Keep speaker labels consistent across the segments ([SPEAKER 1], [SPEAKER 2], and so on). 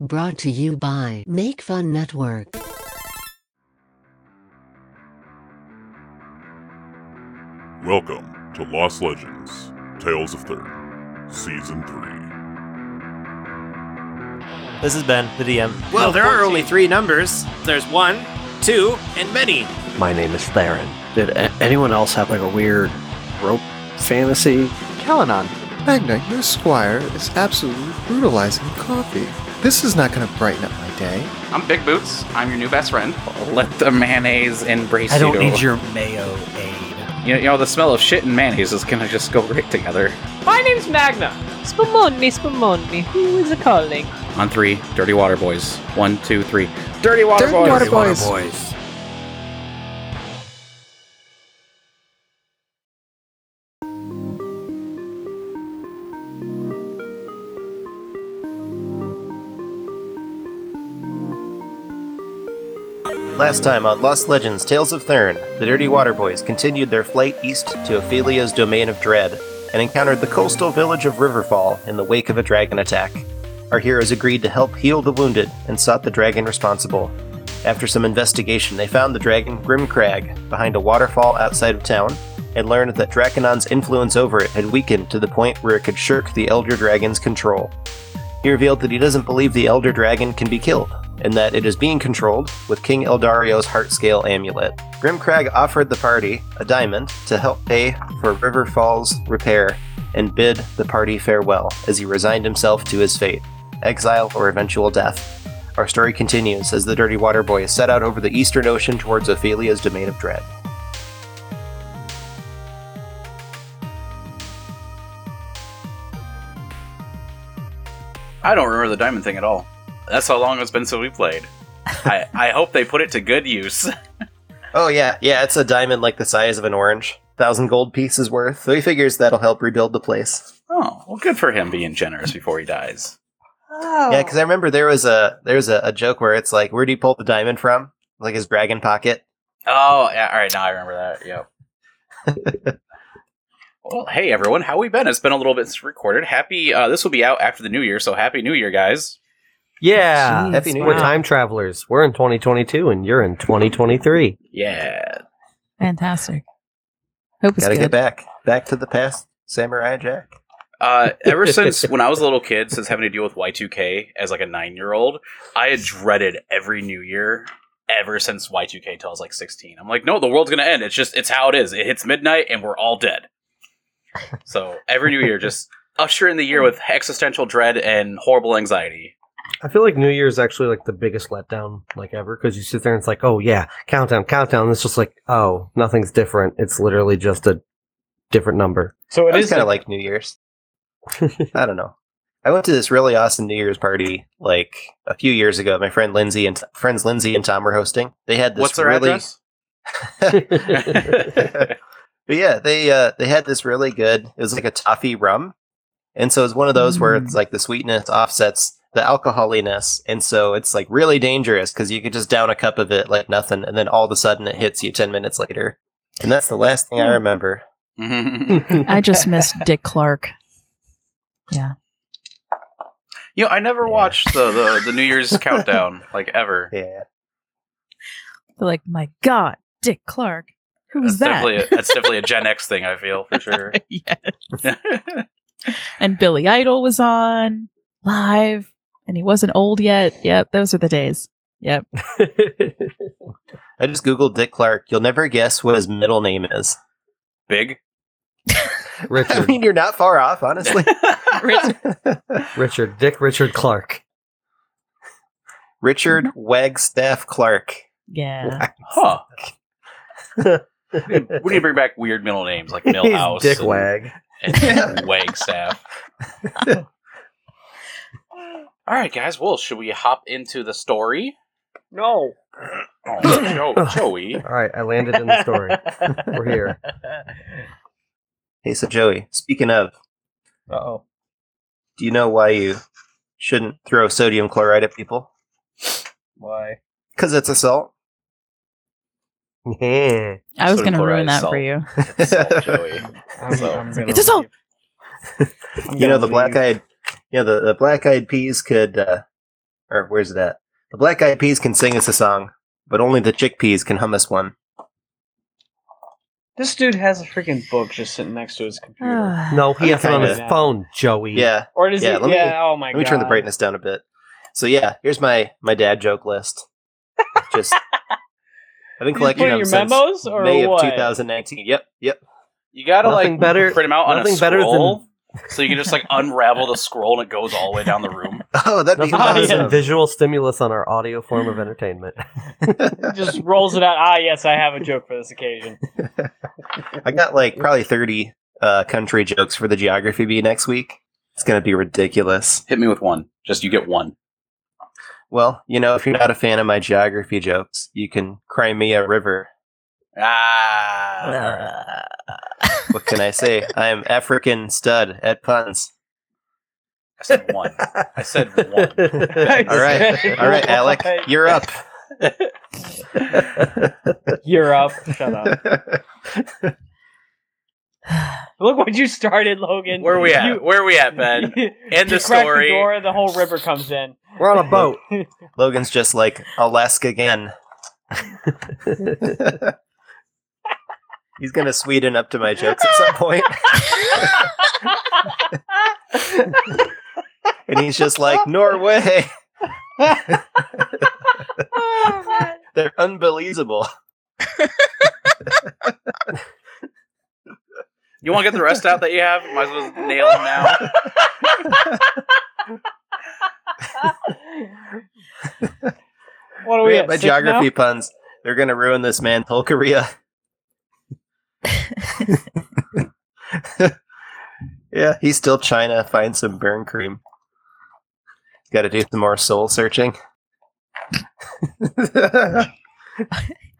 [SPEAKER 1] Brought to you by Make Fun Network.
[SPEAKER 2] Welcome to Lost Legends Tales of Third, Season 3.
[SPEAKER 3] This is Ben, the DM.
[SPEAKER 4] Well, there are only three numbers. There's one, two, and many.
[SPEAKER 5] My name is Theron.
[SPEAKER 6] Did a- anyone else have like a weird rope fantasy?
[SPEAKER 7] Kalanon, Magna, your squire is absolutely brutalizing coffee. This is not going to brighten up my day.
[SPEAKER 8] I'm Big Boots. I'm your new best friend.
[SPEAKER 9] Let the mayonnaise embrace
[SPEAKER 5] I don't
[SPEAKER 9] you.
[SPEAKER 5] need your mayo aid.
[SPEAKER 9] You, you know, the smell of shit and mayonnaise is gonna just go great together.
[SPEAKER 4] My name's Magna.
[SPEAKER 10] Spumon me, spumon me. Who is a calling?
[SPEAKER 9] On three, dirty water boys. One, two, three. Dirty water
[SPEAKER 7] Dirty
[SPEAKER 9] boys.
[SPEAKER 7] water boys.
[SPEAKER 3] Last time on Lost Legends Tales of Thurn, the Dirty Water Boys continued their flight east to Ophelia's Domain of Dread and encountered the coastal village of Riverfall in the wake of a dragon attack. Our heroes agreed to help heal the wounded and sought the dragon responsible. After some investigation, they found the dragon Grimcrag behind a waterfall outside of town and learned that Draconon's influence over it had weakened to the point where it could shirk the Elder Dragon's control. He revealed that he doesn't believe the Elder Dragon can be killed, and that it is being controlled with King Eldario's Heartscale amulet. Grimcrag offered the party a diamond to help pay for River Falls repair and bid the party farewell as he resigned himself to his fate exile or eventual death. Our story continues as the Dirty Water Boys set out over the Eastern Ocean towards Ophelia's Domain of Dread.
[SPEAKER 9] I don't remember the diamond thing at all. That's how long it's been since we played. I, I hope they put it to good use.
[SPEAKER 3] Oh yeah, yeah, it's a diamond like the size of an orange. Thousand gold pieces worth, so he figures that'll help rebuild the place.
[SPEAKER 9] Oh, well, good for him being generous before he dies.
[SPEAKER 10] Oh.
[SPEAKER 3] Yeah, because I remember there was a there's a, a joke where it's like, where do you pull the diamond from? Like his dragon pocket.
[SPEAKER 9] Oh, yeah. All right, now I remember that. Yep. well, hey everyone, how we been? It's been a little bit since we recorded. Happy. Uh, this will be out after the New Year, so happy New Year, guys.
[SPEAKER 5] Yeah,
[SPEAKER 3] Jeez, Happy New
[SPEAKER 5] we're
[SPEAKER 3] Year.
[SPEAKER 5] time travelers. We're in 2022, and you're in 2023.
[SPEAKER 9] Yeah.
[SPEAKER 10] Fantastic. Hope it's
[SPEAKER 3] Gotta
[SPEAKER 10] good.
[SPEAKER 3] get back, back to the past, Samurai Jack.
[SPEAKER 9] Uh, ever since when I was a little kid, since having to deal with Y2K as like a nine year old, I had dreaded every new year ever since Y2K till I was like 16. I'm like, no, the world's going to end. It's just, it's how it is. It hits midnight and we're all dead. So every new year, just usher in the year with existential dread and horrible anxiety.
[SPEAKER 5] I feel like New Year's actually like the biggest letdown like ever because you sit there and it's like, oh yeah, countdown, countdown. And it's just like, oh, nothing's different. It's literally just a different number.
[SPEAKER 3] So it is kind of like New Year's. I don't know. I went to this really awesome New Year's party like a few years ago. My friend Lindsay and friends Lindsay and Tom were hosting. They had this
[SPEAKER 9] What's their
[SPEAKER 3] really
[SPEAKER 9] address?
[SPEAKER 3] but yeah, they uh, they had this really good. It was like a toffee rum, and so it's one of those where it's like the sweetness offsets the alcoholiness, and so it's like really dangerous because you could just down a cup of it like nothing, and then all of a sudden it hits you ten minutes later, and that's the last thing I remember.
[SPEAKER 9] you
[SPEAKER 10] I just missed Dick Clark.
[SPEAKER 9] know, I never
[SPEAKER 3] Yeah.
[SPEAKER 9] watched the, the, the New Year's countdown, like ever.
[SPEAKER 3] Yeah,
[SPEAKER 10] They're like, my God, Dick Clark. Who was that?
[SPEAKER 9] Definitely a, that's definitely a Gen X thing, I feel, for sure.
[SPEAKER 10] yeah. And Billy Idol was on live, and he wasn't old yet. Yep, those are the days. Yep.
[SPEAKER 3] I just googled Dick Clark. You'll never guess what his middle name is.
[SPEAKER 9] Big.
[SPEAKER 3] I
[SPEAKER 5] Richard,
[SPEAKER 3] mean, you're not far off, honestly.
[SPEAKER 5] Richard, Dick, Richard Clark.
[SPEAKER 3] Richard Wagstaff Clark.
[SPEAKER 10] Yeah.
[SPEAKER 9] Huh. we need to bring back weird middle names like Millhouse,
[SPEAKER 5] Dick
[SPEAKER 9] and-
[SPEAKER 5] Wag.
[SPEAKER 9] and Wagstaff. All right, guys. Well, should we hop into the story?
[SPEAKER 4] No.
[SPEAKER 9] Oh, jo- Joey.
[SPEAKER 5] All right, I landed in the story. We're here.
[SPEAKER 3] Hey, so Joey, speaking of,
[SPEAKER 9] Oh,
[SPEAKER 3] do you know why you shouldn't throw sodium chloride at people?
[SPEAKER 9] why?
[SPEAKER 3] Because it's assault.
[SPEAKER 5] Yeah.
[SPEAKER 10] I was
[SPEAKER 9] Sodium
[SPEAKER 10] going to ruin
[SPEAKER 9] chloride
[SPEAKER 10] that
[SPEAKER 9] salt.
[SPEAKER 10] for you.
[SPEAKER 9] Joey.
[SPEAKER 5] Oh,
[SPEAKER 9] So-
[SPEAKER 10] It's assault.
[SPEAKER 3] you know the black eyed, you know the, the black eyed peas could uh, Or where's it at? The black eyed peas can sing us a song, but only the chickpeas can hum us one.
[SPEAKER 11] This dude has a freaking book just sitting next to his
[SPEAKER 10] Ah.
[SPEAKER 11] computer.
[SPEAKER 5] No, he
[SPEAKER 3] I'm
[SPEAKER 5] has it on
[SPEAKER 3] kinda-
[SPEAKER 5] his phone, Joey.
[SPEAKER 3] Yeah.
[SPEAKER 11] Or does
[SPEAKER 3] yeah,
[SPEAKER 11] he?
[SPEAKER 3] let me-
[SPEAKER 11] yeah. oh my
[SPEAKER 3] Let
[SPEAKER 11] god.
[SPEAKER 3] me turn the brightness down a bit. So yeah, here's my my dad joke list. Just I've been
[SPEAKER 11] You
[SPEAKER 3] collecting
[SPEAKER 11] put
[SPEAKER 3] them
[SPEAKER 11] your
[SPEAKER 3] since
[SPEAKER 11] memos or
[SPEAKER 3] May
[SPEAKER 11] what?
[SPEAKER 3] of 2019. Yep, yep.
[SPEAKER 9] You gotta
[SPEAKER 5] Nothing
[SPEAKER 9] like
[SPEAKER 5] better-
[SPEAKER 9] print them out on a
[SPEAKER 5] nothing better than-
[SPEAKER 9] scroll, so you can just like unravel the scroll and it goes all the way down the room.
[SPEAKER 3] Oh, that'd be
[SPEAKER 5] Nothing better
[SPEAKER 3] awesome.
[SPEAKER 5] than visual stimulus on our audio form of entertainment.
[SPEAKER 11] just rolls it out. Ah, yes, I have a joke for this occasion.
[SPEAKER 3] I got like probably 30 uh, country jokes for the geography bee next week. It's gonna be ridiculous.
[SPEAKER 9] Hit me with one. Just you get one.
[SPEAKER 3] Well, you know, if you're not a fan of my geography jokes, you can Crimea river.
[SPEAKER 9] Ah.
[SPEAKER 3] What can I say? I am African stud at puns.
[SPEAKER 9] I said one. I said one.
[SPEAKER 3] All right, all right, Alec, you're up.
[SPEAKER 11] You're up. Shut up. Look what you started, Logan.
[SPEAKER 9] Where we at?
[SPEAKER 11] You,
[SPEAKER 9] Where we at, Ben?
[SPEAKER 11] you
[SPEAKER 9] End the
[SPEAKER 11] crack
[SPEAKER 9] story.
[SPEAKER 11] The door, the whole river comes in.
[SPEAKER 5] We're on a boat.
[SPEAKER 3] Logan's just like Alaska again. He's gonna Sweden up to my jokes at some point. and he's just like, Norway! They're unbelievable.
[SPEAKER 9] You want to get the rest out that you have? Might as well nail it now.
[SPEAKER 11] what are we
[SPEAKER 3] Yeah,
[SPEAKER 11] at?
[SPEAKER 3] my
[SPEAKER 11] Oh, six
[SPEAKER 3] geography
[SPEAKER 11] now?
[SPEAKER 3] puns. They're gonna ruin this man's whole Korea. yeah, he's still trying to find some burn cream. Got to do some more soul searching.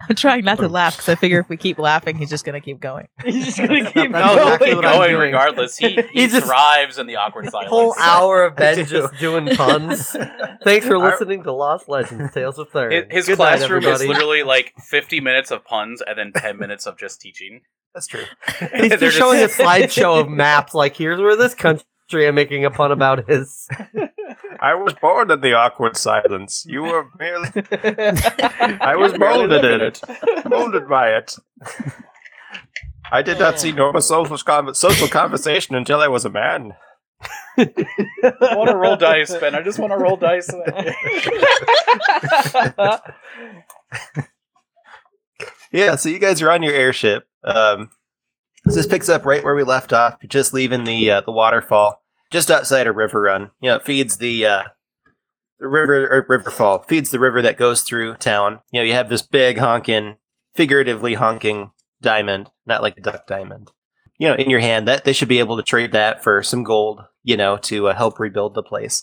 [SPEAKER 10] I'm trying not to laugh because I figure if we keep laughing, he's just gonna keep going.
[SPEAKER 11] He's just gonna keep
[SPEAKER 5] That's
[SPEAKER 9] No,
[SPEAKER 5] exactly
[SPEAKER 9] he's
[SPEAKER 5] what I'm
[SPEAKER 9] going
[SPEAKER 5] doing.
[SPEAKER 9] regardless. He, he,
[SPEAKER 5] He just-
[SPEAKER 9] thrives in the awkward silence.
[SPEAKER 5] Whole hour of Ben
[SPEAKER 3] do.
[SPEAKER 5] just doing puns. Thanks for
[SPEAKER 3] Our-
[SPEAKER 5] listening to Lost Legends: Tales of Third.
[SPEAKER 9] His, his classroom is literally like 50 minutes of puns and then 10 minutes of just teaching.
[SPEAKER 3] That's true.
[SPEAKER 5] He's
[SPEAKER 9] They're
[SPEAKER 5] just
[SPEAKER 9] just-
[SPEAKER 5] showing a slideshow of maps. Like, here's where this country. I'm making a pun about his.
[SPEAKER 2] I was born in the awkward silence. You were merely. I was molded in it. Molded by it. I did not see normal social, con- social conversation until I was a man.
[SPEAKER 9] I want to roll dice, Ben. I just want to roll dice.
[SPEAKER 3] Yeah, so you guys are on your airship. Um, this picks up right where we left off, just leaving the uh, the waterfall, just outside a river run. You know, it feeds the uh, the river or riverfall feeds the river that goes through town. You know, you have this big honking, figuratively honking diamond, not like a duck diamond. You know, in your hand, that they should be able to trade that for some gold. You know, to uh, help rebuild the place.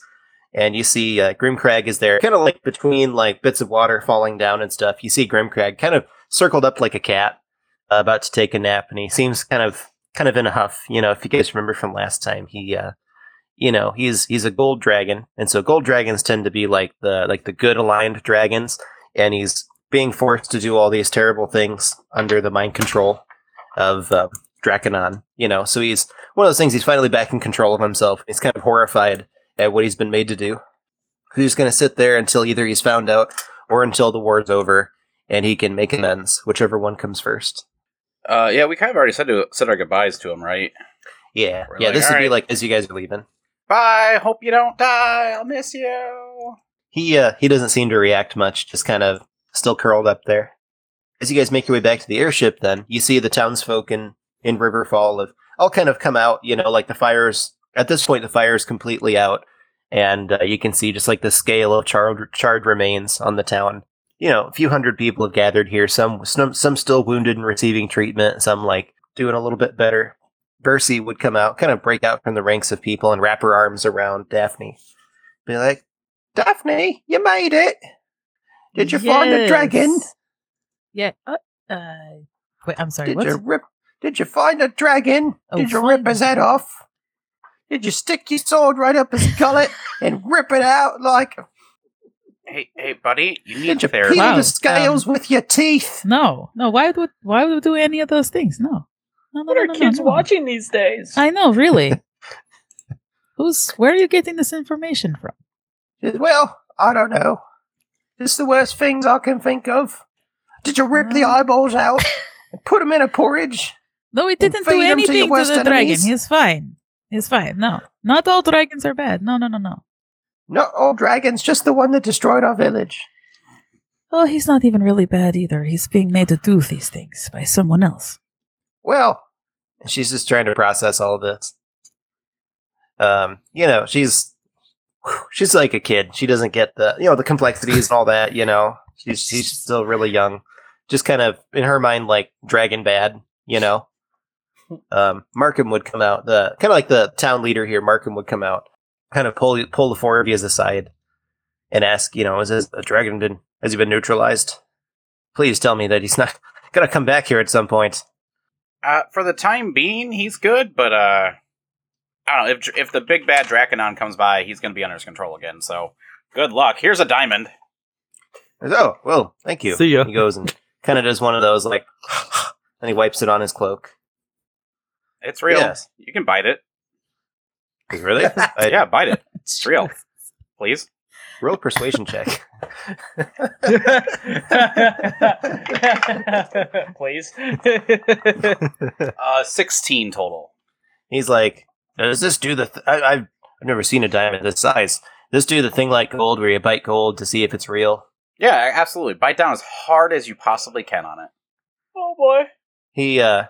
[SPEAKER 3] And you see uh, Grimcrag is there, kind of like between like bits of water falling down and stuff. You see Grimcrag kind of circled up like a cat, uh, about to take a nap, and he seems kind of kind of in a huff. You know, if you guys remember from last time, he, uh, you know, he's he's a gold dragon, and so gold dragons tend to be like the like the good aligned dragons, and he's being forced to do all these terrible things under the mind control of uh, Draconon. You know, so he's one of those things. He's finally back in control of himself. He's kind of horrified at what he's been made to do. He's going to sit there until either he's found out or until the war's over and he can make amends, whichever one comes first.
[SPEAKER 9] Uh, yeah, we kind of already said to, said our goodbyes to him, right?
[SPEAKER 3] Yeah,
[SPEAKER 9] We're
[SPEAKER 3] yeah.
[SPEAKER 9] like,
[SPEAKER 3] this would be
[SPEAKER 9] "Alright."
[SPEAKER 3] like as you guys are leaving.
[SPEAKER 9] Bye. Hope you don't die. I'll miss you.
[SPEAKER 3] He uh, he doesn't seem to react much, just kind of still curled up there. As you guys make your way back to the airship, then you see the townsfolk in in Riverfall have all kind of come out. You know, like the fires at this point, the fire is completely out, and uh, you can see just like the scale of charred charred remains on the town. You know, a few hundred people have gathered here. Some some some still wounded and receiving treatment. Some like doing a little bit better. Bercy would come out, kind of break out from the ranks of people and wrap her arms around Daphne, be like, Daphne, you made it. Did you find the dragon?
[SPEAKER 10] Yes. Yeah. Uh, uh, wait, I'm sorry.
[SPEAKER 3] Did
[SPEAKER 10] What?
[SPEAKER 3] you rip? Did you find the dragon?
[SPEAKER 10] Oh,
[SPEAKER 3] did you
[SPEAKER 10] find
[SPEAKER 3] rip his
[SPEAKER 10] the
[SPEAKER 3] head
[SPEAKER 10] dragon.
[SPEAKER 3] off? Did you stick your sword right up his gullet and rip it out like?
[SPEAKER 9] Hey, hey, buddy. You need
[SPEAKER 3] Did you
[SPEAKER 9] therapy.
[SPEAKER 3] peel
[SPEAKER 10] Wow,
[SPEAKER 3] the scales
[SPEAKER 10] Um,
[SPEAKER 3] with your teeth?
[SPEAKER 10] No, no. Why would why would we do any of those things? No. No, no,
[SPEAKER 11] What
[SPEAKER 10] no,
[SPEAKER 11] are
[SPEAKER 10] no, no,
[SPEAKER 11] kids
[SPEAKER 10] no.
[SPEAKER 11] watching these days?
[SPEAKER 10] I know, really. Who's where are you getting this information from?
[SPEAKER 3] Well, I don't know. It's the worst things I can think of. Did you rip the eyeballs out and put them in a porridge?
[SPEAKER 10] No, it didn't
[SPEAKER 3] feed
[SPEAKER 10] do
[SPEAKER 3] 'em to your
[SPEAKER 10] anything to,
[SPEAKER 3] worst
[SPEAKER 10] the dragon.
[SPEAKER 3] enemies?
[SPEAKER 10] He's fine. He's fine. No, not all dragons are bad. No, no, no, no.
[SPEAKER 3] Not all dragons, just the one that destroyed our village.
[SPEAKER 10] Oh, he's not even really bad either. He's being made to do these things by someone else.
[SPEAKER 3] Well, and she's just trying to process all of this. Um, you know, she's she's like a kid. She doesn't get the you know the complexities and all that. You know, she's she's still really young. Just kind of in her mind, like dragon bad. You know, um, Markham would come out. The kind of like the town leader here. Markham would come out, kind of pull pull the four of you aside, and ask, you know, is this a dragon been has he been neutralized? Please tell me that he's not gonna come back here at some point.
[SPEAKER 9] Uh, for the time being, he's good, but uh, I don't know if if the big bad Draconon comes by, he's going to be under his control again. So good luck. Here's a diamond.
[SPEAKER 3] Oh, well, thank you.
[SPEAKER 5] See ya.
[SPEAKER 3] He goes and kind of does one of those, like, and he wipes it on his cloak.
[SPEAKER 9] It's real.
[SPEAKER 3] Yes.
[SPEAKER 9] You can bite it.
[SPEAKER 3] Really? I-
[SPEAKER 9] yeah, bite it. It's real. Please.
[SPEAKER 3] Roll a persuasion check.
[SPEAKER 11] Please.
[SPEAKER 9] Uh, sixteen total.
[SPEAKER 3] He's like, does this do the? Th- I, I've I've never seen a diamond this size. Does This do the thing like gold, where you bite gold to see if it's real.
[SPEAKER 9] Yeah, absolutely. Bite down as hard as you possibly can on it.
[SPEAKER 11] oh boy.
[SPEAKER 3] He uh,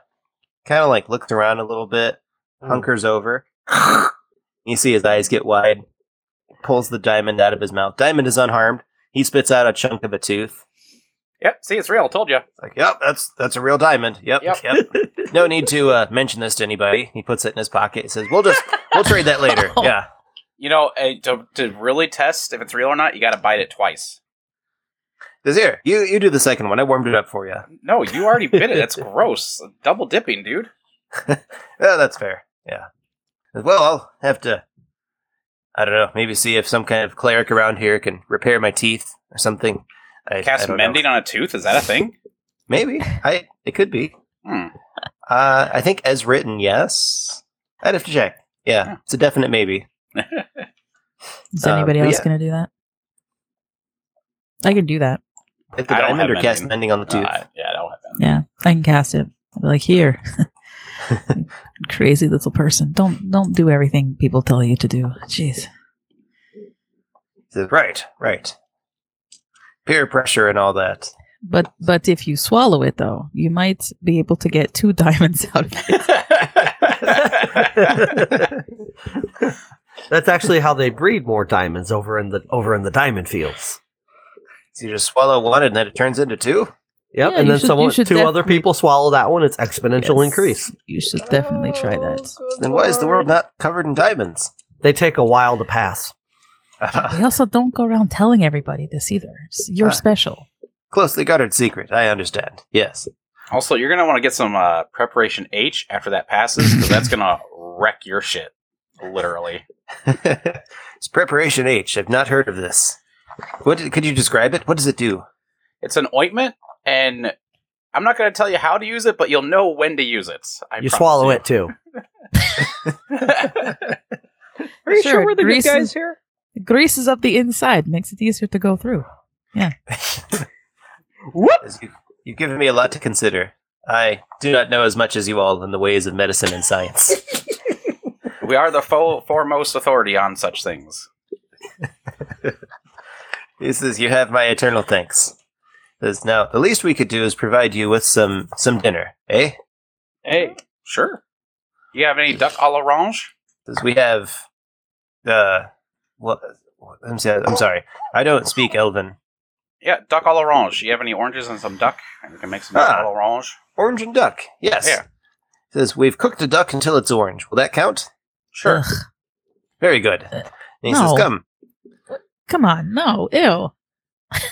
[SPEAKER 3] kind of like looks around a little bit,
[SPEAKER 5] Hmm.
[SPEAKER 3] hunkers over. you see his eyes get wide. Pulls the diamond out of his mouth. Diamond is unharmed. He spits out a chunk of a tooth.
[SPEAKER 9] Yep. See, it's real. Told you.
[SPEAKER 3] Like, yep, that's that's a real diamond. Yep,
[SPEAKER 9] Yep.
[SPEAKER 3] yep. no need to uh, mention this to anybody. He puts it in his pocket. He says, "We'll just we'll trade that later." Yeah.
[SPEAKER 9] You know, uh, to to really test if it's real or not, you got to bite it twice.
[SPEAKER 3] This here, you you do the second one. I warmed it up for you.
[SPEAKER 9] No, you already bit it. That's gross. Double dipping, dude.
[SPEAKER 3] Yeah, that's fair. Yeah. Well, I'll have to. I don't know. Maybe see if some kind of cleric around here can repair my teeth or something. I, I
[SPEAKER 9] Cast
[SPEAKER 3] don't know.
[SPEAKER 9] mending on a tooth. Is that a thing?
[SPEAKER 3] Maybe. I. It could be.
[SPEAKER 9] Hmm.
[SPEAKER 3] Uh, I think as written, yes. I'd have to check. Yeah, it's a definite maybe.
[SPEAKER 10] Is
[SPEAKER 3] Um,
[SPEAKER 10] anybody
[SPEAKER 3] but
[SPEAKER 10] else
[SPEAKER 3] yeah.
[SPEAKER 10] going to do that? I can do that.
[SPEAKER 3] If the
[SPEAKER 9] I don't
[SPEAKER 3] diamond or
[SPEAKER 9] have
[SPEAKER 3] cast
[SPEAKER 9] mending.
[SPEAKER 3] mending on the tooth.
[SPEAKER 9] Uh, yeah, I don't have that.
[SPEAKER 10] Yeah, I can cast it. I'll be like, here, crazy little person. Don't don't do everything people tell you to do. Jeez.
[SPEAKER 3] He says, right, right. Peer pressure and all that.
[SPEAKER 10] But but if you swallow it though, you might be able to get two diamonds out of it.
[SPEAKER 5] That's actually how they breed more diamonds over in the over in the diamond fields.
[SPEAKER 3] So you just swallow one and then it turns into two?
[SPEAKER 5] Yep,
[SPEAKER 10] Yeah,
[SPEAKER 5] and
[SPEAKER 10] you
[SPEAKER 5] then
[SPEAKER 10] should-
[SPEAKER 5] someone,
[SPEAKER 10] you
[SPEAKER 5] two
[SPEAKER 10] should
[SPEAKER 5] other people swallow that one. It's exponential
[SPEAKER 10] Yes.
[SPEAKER 5] increase.
[SPEAKER 10] You should definitely try that.
[SPEAKER 11] Oh,
[SPEAKER 3] Then why is the world not covered in diamonds?
[SPEAKER 5] They take a while to pass.
[SPEAKER 10] We also don't go around telling everybody this either. It's- You're
[SPEAKER 3] Ah.
[SPEAKER 10] special.
[SPEAKER 3] Closely guarded secret, I understand. Yes.
[SPEAKER 9] Also, you're gonna want to get some uh, preparation H after that passes, because that's gonna wreck your shit, literally.
[SPEAKER 3] it's preparation H. I've not heard of this. What could you describe it? What does it do?
[SPEAKER 9] It's an ointment, and I'm not gonna tell you how to use it, but you'll know when to use it. I
[SPEAKER 5] you
[SPEAKER 9] promise
[SPEAKER 5] swallow
[SPEAKER 9] you.
[SPEAKER 5] it too.
[SPEAKER 11] Are you
[SPEAKER 10] Sure,
[SPEAKER 11] sure, we're the good
[SPEAKER 10] grease
[SPEAKER 11] guys
[SPEAKER 10] is-
[SPEAKER 11] here?
[SPEAKER 10] It greases up the inside, makes it easier to go through.
[SPEAKER 3] As you- You've given me a lot to consider. I do not know as much as you all in the ways of medicine and science.
[SPEAKER 9] We are the fo- foremost authority on such things.
[SPEAKER 3] He says, "You have my eternal thanks." Says, "Now, the least we could do is provide you with some some dinner, eh?"
[SPEAKER 11] Hey.
[SPEAKER 9] Sure. You have any duck à l'orange?
[SPEAKER 3] Says, "We have the well, I'm, so- I'm sorry, I don't speak Elven.
[SPEAKER 9] Yeah, duck à l'orange. You have any oranges and some duck? And we can make some duck
[SPEAKER 3] Ah.
[SPEAKER 9] à l'orange.
[SPEAKER 3] Orange and duck, yes."
[SPEAKER 9] Yeah.
[SPEAKER 3] Says, "We've cooked a duck until it's orange. Will that count?"
[SPEAKER 9] Sure.
[SPEAKER 10] Ugh.
[SPEAKER 3] Very good. And he
[SPEAKER 10] No.
[SPEAKER 3] says, "Come."
[SPEAKER 10] Come on, no, ew.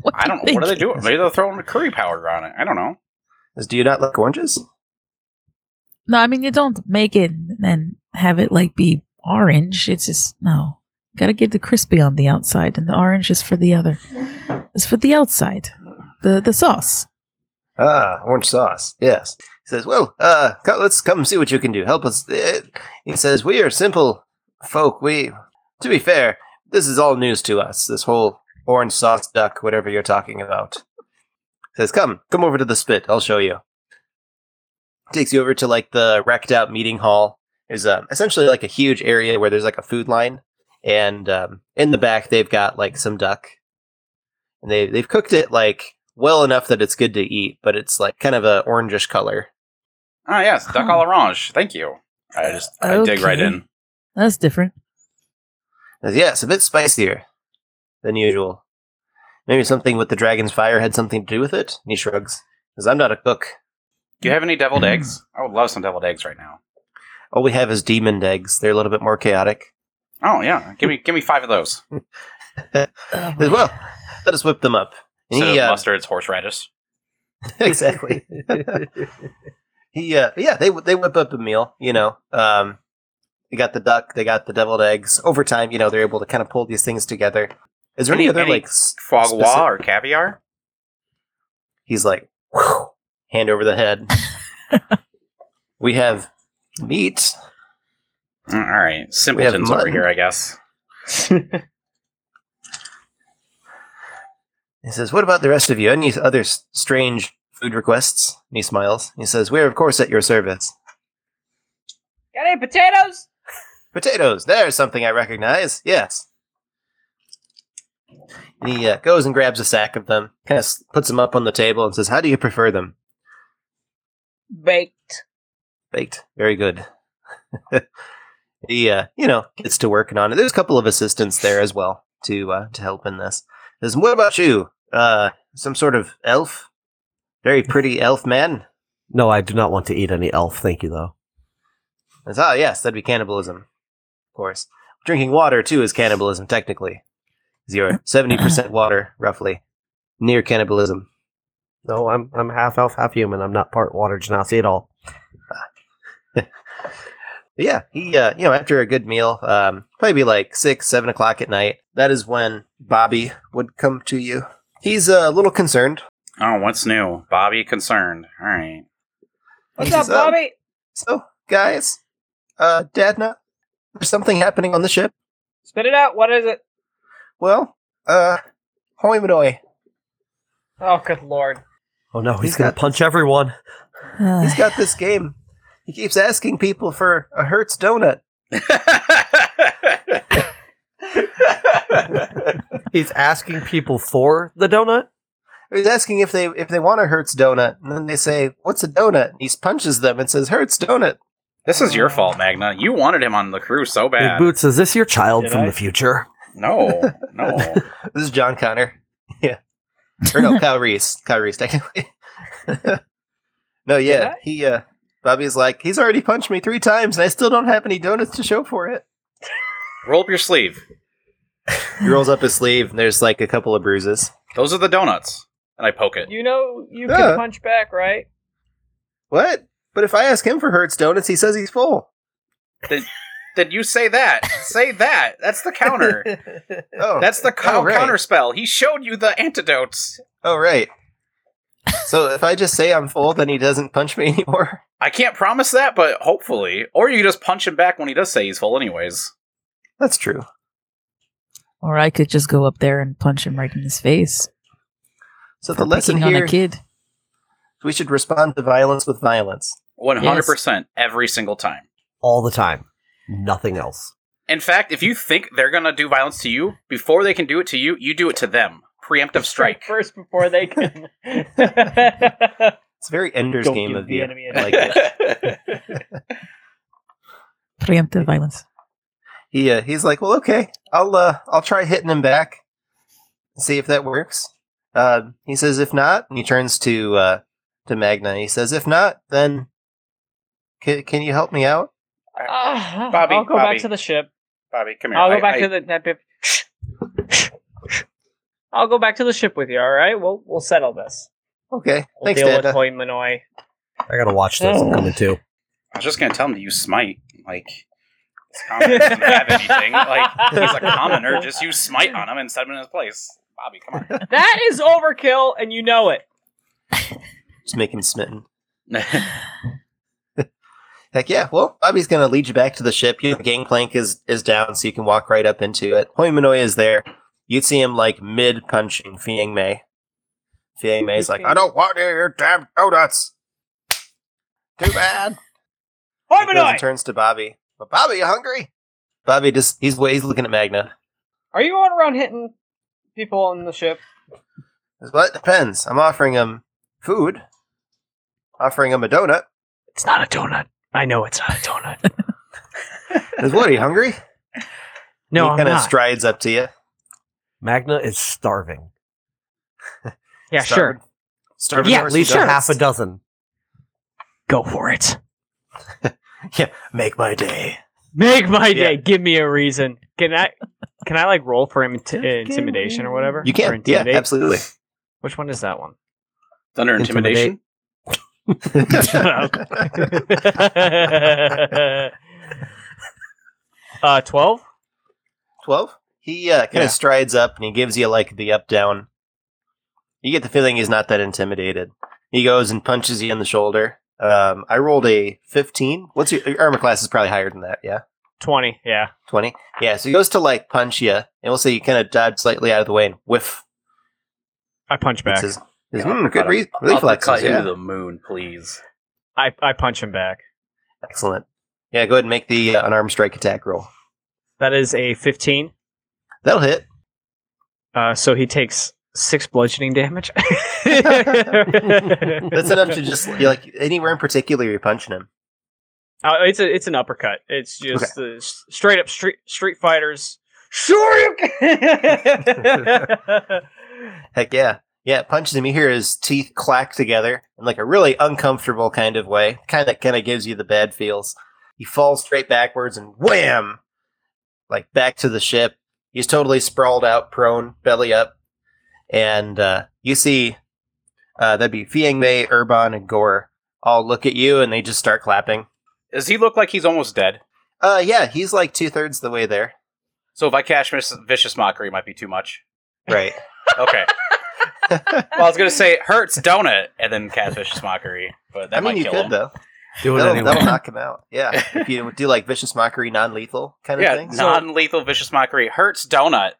[SPEAKER 10] What
[SPEAKER 9] I
[SPEAKER 10] do
[SPEAKER 9] don't know.
[SPEAKER 10] you
[SPEAKER 9] What are they
[SPEAKER 10] think?
[SPEAKER 9] doing? Maybe they're throwing curry powder on it. I don't know.
[SPEAKER 3] Says, "Do you not like oranges?"
[SPEAKER 10] No, I mean you don't make it and have it like be orange. It's just no. Gotta get the crispy on the outside and the orange is for the other. It's for the outside. The the sauce.
[SPEAKER 3] Ah, orange sauce. Yes. He says, "Well, uh, co- let's come see what Uh, you can do. Help us." Eh, He says, "We are simple folk. We, to be fair, This is all news to us. This whole orange sauce duck, whatever you're talking about. Says, "Come, come over to the spit. I'll show you." Takes you over to like the wrecked out meeting hall. There's um, essentially like a huge area where there's like a food line, and um, in the back they've got like some duck, and they they've cooked it like well enough that it's good to eat, but it's like kind of a orangish color.
[SPEAKER 9] Ah, yes, duck all orange. Thank you. I just I dig right
[SPEAKER 10] Okay.
[SPEAKER 9] in.
[SPEAKER 10] That's different.
[SPEAKER 3] Says, yeah, it's a bit spicier than usual. Maybe something with the dragon's fire had something to do with it? And he shrugs. Says, I'm not a cook.
[SPEAKER 9] Do you have any
[SPEAKER 3] Hmm.
[SPEAKER 9] deviled eggs? I would love some deviled eggs right now.
[SPEAKER 3] All we have is demon eggs. They're a little bit more chaotic.
[SPEAKER 9] Oh yeah, give me give me five of those.
[SPEAKER 3] Says, well, let us whip them up. And
[SPEAKER 9] Instead
[SPEAKER 3] he,
[SPEAKER 9] of
[SPEAKER 3] uh,
[SPEAKER 9] mustard, it's horseradish.
[SPEAKER 3] exactly. he, uh, yeah, they they whip up a meal. You know, um, they got the duck, they got the deviled eggs. Over time, you know, they're able to kind of pull these things together. Is there any, other like s-
[SPEAKER 9] foie
[SPEAKER 3] specific-
[SPEAKER 9] gras or caviar?
[SPEAKER 3] He's like, whew, hand over the head. we have meat.
[SPEAKER 9] Mm, All right, simpletons over
[SPEAKER 3] mutton.
[SPEAKER 9] here, I guess.
[SPEAKER 3] He says, What about the rest of you? Any other s- strange food requests? And he smiles. He says, We're, of course, at your service.
[SPEAKER 12] Got any potatoes?
[SPEAKER 3] Potatoes! There's something I recognize. Yes. And he uh, goes and grabs a sack of them, kind of puts them up on the table, and says, How do you prefer them?
[SPEAKER 12] Baked.
[SPEAKER 3] Baked. Very good. he, uh, you know, gets to working on it. There's a couple of assistants there as well to uh, to help in this. Says, What about you? Uh, some sort of elf? Very pretty elf man?
[SPEAKER 5] No, I do not want to eat any elf. Thank you, though.
[SPEAKER 3] Says, ah, yes, that'd be cannibalism, of course. Drinking water too is cannibalism, technically. 'Cause You're seventy percent water, roughly, near cannibalism.
[SPEAKER 5] No, I'm I'm half elf, half human. I'm not part water genasi at all.
[SPEAKER 3] But yeah, he, uh, you know, after a good meal, um, probably be like six, seven o'clock at night. That is when Bobby would come to you. He's uh, a little concerned.
[SPEAKER 9] Oh, what's new? Bobby concerned. All right.
[SPEAKER 12] What's
[SPEAKER 3] He
[SPEAKER 12] up,
[SPEAKER 3] says, "Um,
[SPEAKER 12] Bobby?
[SPEAKER 3] so, guys, uh, Dadna, there's something happening on the ship.
[SPEAKER 12] Spit it out. What is it?
[SPEAKER 3] Well, uh, hoi manoi.
[SPEAKER 12] Oh, good lord.
[SPEAKER 5] Oh no, he's, gonna punch everyone.
[SPEAKER 10] Uh,
[SPEAKER 3] He's got this game. He keeps asking people for a Hertz donut.
[SPEAKER 5] He's asking people for the donut.
[SPEAKER 3] He's asking if they if they want a Hertz donut, and then they say, "What's a donut?" And he punches them and says, "Hertz donut."
[SPEAKER 9] This is your fault, Magna. You wanted him on the crew so bad.
[SPEAKER 5] Big Boots, is this your child
[SPEAKER 9] Did
[SPEAKER 5] from
[SPEAKER 9] I?
[SPEAKER 5] the future?
[SPEAKER 9] No, no.
[SPEAKER 3] This is John Connor. Yeah, or no, Kyle Reese. Kyle Reese, technically. no, yeah, he. uh Bobby's like, he's already punched me three times, and I still don't have any donuts to show for it.
[SPEAKER 9] Roll up your sleeve.
[SPEAKER 3] He rolls up his sleeve, and there's like a couple of bruises.
[SPEAKER 9] Those are the donuts. And I poke it.
[SPEAKER 12] You know you
[SPEAKER 3] Yeah.
[SPEAKER 12] can punch back, right?
[SPEAKER 3] What? But if I ask him for Hertz donuts, he says he's full.
[SPEAKER 9] Did, did you say that? Say that. That's the counter.
[SPEAKER 3] Oh,
[SPEAKER 9] That's the co-
[SPEAKER 3] oh, right.
[SPEAKER 9] counter spell. He showed you the antidotes.
[SPEAKER 3] Oh, right. so if I just say I'm full, then he doesn't punch me anymore.
[SPEAKER 9] I can't promise that, but hopefully. Or you just punch him back when he does say he's full, anyways.
[SPEAKER 3] That's true.
[SPEAKER 10] Or I could just go up there and punch him right in his face.
[SPEAKER 3] So
[SPEAKER 10] for
[SPEAKER 3] the lesson
[SPEAKER 10] picking
[SPEAKER 3] here,
[SPEAKER 10] on a kid.
[SPEAKER 3] we should respond to violence with violence.
[SPEAKER 9] 100% every single time.
[SPEAKER 5] All the time. Nothing else.
[SPEAKER 9] In fact, if you think they're going to do violence to you, before they can do it to you, you do it to them. Preemptive strike.
[SPEAKER 11] First before they can.
[SPEAKER 3] It's very Ender's
[SPEAKER 11] Don't
[SPEAKER 3] Game
[SPEAKER 11] give
[SPEAKER 3] of
[SPEAKER 11] the
[SPEAKER 3] you.
[SPEAKER 11] enemy
[SPEAKER 3] I
[SPEAKER 11] an
[SPEAKER 3] like it.
[SPEAKER 10] Preemptive violence.
[SPEAKER 3] He uh, he's like, well, okay, I'll uh, I'll try hitting him back, see if that works. Uh, he says, if not, and he turns to uh, to Magna. He says, if not, then can can you help me out?
[SPEAKER 11] Ah,
[SPEAKER 9] Bobby,
[SPEAKER 11] I'll go
[SPEAKER 9] Bobby.
[SPEAKER 11] back to the ship.
[SPEAKER 9] Bobby, come here.
[SPEAKER 11] I'll go
[SPEAKER 9] I-
[SPEAKER 11] back
[SPEAKER 9] I-
[SPEAKER 11] to the that bit- I'll go back to the ship with you. All right, we'll we'll settle this.
[SPEAKER 3] Okay,
[SPEAKER 11] We'll
[SPEAKER 3] thanks,
[SPEAKER 11] deal
[SPEAKER 3] Dad.
[SPEAKER 11] with Hoi Manoi.
[SPEAKER 5] I gotta watch this. I'm coming too.
[SPEAKER 9] I was just going to tell him to use smite. Like, this commoner doesn't have anything. Like, he's a commoner. Just use smite on him and set him in his place. Bobby, come on.
[SPEAKER 11] That is overkill, and you know it.
[SPEAKER 3] Just make him smitten. Heck yeah. Well, Bobby's going to lead you back to the ship. You know, the gangplank is, is down, so you can walk right up into it. Hoimanoy is there. You see him like mid punching Fiang Mei. Fiang Mei's like, I don't want your damn donuts. Too bad. He goes and
[SPEAKER 12] Hoimanoy!
[SPEAKER 3] turns to Bobby. But Bobby, you hungry? Bobby just, he's, he's looking at Magna.
[SPEAKER 12] Are you going around hitting people on the ship?
[SPEAKER 3] Says, Well, it depends. I'm offering him food, offering him a donut.
[SPEAKER 6] It's not a donut. I know it's not a donut.
[SPEAKER 3] Says, what, are you hungry?
[SPEAKER 6] No,
[SPEAKER 3] he
[SPEAKER 6] I'm
[SPEAKER 3] kinda
[SPEAKER 6] not.
[SPEAKER 3] strides up to you.
[SPEAKER 5] Magna is starving.
[SPEAKER 12] Yeah,
[SPEAKER 3] Starboard.
[SPEAKER 12] sure.
[SPEAKER 3] Starboard
[SPEAKER 5] yeah, at
[SPEAKER 3] first,
[SPEAKER 5] least
[SPEAKER 3] you
[SPEAKER 5] a
[SPEAKER 3] don't-
[SPEAKER 5] half a dozen.
[SPEAKER 6] Go for it.
[SPEAKER 3] yeah, make my day.
[SPEAKER 11] Make my day. Give me a reason. Can I? Can I like roll for imit- intimidation or whatever?
[SPEAKER 3] You
[SPEAKER 11] Or
[SPEAKER 3] can. Yeah,
[SPEAKER 11] intimidate?
[SPEAKER 3] absolutely.
[SPEAKER 11] Which one is that one?
[SPEAKER 9] Thunder intimidation.
[SPEAKER 11] uh, twelve.
[SPEAKER 3] 12? He uh, kind of
[SPEAKER 11] Yeah.
[SPEAKER 3] strides up and he gives you like the up down. You get the feeling he's not that intimidated. He goes and punches you in the shoulder. Um, I rolled a 15. What's your, your armor class is probably higher than that, yeah?
[SPEAKER 11] 20, yeah.
[SPEAKER 3] 20? Yeah, so he goes to like punch you, and we'll say you kind of dodge slightly out of the way and whiff.
[SPEAKER 11] I punch back.
[SPEAKER 3] It's his, his, hmm, good re-
[SPEAKER 9] Cut
[SPEAKER 3] reflexes.
[SPEAKER 9] him
[SPEAKER 3] Yeah.
[SPEAKER 9] to the moon, please.
[SPEAKER 11] I, I punch him back.
[SPEAKER 3] Excellent. Yeah, go ahead and make the uh, unarmed strike attack roll.
[SPEAKER 11] That is a 15.
[SPEAKER 3] That'll hit.
[SPEAKER 11] Uh, so he takes six bludgeoning damage.
[SPEAKER 3] That's
[SPEAKER 11] That's
[SPEAKER 3] enough to just you're like anywhere in particular you're punching him.
[SPEAKER 11] Uh, it's a it's an uppercut. It's just uh, s- straight up street Street Fighters. Sure you can.
[SPEAKER 3] Heck yeah. Yeah, it punches him. You hear his teeth clack together in like a really uncomfortable kind of way. Kind of kind of gives you the bad feels. He falls straight backwards and wham! Like back to the ship. He's totally sprawled out, prone, belly up. And uh, you see uh, that'd be Fiang Mei, Urban, and Gore all look at you and they just start clapping.
[SPEAKER 9] Does he look like he's almost dead?
[SPEAKER 3] Uh yeah, he's like two thirds the way there.
[SPEAKER 9] So if I cash Miss- vicious mockery, it might be too much.
[SPEAKER 3] Right.
[SPEAKER 9] Okay. well, I was gonna say hurts donut, and then cast vicious mockery, but that
[SPEAKER 3] I mean
[SPEAKER 9] might
[SPEAKER 3] you
[SPEAKER 9] kill
[SPEAKER 3] could
[SPEAKER 9] him.
[SPEAKER 3] though.
[SPEAKER 5] Do it
[SPEAKER 3] That'll,
[SPEAKER 5] anyway.
[SPEAKER 3] that'll knock him out. Yeah. if you do like vicious mockery, non lethal kind of
[SPEAKER 9] yeah,
[SPEAKER 3] thing.
[SPEAKER 9] non-lethal vicious mockery hurts donut.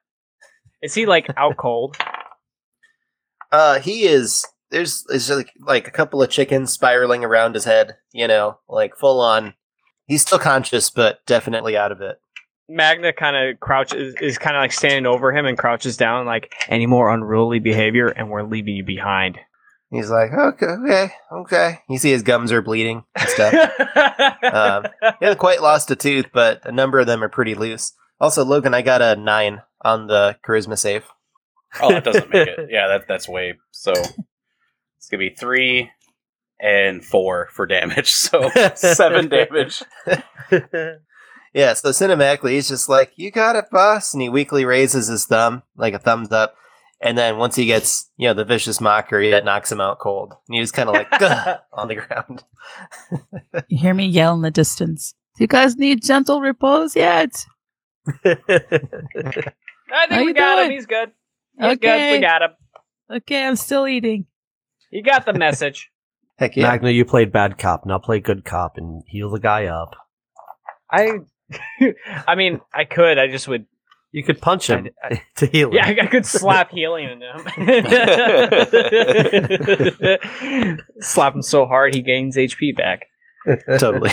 [SPEAKER 11] Is he like out cold?
[SPEAKER 3] Uh, he is. There's there's like, like a couple of chickens spiraling around his head. You know, like full on. He's still conscious, but definitely out of it.
[SPEAKER 11] Magna kind of crouches, is kind of like standing over him and crouches down, like any more unruly behavior, and we're leaving you behind.
[SPEAKER 3] He's like, okay, okay, okay. You see his gums are bleeding and stuff. um, he hasn't quite lost a tooth, but a number of them are pretty loose. Also, Logan, I got a nine on the charisma save.
[SPEAKER 9] Oh, that doesn't make it. Yeah, that that's way. So it's gonna be three and four for damage. So Oh, seven damage.
[SPEAKER 3] Yeah, so cinematically, he's just like, "You got it, boss," and he weakly raises his thumb, like a thumbs up, and then once he gets, you know, the vicious mockery that knocks him out cold, and he's kind of like "Gah," on the ground.
[SPEAKER 10] You hear me yell in the distance. Do you guys need gentle repose yet?
[SPEAKER 12] I
[SPEAKER 10] How
[SPEAKER 12] think we
[SPEAKER 10] you
[SPEAKER 12] got him.
[SPEAKER 10] doing?
[SPEAKER 12] He's good. He's good.
[SPEAKER 10] Okay.
[SPEAKER 12] We got him.
[SPEAKER 10] Okay, I'm still eating.
[SPEAKER 12] You got the message.
[SPEAKER 3] Heck yeah!
[SPEAKER 5] Magna, you played bad cop. Now play good cop and heal the guy up.
[SPEAKER 11] I, I mean, I could. I just would.
[SPEAKER 5] You could punch him to heal him.
[SPEAKER 11] Yeah, I, I could slap healing into him. slap him so hard he gains HP back.
[SPEAKER 3] totally.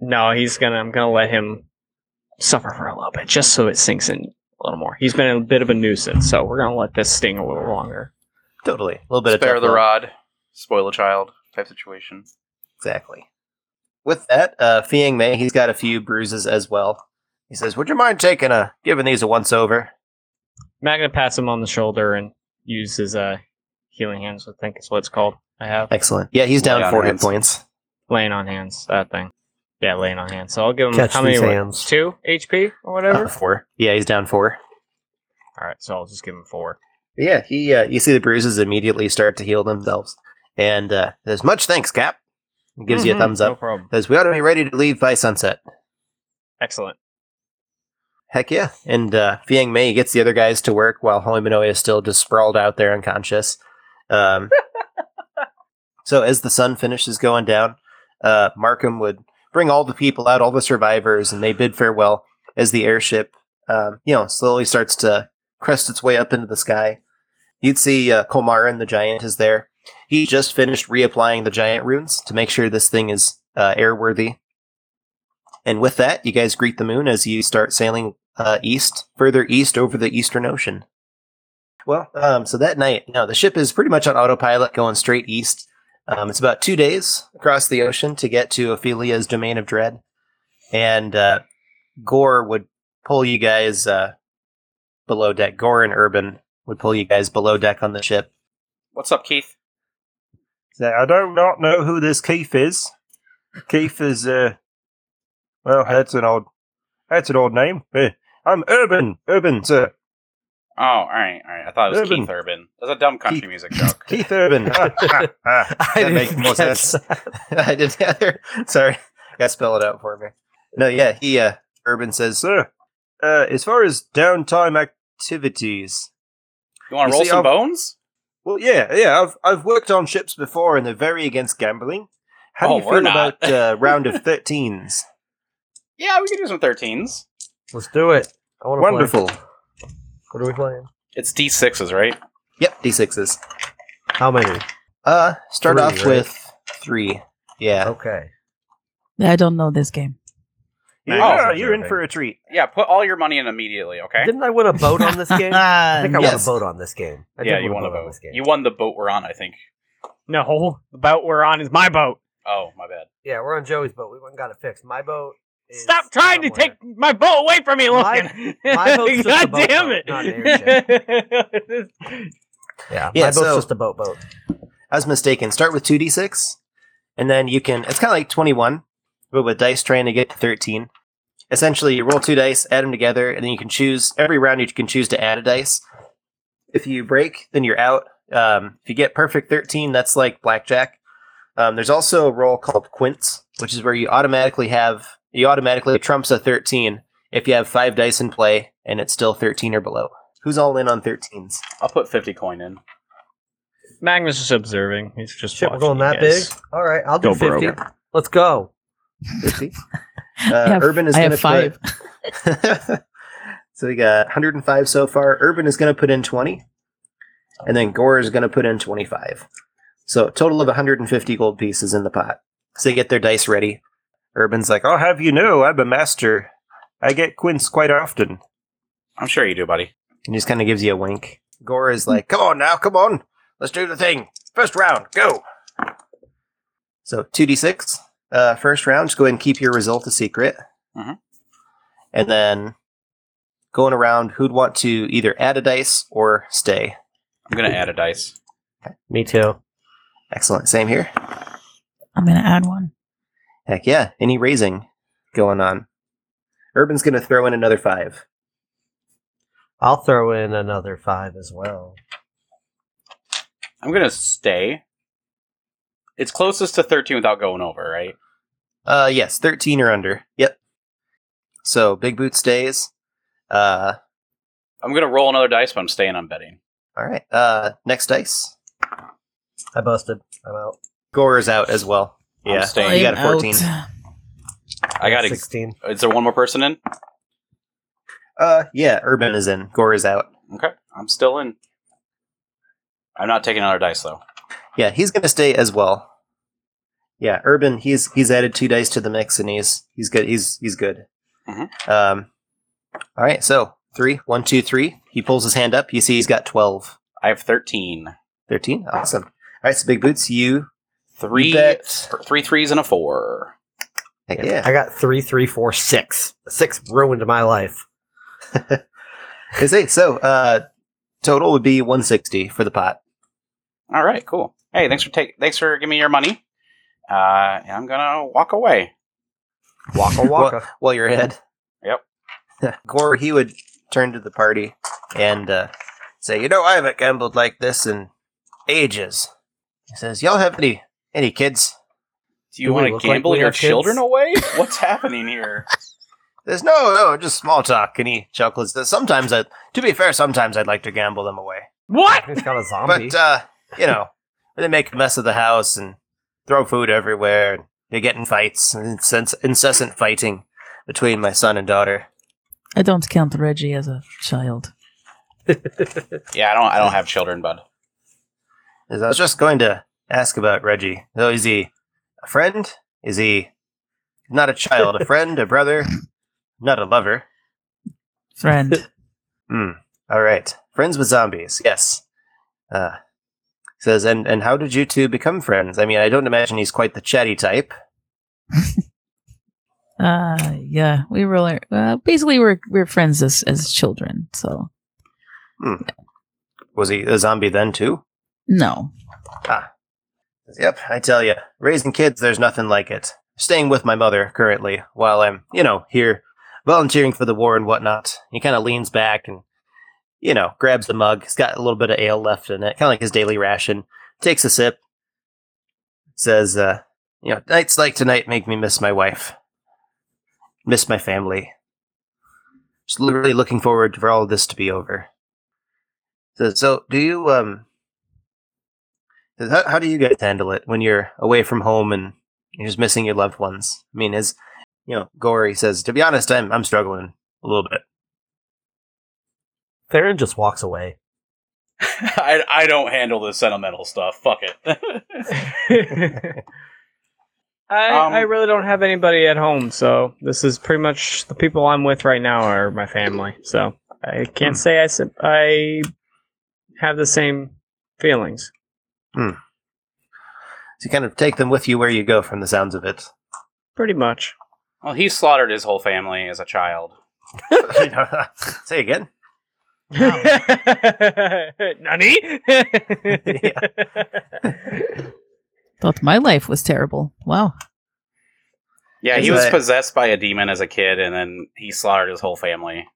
[SPEAKER 11] No, he's gonna. I'm gonna let him suffer for a little bit, just so it sinks in a little more. He's been a bit of a nuisance, so we're gonna let this sting a little longer.
[SPEAKER 3] totally. A little bit of
[SPEAKER 9] Spare
[SPEAKER 3] tough
[SPEAKER 9] the
[SPEAKER 3] love.
[SPEAKER 9] rod, spoil a child type situation.
[SPEAKER 3] Exactly. With that, uh, Fiang Mei, he's got a few bruises as well. He says, "Would you mind taking a giving these a once over?"
[SPEAKER 11] Magna pats him on the shoulder and use his uh, healing hands. I think is what it's called. I have
[SPEAKER 3] Excellent. Yeah, he's down
[SPEAKER 9] Lay on
[SPEAKER 3] four hit
[SPEAKER 9] hands.
[SPEAKER 3] points.
[SPEAKER 11] laying on hands. That thing. Yeah, laying on hands. So I'll give him
[SPEAKER 5] Catch
[SPEAKER 11] how many?
[SPEAKER 5] these
[SPEAKER 11] were-
[SPEAKER 5] hands.
[SPEAKER 11] Two HP or whatever.
[SPEAKER 3] Uh, four. Yeah, he's down four.
[SPEAKER 11] All right, so I'll just give him four.
[SPEAKER 3] But yeah, he uh, you see the bruises immediately start to heal themselves, and uh, there's much thanks, Cap. He gives you a
[SPEAKER 11] Mhm,
[SPEAKER 3] thumbs
[SPEAKER 11] No
[SPEAKER 3] up.
[SPEAKER 11] problem.
[SPEAKER 3] Says we ought to be ready to leave by sunset.
[SPEAKER 11] Excellent.
[SPEAKER 3] Heck yeah! And uh, Fiang Mei gets the other guys to work while Hoimanoe is still just sprawled out there unconscious. Um, so as the sun finishes going down, uh, Markham would bring all the people out, all the survivors, and they bid farewell as the airship, um, you know, slowly starts to crest its way up into the sky. You'd see uh, Komarin the giant is there. He just finished reapplying the giant runes to make sure this thing is uh, airworthy. And with that, you guys greet the moon as you start sailing uh, east, further east over the Eastern Ocean. Well, um, so that night, no, the ship is pretty much on autopilot going straight east. Um, it's about two days across the ocean to get to Ophelia's Domain of Dread. And uh, Gore would pull you guys uh, below deck. Gore and Urban would pull you guys below deck on the ship.
[SPEAKER 9] What's up, Keith?
[SPEAKER 2] Say, I do not know who this Keith is. Keith is, uh, well, that's an old, that's an old name. Eh, I'm Urban, Urban, sir.
[SPEAKER 9] Oh, all right, all right. I thought it was
[SPEAKER 2] Urban.
[SPEAKER 9] Keith Urban. That's a dumb country music joke.
[SPEAKER 2] Keith Urban. Ah, ah, ah.
[SPEAKER 3] that makes more sense. I didn't either. Sorry, gotta spell it out for me. No, yeah, he uh, Urban says,
[SPEAKER 2] sir. Uh, as far as downtime activities,
[SPEAKER 9] You want
[SPEAKER 2] You
[SPEAKER 9] to roll
[SPEAKER 2] see,
[SPEAKER 9] some
[SPEAKER 2] I've-
[SPEAKER 9] bones?
[SPEAKER 2] well, yeah, yeah. I've I've worked on ships before, and they're very against gambling. How
[SPEAKER 9] Oh,
[SPEAKER 2] do you
[SPEAKER 9] we're
[SPEAKER 2] feel
[SPEAKER 9] not.
[SPEAKER 2] about uh, round of thirteens?
[SPEAKER 9] Yeah, we can do some thirteens.
[SPEAKER 5] Let's do it. I want to
[SPEAKER 2] Wonderful.
[SPEAKER 5] What are we playing?
[SPEAKER 9] It's D sixes, right?
[SPEAKER 3] Yep, D sixes.
[SPEAKER 5] How many?
[SPEAKER 3] Uh, start
[SPEAKER 5] Three,
[SPEAKER 3] off
[SPEAKER 5] right?
[SPEAKER 3] with three. Yeah.
[SPEAKER 5] Okay.
[SPEAKER 10] I don't know this game.
[SPEAKER 2] Yeah,
[SPEAKER 9] Oh.
[SPEAKER 2] you're in for a treat.
[SPEAKER 9] Yeah, put all your money in immediately. Okay.
[SPEAKER 5] Didn't I win a boat on this game? I think I
[SPEAKER 3] Yes.
[SPEAKER 5] won a boat on this game. I
[SPEAKER 9] yeah,
[SPEAKER 5] did
[SPEAKER 9] you
[SPEAKER 5] win
[SPEAKER 9] won
[SPEAKER 5] a
[SPEAKER 9] the
[SPEAKER 5] boat on
[SPEAKER 9] boat.
[SPEAKER 5] this game.
[SPEAKER 9] You won the boat we're on, I think.
[SPEAKER 11] No, the boat we're on is my boat.
[SPEAKER 9] Oh, my bad.
[SPEAKER 5] Yeah, we're on Joey's boat. We went and got it fixed. My boat. Is
[SPEAKER 11] Stop trying to
[SPEAKER 5] somewhere.
[SPEAKER 11] take my boat away from me,
[SPEAKER 5] My-
[SPEAKER 11] Logan.
[SPEAKER 5] my boat's just a
[SPEAKER 11] God
[SPEAKER 5] boat
[SPEAKER 11] damn
[SPEAKER 5] boat,
[SPEAKER 11] it!
[SPEAKER 5] not an Yeah, my
[SPEAKER 3] Yeah,
[SPEAKER 5] boat's
[SPEAKER 3] so-
[SPEAKER 5] just a boat boat.
[SPEAKER 3] I was mistaken. Start with two D six, and then you can. It's kind of like twenty one, but with dice trying to get to thirteen. Essentially, you roll two dice, add them together, and then you can choose every round. You can choose to add a dice. If you break, then you're out. Um, if you get perfect thirteen, that's like blackjack. Um, there's also a roll called quints, which is where you automatically have you automatically trumps a thirteen if you have five dice in play and it's still thirteen or below. Who's all in on thirteens?
[SPEAKER 9] I'll put fifty coin in.
[SPEAKER 11] Magnus is observing. He's just
[SPEAKER 5] Shit, we're going that big. All right, I'll
[SPEAKER 6] Go
[SPEAKER 5] do
[SPEAKER 6] broke.
[SPEAKER 5] fifty. Let's go.
[SPEAKER 3] Fifty.
[SPEAKER 10] I
[SPEAKER 3] Uh,
[SPEAKER 10] have-
[SPEAKER 3] Urban is
[SPEAKER 10] I
[SPEAKER 3] going
[SPEAKER 10] have
[SPEAKER 3] to
[SPEAKER 10] five.
[SPEAKER 3] so we got 105 so far. Urban is going to put in 20, and then Gore is going to put in 25. So a total of 150 gold pieces in the pot. So they get their dice ready. Urban's like, "Oh,
[SPEAKER 2] I'll have you know, I'm a master. I get quints quite often.
[SPEAKER 9] I'm sure you do, buddy.
[SPEAKER 3] and just kind of gives you a wink. Gore is like, come on now, come on, let's do the thing. First round, go. So 2d6, uh, first round, just go ahead and keep your result a secret.
[SPEAKER 9] Mhm.
[SPEAKER 3] And then going around, who'd want to either add a dice or stay?
[SPEAKER 9] I'm gonna add a dice.
[SPEAKER 5] Me too.
[SPEAKER 3] Excellent, same here.
[SPEAKER 10] I'm gonna add one.
[SPEAKER 3] Heck yeah, any raising going on. Urban's going to throw in another five.
[SPEAKER 5] I'll throw in another five as well.
[SPEAKER 9] I'm gonna stay. It's closest to thirteen without going over, right?
[SPEAKER 3] Uh, yes, thirteen or under. Yep. So Big Boot stays. Uh,
[SPEAKER 9] I'm gonna roll another dice, but I'm staying on betting.
[SPEAKER 3] all right. Uh, next dice.
[SPEAKER 5] I busted. I'm out.
[SPEAKER 3] Gore is out as well.
[SPEAKER 9] I'm
[SPEAKER 3] Yeah,
[SPEAKER 9] staying.
[SPEAKER 3] you got a
[SPEAKER 10] I'm
[SPEAKER 3] 14.
[SPEAKER 10] out.
[SPEAKER 9] I got. Ex-
[SPEAKER 5] sixteen.
[SPEAKER 9] is there one more person in?
[SPEAKER 3] Uh, yeah, Urban is in. Gore is out.
[SPEAKER 9] Okay, I'm still in. I'm not taking another dice though.
[SPEAKER 3] Yeah, he's gonna stay as well. Yeah, Urban, he's he's added two dice to the mix, and he's he's good. He's he's good.
[SPEAKER 9] Mhm.
[SPEAKER 3] Um, all right, so three, one, two, three. He pulls his hand up. You see, he's got 12.
[SPEAKER 9] I have thirteen.
[SPEAKER 3] 13? Awesome. All right, so Big Boots, you.
[SPEAKER 9] Three,
[SPEAKER 3] bet.
[SPEAKER 9] three threes and a four.
[SPEAKER 3] Heck yeah.
[SPEAKER 5] I got three, three, four, six. Six ruined my life.
[SPEAKER 3] Is eight. So, uh, total would be 160 for the pot.
[SPEAKER 9] All right, cool. Hey, thanks for take. Thanks for giving me your money. Uh, I'm gonna walk away.
[SPEAKER 5] Waka waka.
[SPEAKER 3] Well, you're ahead.
[SPEAKER 9] Yep.
[SPEAKER 3] Gore, he would turn to the party and uh, say, "You know, I haven't gambled like this in ages." He says, "Y'all have any any kids?
[SPEAKER 9] Do you
[SPEAKER 5] Do we
[SPEAKER 9] want
[SPEAKER 5] look
[SPEAKER 9] to
[SPEAKER 5] like
[SPEAKER 9] gamble
[SPEAKER 5] we
[SPEAKER 9] your
[SPEAKER 5] have kids?
[SPEAKER 9] children away? What's happening here?
[SPEAKER 3] There's no, no, just small talk." And he chuckles. "Says, Sometimes, I, to be fair, sometimes I'd like to gamble them away, uh,
[SPEAKER 11] What?
[SPEAKER 5] He's got a zombie.
[SPEAKER 3] but uh, you know, they make a mess of the house and throw food everywhere. And They get in fights, incess- incessant fighting between my son and daughter.
[SPEAKER 10] I don't count Reggie as a child.
[SPEAKER 9] yeah, I don't. I don't have children, bud.
[SPEAKER 3] As I was just going to ask about Reggie. So is he a friend? Is he not a child? A friend? A brother? Not a lover?
[SPEAKER 10] Friend.
[SPEAKER 3] Hmm. All right. Friends with zombies. Yes. Uh, says, and and how did you two become friends? I mean, I don't imagine he's quite the chatty type.
[SPEAKER 10] Uh, yeah, we were like, uh, basically we're we're friends as as children. So
[SPEAKER 3] Hmm. Was he a zombie then too?
[SPEAKER 10] no,
[SPEAKER 3] Ah. Yep, I tell you, raising kids, there's nothing like it. Staying with my mother currently while I'm, you know, here volunteering for the war and whatnot. He kind of leans back and, you know, grabs the mug. It's got a little bit of ale left in it, kind of like his daily ration. Takes a sip. Says, uh, you know, nights like tonight make me miss my wife, miss my family. Just literally looking forward for all of this to be over. So, so do you, um, how, how do you guys handle it when you're away from home and you're just missing your loved ones? I mean, as you know, Gory says, to be honest, I'm I'm struggling a little bit.
[SPEAKER 5] Theron just walks away.
[SPEAKER 9] I, I don't handle this sentimental stuff. Fuck it.
[SPEAKER 11] I,
[SPEAKER 9] Um,
[SPEAKER 11] I really don't have anybody at home, so this is pretty much the people I'm with right now are my family. So I
[SPEAKER 5] Hmm.
[SPEAKER 11] can't say I sim- I have the same feelings.
[SPEAKER 3] Hmm. So you kind of take them with you where you go, from the sounds of it.
[SPEAKER 11] Pretty much.
[SPEAKER 9] well, he slaughtered his whole family as a child.
[SPEAKER 3] Say again.
[SPEAKER 11] Nani?
[SPEAKER 10] thought my life was terrible. Wow.
[SPEAKER 9] Yeah,
[SPEAKER 3] Is
[SPEAKER 9] he was
[SPEAKER 3] that-
[SPEAKER 9] possessed by a demon as a kid, and then he slaughtered his whole family.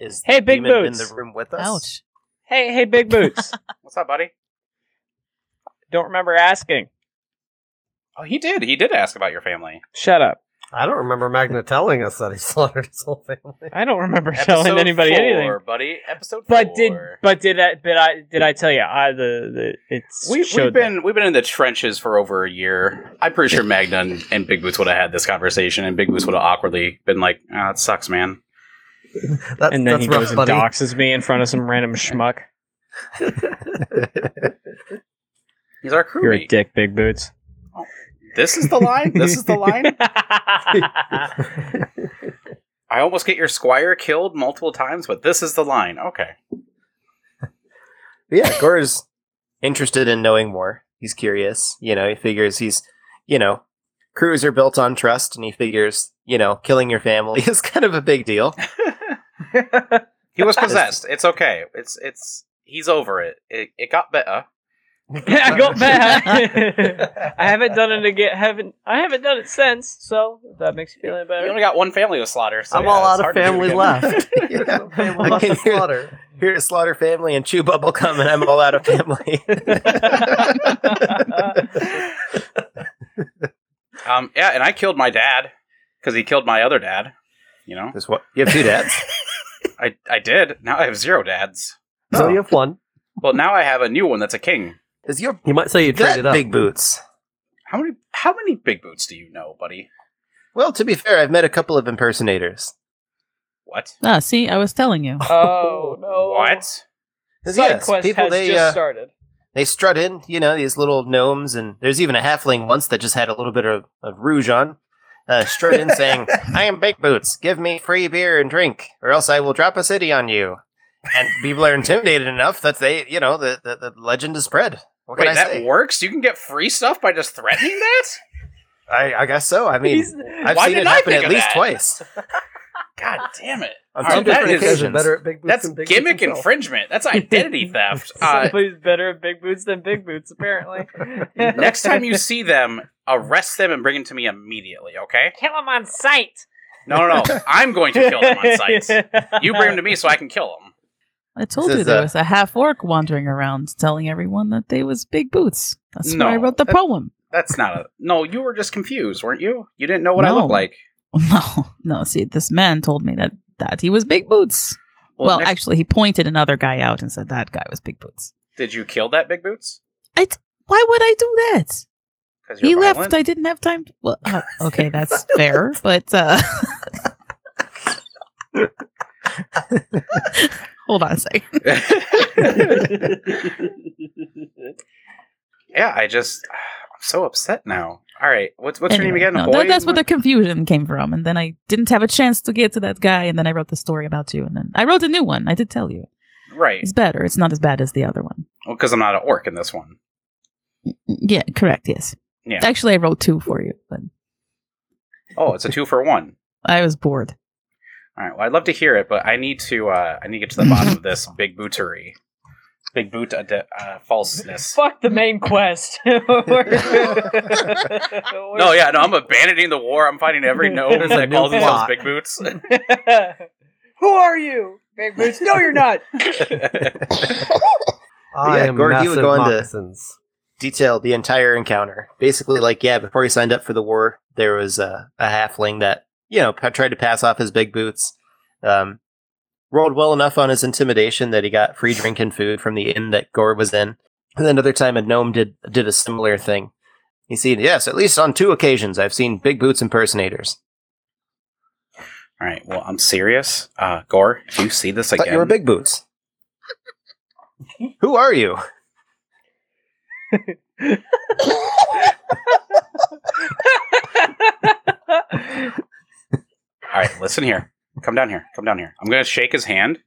[SPEAKER 3] Is
[SPEAKER 11] Hey, Big
[SPEAKER 3] Demon in
[SPEAKER 11] Boots.
[SPEAKER 3] the room with us?
[SPEAKER 10] Ouch.
[SPEAKER 11] hey, hey, Big Boots.
[SPEAKER 9] What's up, buddy?
[SPEAKER 11] don't remember asking.
[SPEAKER 9] Oh, he did. He did ask about your family.
[SPEAKER 11] Shut up.
[SPEAKER 5] I don't remember Magna telling us that he slaughtered his whole family.
[SPEAKER 11] I don't remember telling anybody
[SPEAKER 9] four,
[SPEAKER 11] anything.
[SPEAKER 9] buddy. Episode
[SPEAKER 11] But did
[SPEAKER 9] four.
[SPEAKER 11] but did I but I did I tell you I the, the it's
[SPEAKER 9] We,
[SPEAKER 11] showed
[SPEAKER 9] we've been we've been in the trenches for over a year. I'm pretty sure Magna and, and Big Boots would have had this conversation, and Big Boots would have awkwardly been like, "Ah, it sucks, man."
[SPEAKER 5] That's,
[SPEAKER 11] and then
[SPEAKER 5] that's
[SPEAKER 11] he
[SPEAKER 5] rough,
[SPEAKER 11] goes and
[SPEAKER 5] buddy.
[SPEAKER 11] doxes me in front of some random schmuck.
[SPEAKER 9] He's our
[SPEAKER 11] You're a
[SPEAKER 9] crewmate.
[SPEAKER 11] dick, Big Boots.
[SPEAKER 9] This is the line. This is the line. I almost get your squire killed multiple times, but this is the line. Okay.
[SPEAKER 3] But yeah, Gore's interested in knowing more. He's curious. You know, he figures he's, you know, crews are built on trust, and he figures, you know, killing your family is kind of a big deal.
[SPEAKER 9] He was possessed. It's okay. It's it's he's over it. It it got better.
[SPEAKER 11] I got better. I haven't done it again. Haven't I haven't done it since. So if that makes you feel any
[SPEAKER 9] You
[SPEAKER 11] better.
[SPEAKER 9] only got one family to slaughter. So
[SPEAKER 5] I'm
[SPEAKER 9] yeah,
[SPEAKER 5] all
[SPEAKER 9] it's
[SPEAKER 5] out of
[SPEAKER 9] hard to do it
[SPEAKER 5] family
[SPEAKER 9] again.
[SPEAKER 5] left.
[SPEAKER 3] yeah.
[SPEAKER 5] Family
[SPEAKER 3] I can
[SPEAKER 5] left to
[SPEAKER 3] hear-
[SPEAKER 5] slaughter.
[SPEAKER 3] Here at Slaughter Family and chew bubblegum, and I'm all out of family.
[SPEAKER 9] Um. Yeah, and I killed my dad because he killed my other dad. You know,
[SPEAKER 3] Just what? You have two dads.
[SPEAKER 9] I I did. Now I have zero dads.
[SPEAKER 5] So you have one.
[SPEAKER 9] Well, now I have a new one that's a king.
[SPEAKER 3] Is your
[SPEAKER 5] You might say you traded
[SPEAKER 3] that
[SPEAKER 5] up.
[SPEAKER 3] big boots?
[SPEAKER 9] How many how many big boots do you know, buddy?
[SPEAKER 3] Well, to be fair, I've met a couple of impersonators.
[SPEAKER 9] What?
[SPEAKER 10] Ah, see, I was telling you.
[SPEAKER 12] Oh no!
[SPEAKER 9] What?
[SPEAKER 12] Side
[SPEAKER 3] Yes,
[SPEAKER 12] quest
[SPEAKER 3] people
[SPEAKER 12] has
[SPEAKER 3] they
[SPEAKER 12] just
[SPEAKER 3] uh,
[SPEAKER 12] started.
[SPEAKER 3] they strut in, you know, these little gnomes, and there's even a halfling once that just had a little bit of, of rouge on, uh, strut in saying, "I am Big Boots. Give me free beer and drink, or else I will drop a city on you." And people are intimidated enough that they, you know, the the, the legend is spread. What
[SPEAKER 9] Wait,
[SPEAKER 3] can I
[SPEAKER 9] that
[SPEAKER 3] say?
[SPEAKER 9] works? You can get free stuff by just threatening that?
[SPEAKER 3] I, I guess so. I mean,
[SPEAKER 11] He's-
[SPEAKER 3] I've
[SPEAKER 9] Why
[SPEAKER 3] seen it
[SPEAKER 9] didn't I
[SPEAKER 3] happen at
[SPEAKER 9] think of
[SPEAKER 3] least
[SPEAKER 9] that?
[SPEAKER 3] twice.
[SPEAKER 9] God damn it.
[SPEAKER 3] On
[SPEAKER 9] All right,
[SPEAKER 3] two
[SPEAKER 9] that
[SPEAKER 3] different
[SPEAKER 9] is-
[SPEAKER 5] Guys are
[SPEAKER 3] occasions.
[SPEAKER 5] better at big boots
[SPEAKER 9] That's
[SPEAKER 5] than big
[SPEAKER 9] gimmick
[SPEAKER 5] Boots himself.
[SPEAKER 9] infringement. That's identity theft. Uh,
[SPEAKER 11] Somebody's better at Big Boots than Big Boots, apparently.
[SPEAKER 9] next time you see them, arrest them and bring them to me immediately, okay?
[SPEAKER 12] Kill him on sight.
[SPEAKER 9] No, no, no. I'm going to kill them on sight. You bring them to me so I can kill them.
[SPEAKER 10] I told
[SPEAKER 3] This
[SPEAKER 10] you
[SPEAKER 3] is
[SPEAKER 10] there
[SPEAKER 3] a-
[SPEAKER 10] was a half orc wandering around telling everyone that they was big boots. That's why I
[SPEAKER 9] No,
[SPEAKER 10] wrote the
[SPEAKER 9] that-
[SPEAKER 10] poem.
[SPEAKER 9] That's not a. No, you were just confused, weren't you? You didn't know what I
[SPEAKER 10] No.
[SPEAKER 9] looked like.
[SPEAKER 10] No, no. See, this man told me that that he was big boots. Well,
[SPEAKER 9] next-
[SPEAKER 10] actually, he pointed another guy out and said that guy was big boots.
[SPEAKER 9] Did you kill that Big Boots?
[SPEAKER 10] I t- why would I do that? He left. I didn't have time. To, well, uh, okay, that's fair, but uh, hold on a second.
[SPEAKER 9] yeah, I just I'm so upset now. All right, what's what's your name again?
[SPEAKER 10] No,
[SPEAKER 9] Hoy?
[SPEAKER 10] that- that's where the confusion came from, and then I didn't have a chance to get to that guy, and then I wrote the story about you, and then I wrote a new one. I did tell you,
[SPEAKER 9] right?
[SPEAKER 10] It's better. It's not as bad as the other one.
[SPEAKER 9] Because I'm not an orc in this one.
[SPEAKER 10] Yeah, correct. Yes.
[SPEAKER 9] Yeah.
[SPEAKER 10] Actually, I wrote two for you, but
[SPEAKER 9] Oh, it's a two for one.
[SPEAKER 10] I was bored.
[SPEAKER 9] All right. Well, I'd love to hear it, but I need to. Uh, I need to get to the bottom of this big bootery, big boot uh, de- uh, falseness.
[SPEAKER 12] Fuck the main quest.
[SPEAKER 9] No, yeah, no. I'm abandoning the war. I'm finding every gnome
[SPEAKER 12] There's a
[SPEAKER 9] that
[SPEAKER 12] new
[SPEAKER 9] calls themselves
[SPEAKER 12] plot.
[SPEAKER 9] big boots.
[SPEAKER 12] Who are you, Big Boots? No, you're not.
[SPEAKER 5] I am
[SPEAKER 3] Gorg, you
[SPEAKER 5] massive
[SPEAKER 3] would go into
[SPEAKER 5] moccasins.
[SPEAKER 3] detail the entire encounter. Basically, like, yeah, before he signed up for the war, there was a, a halfling that, you know, pa- tried to pass off his big boots. Um, rolled well enough on his intimidation that he got free drink and food from the inn that Gore was in. And then another time, a gnome did, did a similar thing. He said, yes, at least on two occasions, I've seen big boots impersonators.
[SPEAKER 9] All right. Well, I'm serious. Uh, Gore, if you see this
[SPEAKER 3] Thought
[SPEAKER 9] again,
[SPEAKER 3] you were big boots. Who are you?
[SPEAKER 9] All right, listen here. Come down here. Come down here. I'm gonna shake his hand.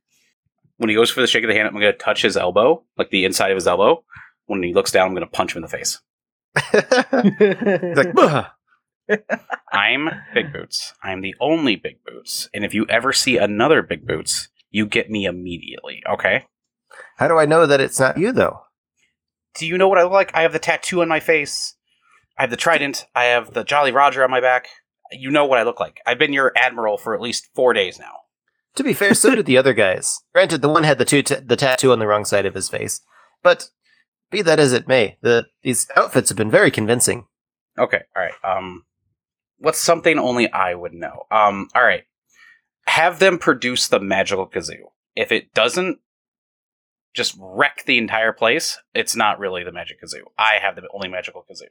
[SPEAKER 9] When he goes for the shake of the hand, I'm gonna touch his elbow, like the inside of his elbow. When he looks down, I'm gonna punch him in the face.
[SPEAKER 3] He's like, "Bah."
[SPEAKER 9] I'm Big Boots. I'm the only Big Boots. And if you ever see another Big Boots, you get me immediately, okay?
[SPEAKER 3] How do I know that it's not you, though?
[SPEAKER 9] Do you know what I look like? I have the tattoo on my face. I have the trident. I have the Jolly Roger on my back. You know what I look like. I've been your admiral for at least four days now.
[SPEAKER 3] To be fair, so did the other guys. Granted, the one had the two t- the tattoo on the wrong side of his face, but be that as it may, the these outfits have been very convincing.
[SPEAKER 9] Okay, all right. Um, what's something only I would know? Um, all right. Have them produce the magical kazoo. If it doesn't just wreck the entire place, it's not really the magic kazoo. I have the only magical kazoo.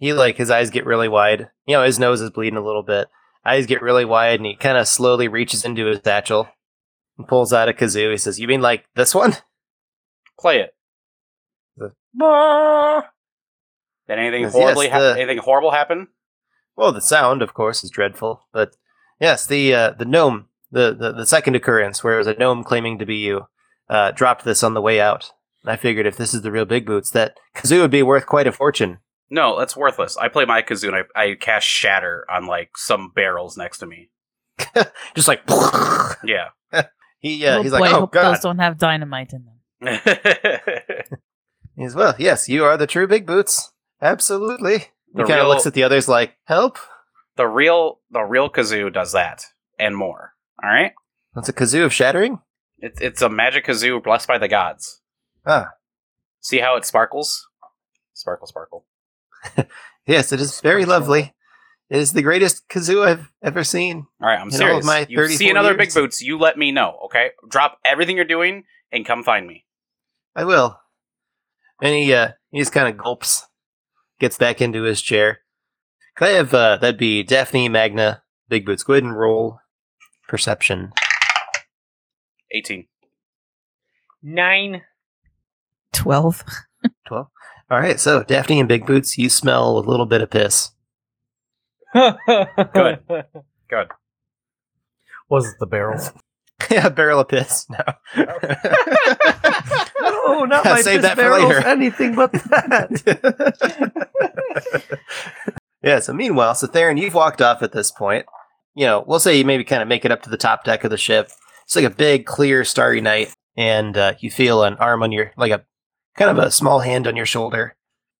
[SPEAKER 3] He like his eyes get really wide. You know, his nose is bleeding a little bit. Eyes get really wide, and he kind of slowly reaches into his satchel and pulls out a kazoo. He says, "You mean like this one?"
[SPEAKER 9] Play it. Did anything
[SPEAKER 3] Yes,
[SPEAKER 9] horribly
[SPEAKER 3] yes,
[SPEAKER 9] hap
[SPEAKER 3] the-
[SPEAKER 9] anything horrible happen?
[SPEAKER 3] Well, the sound, of course, is dreadful, but yes, the uh, the gnome, the, the the second occurrence where it was a gnome claiming to be you, uh, dropped this on the way out. And I figured if this is the real Big Boots, that kazoo would be worth quite a fortune.
[SPEAKER 9] No, that's worthless. I play my kazoo and I, I cast shatter on like some barrels next to me.
[SPEAKER 3] Just like
[SPEAKER 9] yeah.
[SPEAKER 3] he uh,
[SPEAKER 10] Oh
[SPEAKER 3] he's
[SPEAKER 10] boy,
[SPEAKER 3] like,
[SPEAKER 10] I
[SPEAKER 3] oh
[SPEAKER 10] hope
[SPEAKER 3] god.
[SPEAKER 10] those don't have dynamite in them.
[SPEAKER 3] He says, well, yes, you are the true Big Boots, absolutely.
[SPEAKER 9] The
[SPEAKER 3] he kind of
[SPEAKER 9] real-
[SPEAKER 3] looks at the others like, help.
[SPEAKER 9] The real the real kazoo does that and more. All right?
[SPEAKER 3] That's a kazoo of shattering.
[SPEAKER 9] It's it's a magic kazoo blessed by the gods.
[SPEAKER 3] Ah.
[SPEAKER 9] See how it sparkles? Sparkle, sparkle.
[SPEAKER 3] Yes, it is very lovely. It is the greatest kazoo I've ever seen.
[SPEAKER 9] All right, I'm
[SPEAKER 3] In all of
[SPEAKER 9] serious.
[SPEAKER 3] my
[SPEAKER 9] you see
[SPEAKER 3] 34
[SPEAKER 9] another
[SPEAKER 3] years.
[SPEAKER 9] big boots, you let me know, okay? Drop everything you're doing and come find me.
[SPEAKER 3] I will. And he uh, he just kind of gulps, gets back into his chair. Could I have uh, that'd be Daphne, Magna, Big Boots. Go ahead and roll perception.
[SPEAKER 9] 18.
[SPEAKER 12] Nine.
[SPEAKER 10] 12.
[SPEAKER 3] Twelve. All right, so Daphne and Big Boots, you smell a little bit of piss.
[SPEAKER 9] Good. Good.
[SPEAKER 5] Was it the barrels?
[SPEAKER 3] yeah, barrel of piss. No.
[SPEAKER 5] no,
[SPEAKER 3] not my piss barrels,
[SPEAKER 5] Anything but
[SPEAKER 3] Yeah, so meanwhile, so Theron, you've walked off at this point. You know, we'll say you maybe kind of make it up to the top deck of the ship. It's like a big, clear, starry night, and uh, you feel an arm on your, like a kind of a small hand on your shoulder.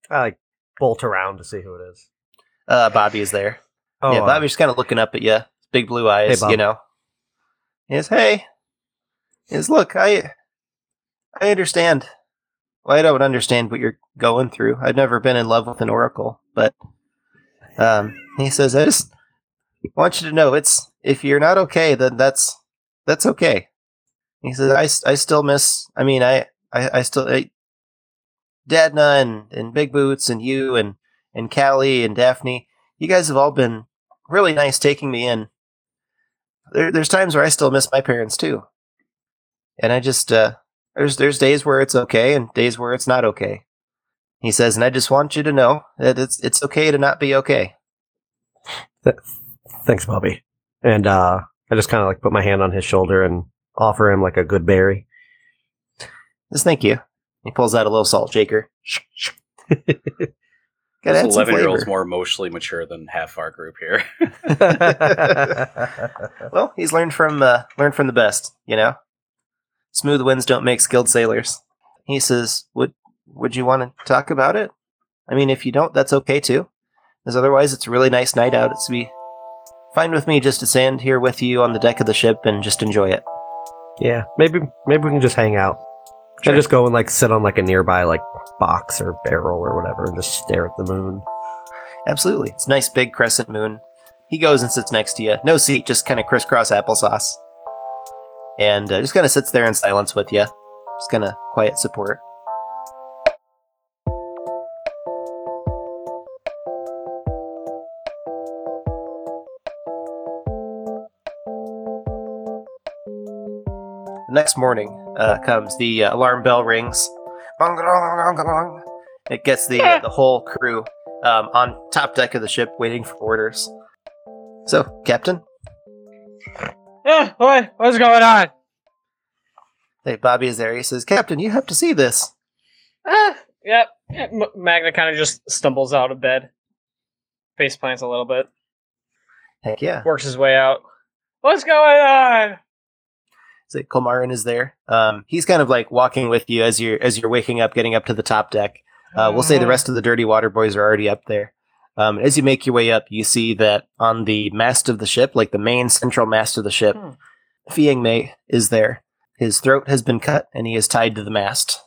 [SPEAKER 5] I like bolt around to see who it is.
[SPEAKER 3] Uh, Bobby is there.
[SPEAKER 5] Oh,
[SPEAKER 3] yeah,
[SPEAKER 5] uh,
[SPEAKER 3] Bobby's kind of looking up at you, big blue eyes,
[SPEAKER 5] Bob.
[SPEAKER 3] you know. He says, "Hey," he says, "Look, I, I understand. Well, I don't understand what you're going through. I've never been in love with an oracle, but um, he says, I just want you to know it's if you're not okay, then that's that's okay." He says, "I, s- I still miss. I mean, I, I, I still, I, Dadna and and Big Boots and you and and Callie and Daphne. You guys have all been really nice taking me in. There, there's times where I still miss my parents too, and I just uh, there's there's days where it's okay and days where it's not okay. He says, and I just want you to know that it's it's okay to not be okay.
[SPEAKER 5] Th- Thanks, Bobby. And uh, I just kind of like put my hand on his shoulder and offer him like a good berry.
[SPEAKER 3] Just thank you. He pulls out a little salt shaker. Gotta add some
[SPEAKER 9] Eleven year olds
[SPEAKER 3] flavor.
[SPEAKER 9] more emotionally mature than half our group here.
[SPEAKER 3] well, he's learned from uh, learned from the best, you know. Smooth winds don't make skilled sailors. He says, "Would would you want to talk about it? I mean, if you don't, that's okay too. Because otherwise, it's a really nice night out. It's be fine with me just to stand here with you on the deck of the ship and just enjoy it.
[SPEAKER 5] Yeah, maybe maybe we can just hang out.
[SPEAKER 3] Sure.
[SPEAKER 5] And just go and like sit on like a nearby like box or barrel or whatever and just stare at the moon.
[SPEAKER 3] Absolutely, it's a nice big crescent moon. He goes and sits next to you. No seat, just kind of crisscross applesauce, and uh, just kind of sits there in silence with you. Just kind of quiet support." The next morning uh, comes. The uh, alarm bell rings. Bong-a-dong-a-dong-a-dong. It gets the uh, the whole crew um, on top deck of the ship, waiting for orders. So, Captain,
[SPEAKER 11] Uh,
[SPEAKER 12] Yeah, what? What's going on?
[SPEAKER 3] hey, Bobby is there. He says, "Captain, you have to see this."
[SPEAKER 9] Uh,
[SPEAKER 12] Ah,
[SPEAKER 11] Yep. Yeah, M- Magna kind of just stumbles out of bed, face plants a little bit,
[SPEAKER 3] Heck yeah!
[SPEAKER 11] works his way out.
[SPEAKER 12] what's going on?
[SPEAKER 3] So Kolmarin is there. Um, he's kind of like walking with you as you're as you're waking up, getting up to the top deck. Uh, we'll say the rest of the dirty water boys are already up there. Um, as you make your way up, you see that on the mast of the ship, like the main central mast of the ship,
[SPEAKER 12] Hmm.
[SPEAKER 3] Fiang Mei is there. His throat has been cut, and he is tied to the mast.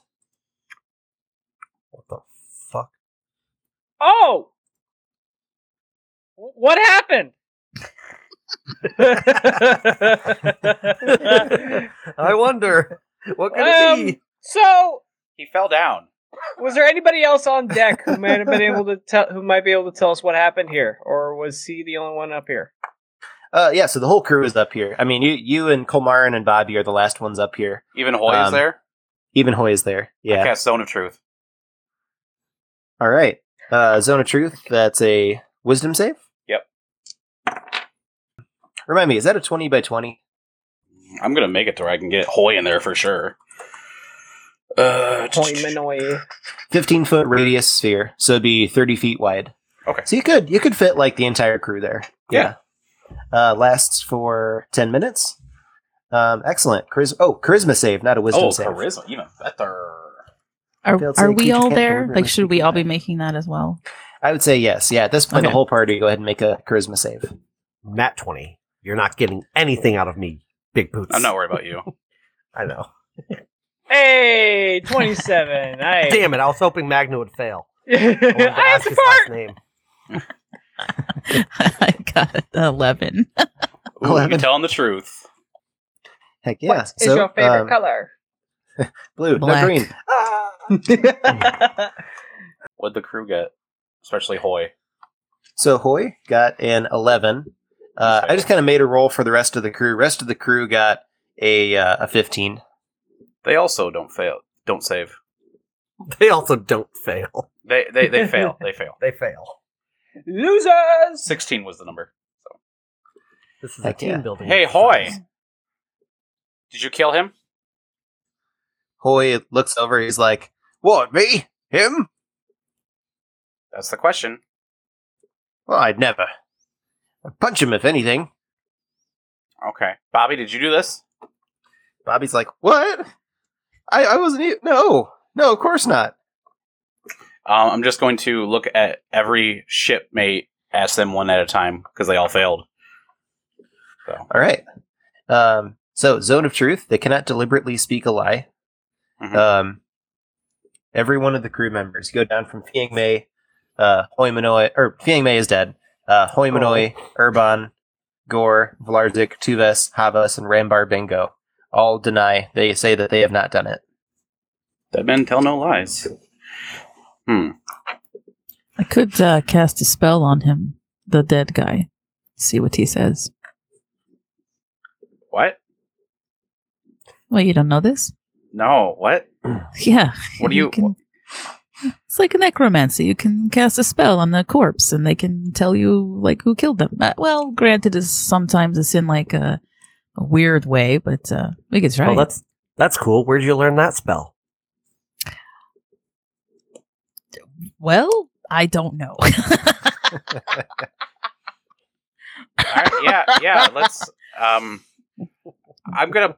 [SPEAKER 5] What the fuck?
[SPEAKER 12] Oh, Wh- what happened?
[SPEAKER 5] I wonder what could it
[SPEAKER 12] Um,
[SPEAKER 5] be?
[SPEAKER 12] so
[SPEAKER 9] he fell down.
[SPEAKER 12] was there anybody else on deck who might have been able to tell who might be able to tell us what happened here, or was he the only one up here?
[SPEAKER 3] Uh, yeah, so the whole crew is up here. I mean, you, you and Kolmarin and Bobby are the last ones up here.
[SPEAKER 9] Even Hoy is
[SPEAKER 3] Um,
[SPEAKER 9] there.
[SPEAKER 3] Even Hoy is there. Yeah.
[SPEAKER 9] Cast Zone of Truth.
[SPEAKER 3] All right. Uh, Zone of Truth. That's a Wisdom save.
[SPEAKER 9] Yep.
[SPEAKER 3] Remind me, is that a twenty by twenty?
[SPEAKER 9] I'm gonna make it to where I can get Hoy in there for sure. Uh,
[SPEAKER 12] Hoimanoi.
[SPEAKER 3] Fifteen foot radius sphere, so it'd be thirty feet wide.
[SPEAKER 9] Okay.
[SPEAKER 3] So you could you could fit like the entire crew there. Yeah. Uh, lasts for ten minutes. Um, excellent. Charis- oh, charisma save, not a wisdom
[SPEAKER 9] oh,
[SPEAKER 3] save.
[SPEAKER 9] charisma, even better.
[SPEAKER 10] Are,
[SPEAKER 3] Failed
[SPEAKER 10] are
[SPEAKER 3] save,
[SPEAKER 10] we
[SPEAKER 3] creature
[SPEAKER 10] all
[SPEAKER 3] can't
[SPEAKER 10] there?
[SPEAKER 3] maneuver
[SPEAKER 10] Like,
[SPEAKER 3] unless
[SPEAKER 10] should we all be making that as well?
[SPEAKER 3] I would say yes. Yeah. At this point, the
[SPEAKER 10] Okay.
[SPEAKER 3] whole party go ahead and make a charisma save.
[SPEAKER 5] Nat twenty. You're not getting anything out of me, big boots.
[SPEAKER 9] I'm not worried about you.
[SPEAKER 5] I know.
[SPEAKER 11] Hey, 27. I,
[SPEAKER 5] Damn it! I was hoping Magna would fail. I, wanted to
[SPEAKER 11] I
[SPEAKER 5] ask
[SPEAKER 11] have
[SPEAKER 5] his
[SPEAKER 11] support.
[SPEAKER 5] last name.
[SPEAKER 10] I got an eleven.
[SPEAKER 9] Ooh, you telling the truth.
[SPEAKER 3] Heck yeah. um,
[SPEAKER 12] Is your favorite
[SPEAKER 5] um,
[SPEAKER 12] color?
[SPEAKER 3] Blue,
[SPEAKER 10] Black.
[SPEAKER 3] no green.
[SPEAKER 12] Ah.
[SPEAKER 9] What'd the crew get? Especially Hoy.
[SPEAKER 3] So Hoy got an 11. Uh, I just kind of made a roll for the rest of the crew. Rest of the crew got a uh, a 15.
[SPEAKER 9] They also don't fail. Don't save.
[SPEAKER 5] They also don't fail.
[SPEAKER 9] They they, they fail. They fail.
[SPEAKER 5] They fail.
[SPEAKER 12] Losers.
[SPEAKER 9] Sixteen was the number.
[SPEAKER 5] This is a
[SPEAKER 3] Heck
[SPEAKER 5] team
[SPEAKER 3] yeah.
[SPEAKER 5] building.
[SPEAKER 9] Hey, Hoy.
[SPEAKER 5] exercise.
[SPEAKER 9] Did you kill him?
[SPEAKER 3] Hoy looks over. He's like, "What me? Him?
[SPEAKER 9] That's the question.
[SPEAKER 3] Well, I'd never. I'd punch him if anything."
[SPEAKER 9] Okay, Bobby, did you do this?
[SPEAKER 3] Bobby's like, "What? I I wasn't. Even, no, no, of course not.
[SPEAKER 9] Um, I'm just going to look at every shipmate, ask them one at a time because they all failed.
[SPEAKER 3] All right. Um. So zone of truth. They cannot deliberately speak a lie.
[SPEAKER 9] Mhm.
[SPEAKER 3] Um. Every one of the crew members go down from Fiang Mei, uh, Hoi Manoi, or Fiang Mei is dead. Uh, Hoi Manoi, Urban, Gore, Vlarzik, Tuves, Havas, and Rambar Bingo all deny. They say that they have not done it.
[SPEAKER 9] Dead men tell no lies. Hmm.
[SPEAKER 10] I could uh, cast a spell on him, the dead guy. See what he says.
[SPEAKER 9] What?
[SPEAKER 10] Well, you don't know this?
[SPEAKER 9] No. What?
[SPEAKER 10] Yeah.
[SPEAKER 9] What do you?
[SPEAKER 10] can- It's like a necromancy. You can cast a spell on the corpse, and they can tell you like who killed them. Uh, well, granted, is sometimes it's in like a, a weird way, but uh, we could try.
[SPEAKER 5] Well,
[SPEAKER 10] it.
[SPEAKER 5] that's that's cool. Where'd you learn that spell?
[SPEAKER 10] well I don't know.
[SPEAKER 9] All right, yeah, yeah. Let's. Um, I'm gonna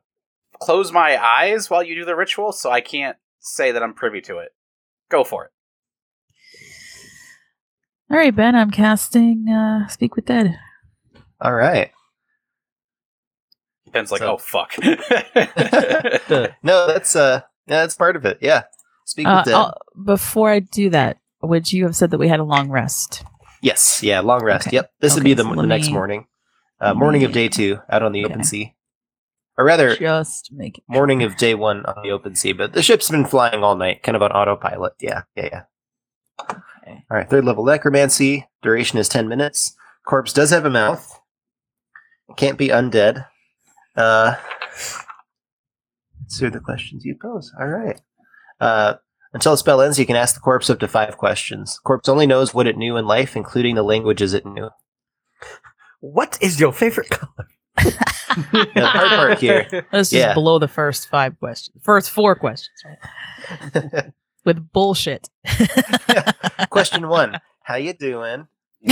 [SPEAKER 9] close my eyes while you do the ritual, so I can't say that I'm privy to it. Go for it.
[SPEAKER 10] All right, Ben, I'm casting uh, Speak with Dead.
[SPEAKER 3] All right.
[SPEAKER 9] Ben's like, oh fuck.
[SPEAKER 3] no, that's uh, yeah, that's part of it. Yeah. Speak
[SPEAKER 10] Uh,
[SPEAKER 3] with dead.
[SPEAKER 10] I'll- before I do that, would you have said that we had a long rest?
[SPEAKER 3] Yes. Yeah. Long rest. Yep. This would
[SPEAKER 10] Okay,
[SPEAKER 3] be the,
[SPEAKER 10] so
[SPEAKER 3] the
[SPEAKER 10] let
[SPEAKER 3] next
[SPEAKER 10] me-
[SPEAKER 3] morning, uh, morning of day two, out on the open sea, or rather,
[SPEAKER 10] just make it.
[SPEAKER 3] morning of day one on the open sea. But the ship's been flying all night, kind of on autopilot. Yeah. Yeah. Yeah. All right. Third level necromancy. Duration is ten minutes. Corpse does have a mouth. Can't be undead. Uh, answer the questions you pose. All right. Uh, until the spell ends, you can ask the corpse up to five questions. Corpse only knows what it knew in life, including the languages it knew.
[SPEAKER 5] What is your favorite color?
[SPEAKER 3] Now, the hard part here.
[SPEAKER 10] This
[SPEAKER 3] yeah,
[SPEAKER 10] is below the first five questions. First four questions, right? With bullshit.
[SPEAKER 3] question one. How you doing?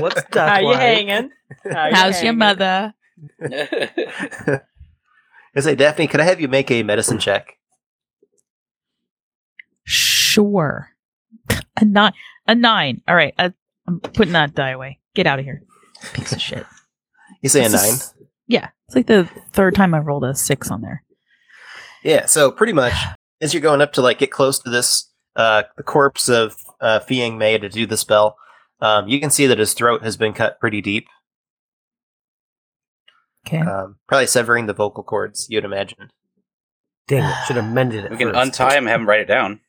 [SPEAKER 5] What's
[SPEAKER 12] How you hanging? How you
[SPEAKER 10] How's your
[SPEAKER 12] hanging?
[SPEAKER 10] mother?
[SPEAKER 3] I say, Daphne, could I have you make a medicine check?
[SPEAKER 10] Sure. A nine. A nine. All right. A, I'm putting that die away. Get out of here. Piece of shit.
[SPEAKER 3] You say a
[SPEAKER 10] This
[SPEAKER 3] nine.
[SPEAKER 10] is- yeah. It's like the third time I rolled a six on there.
[SPEAKER 3] Yeah, so pretty much as you're going up to like get close to this uh the corpse of uh Fiang Mei to do the spell, um you can see that his throat has been cut pretty deep.
[SPEAKER 10] Okay.
[SPEAKER 3] Um probably severing the vocal cords, you'd imagine.
[SPEAKER 5] Dang it! Should have mended it.
[SPEAKER 9] We can
[SPEAKER 5] first.
[SPEAKER 9] untie him, have him write it down.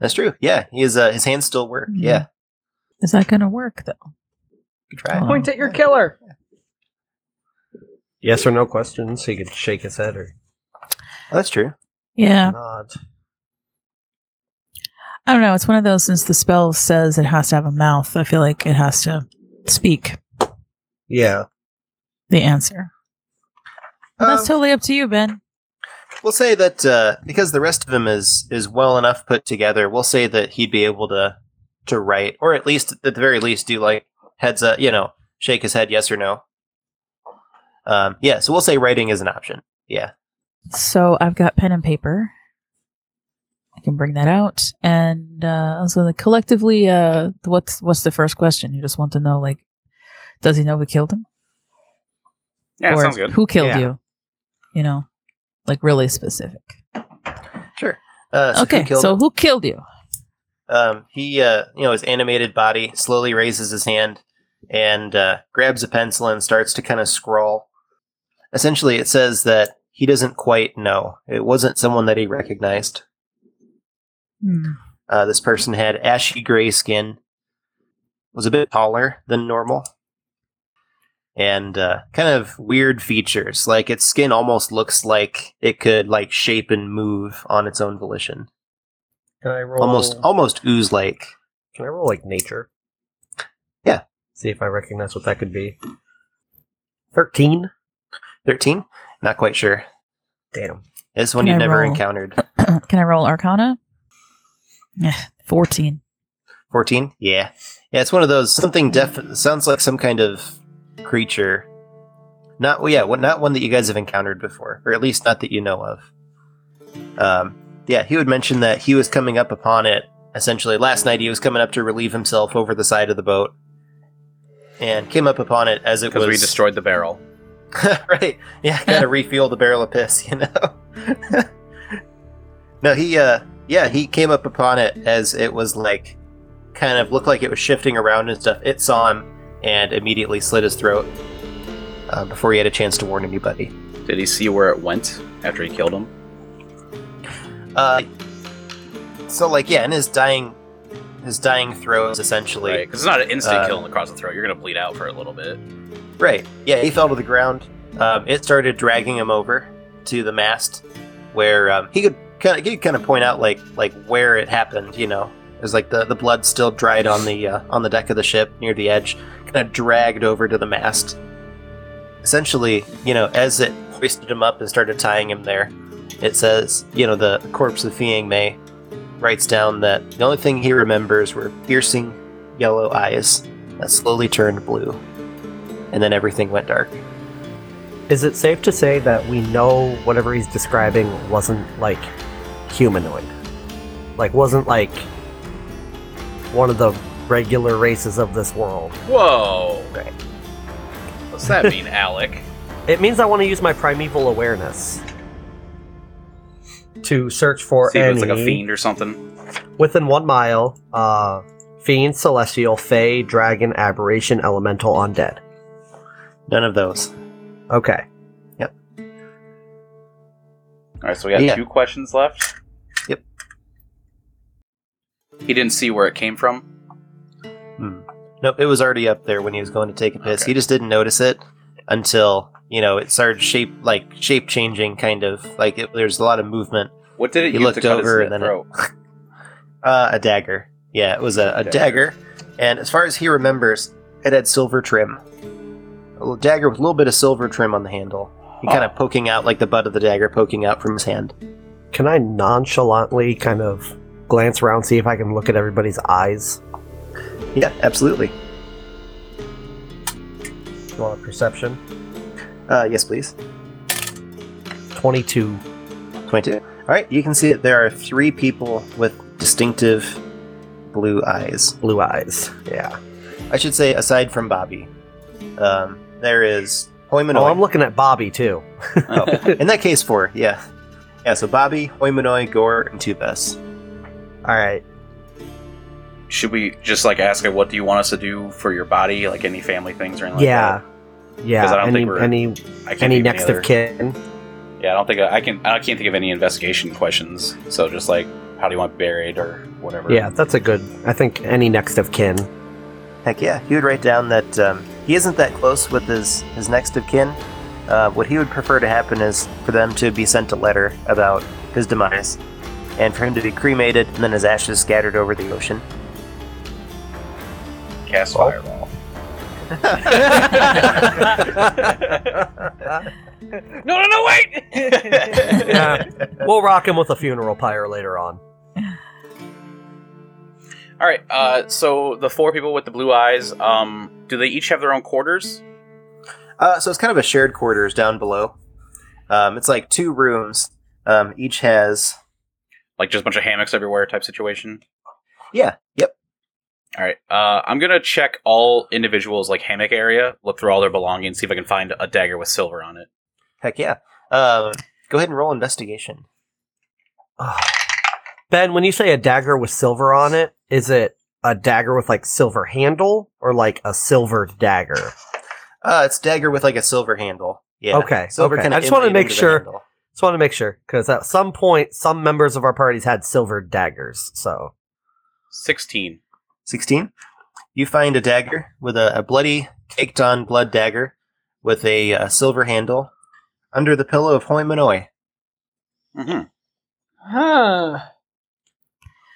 [SPEAKER 3] That's true. Yeah, his uh, his hands still work. Yeah.
[SPEAKER 10] Is that going to work, though?
[SPEAKER 3] Good try.
[SPEAKER 10] Hold on.
[SPEAKER 12] Point at your killer.
[SPEAKER 5] Yes or no questions. He could shake his head or
[SPEAKER 3] That's true.
[SPEAKER 10] Yeah.
[SPEAKER 5] nod.
[SPEAKER 10] I don't know. It's one of those since the spell says it has to have a mouth. I feel like it has to speak
[SPEAKER 5] Yeah.
[SPEAKER 10] the answer. But
[SPEAKER 3] Um,
[SPEAKER 10] that's totally up to you, Ben.
[SPEAKER 3] We'll say that uh because the rest of him is is well enough put together, we'll say that he'd be able to to write, or at least at the very least do like heads up, you know, shake his head yes or no. Um yeah, so we'll say writing is an option. Yeah.
[SPEAKER 10] So I've got pen and paper. I can bring that out, and uh, so the collectively, uh, what's what's the first question? You just want to know, like, does he know who killed him?
[SPEAKER 9] Yeah,
[SPEAKER 10] Or
[SPEAKER 9] sounds good.
[SPEAKER 10] Who killed
[SPEAKER 9] Yeah.
[SPEAKER 10] you? You know, like really specific.
[SPEAKER 3] Sure. Uh, so who
[SPEAKER 10] okay,
[SPEAKER 3] killed
[SPEAKER 10] so
[SPEAKER 3] him?
[SPEAKER 10] who killed you?
[SPEAKER 3] Um, he, uh, you know, his animated body slowly raises his hand and uh, grabs a pencil and starts to kind of scrawl. Essentially, it says that he doesn't quite know. It wasn't someone that he recognized.
[SPEAKER 10] Hmm.
[SPEAKER 3] Uh, this person had ashy gray skin, was a bit taller than normal, and uh, kind of weird features. Like its skin almost looks like it could like shape and move on its own volition.
[SPEAKER 5] Can I roll?
[SPEAKER 3] Almost, Oh. almost ooze like.
[SPEAKER 5] Can I roll like nature?
[SPEAKER 3] Yeah.
[SPEAKER 5] See if I recognize what that could be. Thirteen.
[SPEAKER 3] 13? Not quite sure.
[SPEAKER 5] Damn.
[SPEAKER 3] This one
[SPEAKER 10] Can
[SPEAKER 3] you've
[SPEAKER 10] I
[SPEAKER 3] never
[SPEAKER 10] roll?
[SPEAKER 3] encountered.
[SPEAKER 10] can I roll Arcana? Yeah, fourteen.
[SPEAKER 3] 14? Yeah. Yeah, it's one of those something def sounds like some kind of creature. Not well, yeah, one- not one that you guys have encountered before, or at least not that you know of. Um, yeah, he would mention that he was coming up upon it essentially last night. He was coming up to relieve himself over the side of the boat, and came up upon it as it
[SPEAKER 9] Because
[SPEAKER 3] was
[SPEAKER 9] we destroyed the barrel.
[SPEAKER 3] right. Yeah, gotta refuel the barrel of piss, you know? no, he, uh, yeah, he came up upon it as it was like, kind of looked like it was shifting around and stuff. It saw him and immediately slit his throat uh, before he had a chance to warn anybody.
[SPEAKER 9] Did he see where it went after he killed him?
[SPEAKER 3] Uh, so, like, yeah, in his dying his dying throes, essentially.
[SPEAKER 9] Because it's not an instant
[SPEAKER 3] Uh,
[SPEAKER 9] kill across the throat. You're gonna bleed out for a little bit.
[SPEAKER 3] Right. Yeah, he fell to the ground. Um, it started dragging him over to the mast, where um, he could kind of he could kind of point out like like where it happened. You know, it was like the the blood still dried on the uh, on the deck of the ship near the edge, kind of dragged over to the mast. Essentially, you know, as it hoisted him up and started tying him there, it says, you know, the corpse of Fiang Mei writes down that the only thing he remembers were piercing yellow eyes that slowly turned blue and then everything went dark.
[SPEAKER 5] Is it safe to say that we know whatever he's describing wasn't like humanoid? Like wasn't like one of the regular races of this world.
[SPEAKER 9] Whoa. What's that mean, Alec?
[SPEAKER 5] It means I want to use my primeval awareness to search for
[SPEAKER 9] See if
[SPEAKER 5] any
[SPEAKER 9] it's like a fiend or something.
[SPEAKER 5] within one mile. Uh, fiend, celestial, fey, dragon, aberration, elemental, undead.
[SPEAKER 3] None of those.
[SPEAKER 5] Okay.
[SPEAKER 3] Yep.
[SPEAKER 9] All right, so we got
[SPEAKER 5] Yeah.
[SPEAKER 9] two questions left.
[SPEAKER 3] Yep.
[SPEAKER 9] He didn't see where it came from.
[SPEAKER 3] Nope, it was already up there when he was going to take a piss. He just didn't notice it until you know it started shape like shape changing, kind of like it, there's a lot of movement.
[SPEAKER 9] What did it
[SPEAKER 3] He
[SPEAKER 9] use
[SPEAKER 3] looked
[SPEAKER 9] to cut his
[SPEAKER 3] over and
[SPEAKER 9] neck
[SPEAKER 3] then it-
[SPEAKER 9] throat?
[SPEAKER 3] uh, a dagger. Yeah, it was a, a dagger.
[SPEAKER 9] Dagger.
[SPEAKER 3] and as far as he remembers, it had silver trim. A little dagger with a little bit of silver trim on the handle. He kind of poking out like the butt of the dagger poking out from his hand.
[SPEAKER 5] Can I nonchalantly kind of glance around, see if I can look at everybody's eyes?
[SPEAKER 3] Yeah, absolutely.
[SPEAKER 5] You want a perception?
[SPEAKER 3] Uh, yes, please.
[SPEAKER 5] 22.
[SPEAKER 3] 22. All right, you can see that there are three people with distinctive blue eyes.
[SPEAKER 5] Blue eyes, yeah.
[SPEAKER 3] I should say, aside from Bobby, um, there is Hoymanoid.
[SPEAKER 5] Oh, I'm looking at Bobby too.
[SPEAKER 3] Oh, in that case, four, yeah. Yeah, so Bobby, Hoymanoid, Gore, and Tubes.
[SPEAKER 5] All right.
[SPEAKER 9] Should we just like ask it, what do you want us to do for your body? Like any family things or anything like
[SPEAKER 5] yeah. Yeah.
[SPEAKER 9] 'Cause I don't
[SPEAKER 5] any
[SPEAKER 9] think we're-
[SPEAKER 5] any
[SPEAKER 9] I can't
[SPEAKER 5] any
[SPEAKER 9] think of any
[SPEAKER 5] next
[SPEAKER 9] other-
[SPEAKER 5] of kin.
[SPEAKER 9] that? Yeah, I don't think I, I can. I can't think of any investigation questions. So just like, how do you want buried or whatever.
[SPEAKER 5] Yeah, that's a good. I think any next of kin.
[SPEAKER 3] Heck yeah, he would write down that um, he isn't that close with his, his next of kin. Uh, what he would prefer to happen is for them to be sent a letter about his demise, and for him to be cremated and then his ashes scattered over the ocean.
[SPEAKER 9] Cast fireball.
[SPEAKER 12] No, no, no, wait!
[SPEAKER 5] Yeah. we'll rock him with a funeral pyre later on.
[SPEAKER 9] All right. Uh, so the four people with the blue eyes. Um, do they each have their own quarters?
[SPEAKER 3] Uh, so it's kind of a shared quarters down below. Um, it's like two rooms. Um, each has
[SPEAKER 9] Like just a bunch of hammocks everywhere type situation.
[SPEAKER 3] yeah, yep.
[SPEAKER 9] All right. Uh, I'm gonna check all individuals like hammock area. Look through all their belongings. See if I can find a dagger with silver on it.
[SPEAKER 3] Heck yeah. Um, go ahead and roll investigation.
[SPEAKER 5] Ben, when you say a dagger with silver on it, is it a dagger with like silver handle or like a silver dagger?
[SPEAKER 3] Uh, it's dagger with like a silver handle. Yeah.
[SPEAKER 5] Okay.
[SPEAKER 3] Silver
[SPEAKER 5] okay.
[SPEAKER 3] kinda
[SPEAKER 5] I just want to
[SPEAKER 3] inlaid
[SPEAKER 5] make
[SPEAKER 3] into the
[SPEAKER 5] sure.
[SPEAKER 3] handle.
[SPEAKER 5] Just want to make sure because at some point, some members of our parties had silver daggers. So
[SPEAKER 9] Sixteen.
[SPEAKER 3] Sixteen. You find a dagger with a, a bloody, caked-on blood dagger with a uh, silver handle under the pillow of Hoi Manoi.
[SPEAKER 9] Mm-hmm.
[SPEAKER 12] huh.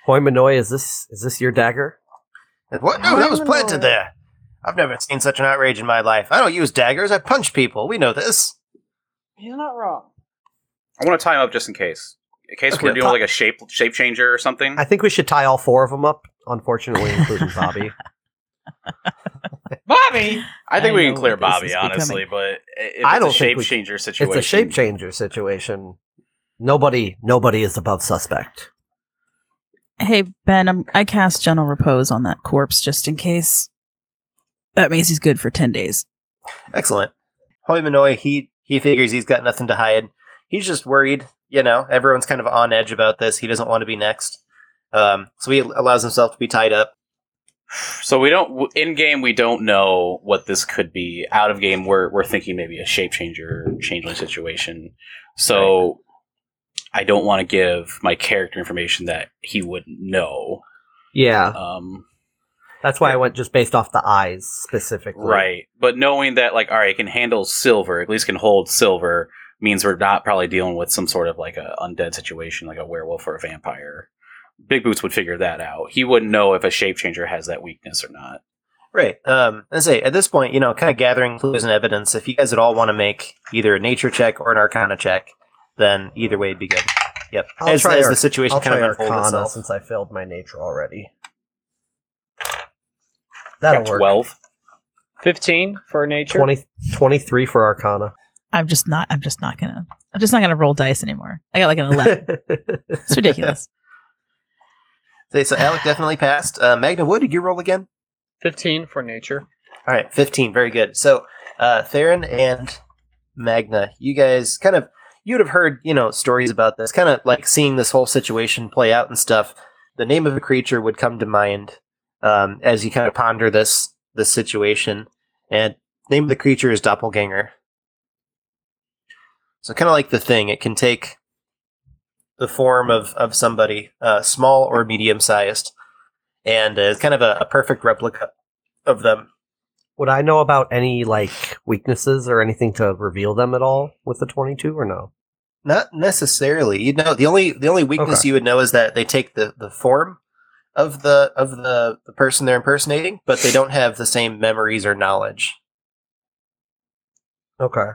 [SPEAKER 5] Hoi Manoi, is this is this your dagger?
[SPEAKER 3] What? No, that was planted there. I've never seen such an outrage in my life. I don't use daggers. I punch people. We know this.
[SPEAKER 12] He's not wrong.
[SPEAKER 9] I want to tie them up just in case. In case
[SPEAKER 5] Okay,
[SPEAKER 9] we're doing
[SPEAKER 5] tie-
[SPEAKER 9] like a shape shape changer or something.
[SPEAKER 5] I think we should tie all four of them up. Unfortunately, including Bobby.
[SPEAKER 12] Bobby!
[SPEAKER 9] I think
[SPEAKER 5] I
[SPEAKER 9] we
[SPEAKER 5] know
[SPEAKER 9] can clear
[SPEAKER 5] what this
[SPEAKER 9] Bobby
[SPEAKER 5] is
[SPEAKER 9] honestly,
[SPEAKER 5] becoming.
[SPEAKER 9] but i- if it's
[SPEAKER 5] I don't
[SPEAKER 9] a
[SPEAKER 5] think
[SPEAKER 9] shape
[SPEAKER 5] we-
[SPEAKER 9] changer situation.
[SPEAKER 5] It's a shape changer situation. Nobody, nobody is above suspect.
[SPEAKER 10] Hey Ben, I'm, I cast gentle repose on that corpse just in case. That means he's good for ten days.
[SPEAKER 3] Excellent. Hoi Manoi, he he figures he's got nothing to hide. He's just worried, you know. Everyone's kind of on edge about this. He doesn't want to be next, um, so he allows himself to be tied up.
[SPEAKER 9] So we don't w- in game. We don't know what this could be. Out of game, we're we're thinking maybe a shape changer, changeling situation. So I don't want to give my character information that he would know.
[SPEAKER 5] Yeah.
[SPEAKER 9] Um,
[SPEAKER 5] That's why I went just based off the eyes specifically.
[SPEAKER 9] Right. But knowing that, like, all right, it can handle silver, at least can hold silver, means we're not probably dealing with some sort of like a undead situation, like a werewolf or a vampire. Big Boots would figure that out. He wouldn't know if a shape changer has that weakness or not.
[SPEAKER 3] Right. Um, and say at this point, you know, kind of gathering clues and evidence. If you guys at all want to make either a nature check or an arcana check, then either way would be good. Yep.
[SPEAKER 5] I'll
[SPEAKER 3] as
[SPEAKER 5] try
[SPEAKER 3] as
[SPEAKER 5] Arc-
[SPEAKER 3] the situation
[SPEAKER 5] I'll
[SPEAKER 3] kind
[SPEAKER 5] try
[SPEAKER 3] of unfolds
[SPEAKER 5] Arcana
[SPEAKER 3] itself.
[SPEAKER 5] since I failed my nature already. That'll
[SPEAKER 9] Got
[SPEAKER 5] work.
[SPEAKER 9] 12.
[SPEAKER 12] 15 for nature.
[SPEAKER 5] 20, 23 for Arcana.
[SPEAKER 10] I'm just not. I'm just not gonna. I'm just not gonna roll dice anymore. I got like an eleven. it's ridiculous.
[SPEAKER 3] Say, so Alec definitely passed. Uh, Magna, what did you roll again?
[SPEAKER 12] 15 for nature.
[SPEAKER 3] All right, 15. Very good. So, uh, Theron and Magna, you guys kind of, you would have heard, you know, stories about this, kind of like seeing this whole situation play out and stuff. The name of a creature would come to mind um, as you kind of ponder this this situation. And name of the creature is Doppelganger. So, kind of like the thing, it can take the form of, of somebody, uh, small or medium sized, and uh, it's kind of a, a perfect replica of them.
[SPEAKER 5] Would I know about any like weaknesses or anything to reveal them at all with the 22 or no?
[SPEAKER 3] Not necessarily. You know, the only the only weakness
[SPEAKER 5] Okay.
[SPEAKER 3] you would know is that they take the, the form of the of the, the person they're impersonating, but they don't have the same memories or knowledge.
[SPEAKER 5] Okay.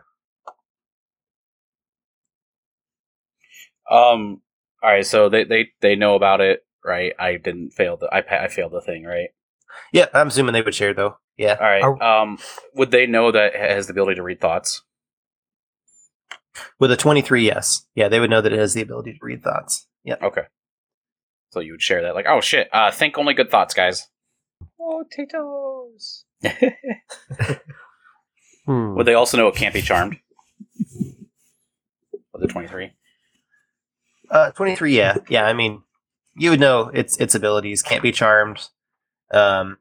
[SPEAKER 9] Um, all right, so they, they, they know about it, right? I didn't fail the I, pa- I failed the thing, right?
[SPEAKER 3] Yeah, I'm assuming they would share though. Yeah.
[SPEAKER 9] All right. Um, would they know that it has the ability to read thoughts?
[SPEAKER 3] With a twenty three, yes. Yeah, they would know that it has the ability to read thoughts. Yeah.
[SPEAKER 9] Okay. So you would share that, like, oh shit, uh, think only good thoughts, guys.
[SPEAKER 12] Oh, Tito's.
[SPEAKER 9] Would they also know it can't be charmed? With the twenty three.
[SPEAKER 3] Uh twenty three, yeah. Yeah, I mean you would know its its abilities, can't be charmed, um,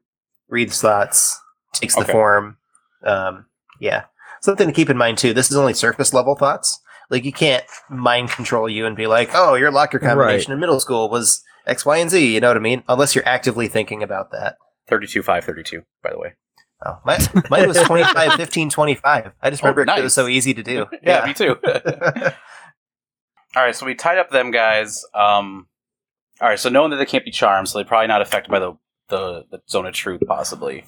[SPEAKER 3] reads thoughts, takes the
[SPEAKER 9] Okay.
[SPEAKER 3] form. Um, yeah. Something to keep in mind too, this is only surface level thoughts. Like you can't mind control you and be like, Oh, your locker combination
[SPEAKER 9] Right.
[SPEAKER 3] in middle school was X, Y, and Z, you know what I mean? Unless you're actively thinking about that.
[SPEAKER 9] 32 5 32 by the way
[SPEAKER 3] oh my mine was 25 15 25 i just
[SPEAKER 9] Oh,
[SPEAKER 3] remember it
[SPEAKER 9] nice.
[SPEAKER 3] was so easy to do
[SPEAKER 9] yeah, me too all right so we tied up them guys um all right so knowing that they can't be charmed so they're probably not affected by the the, the zone of truth possibly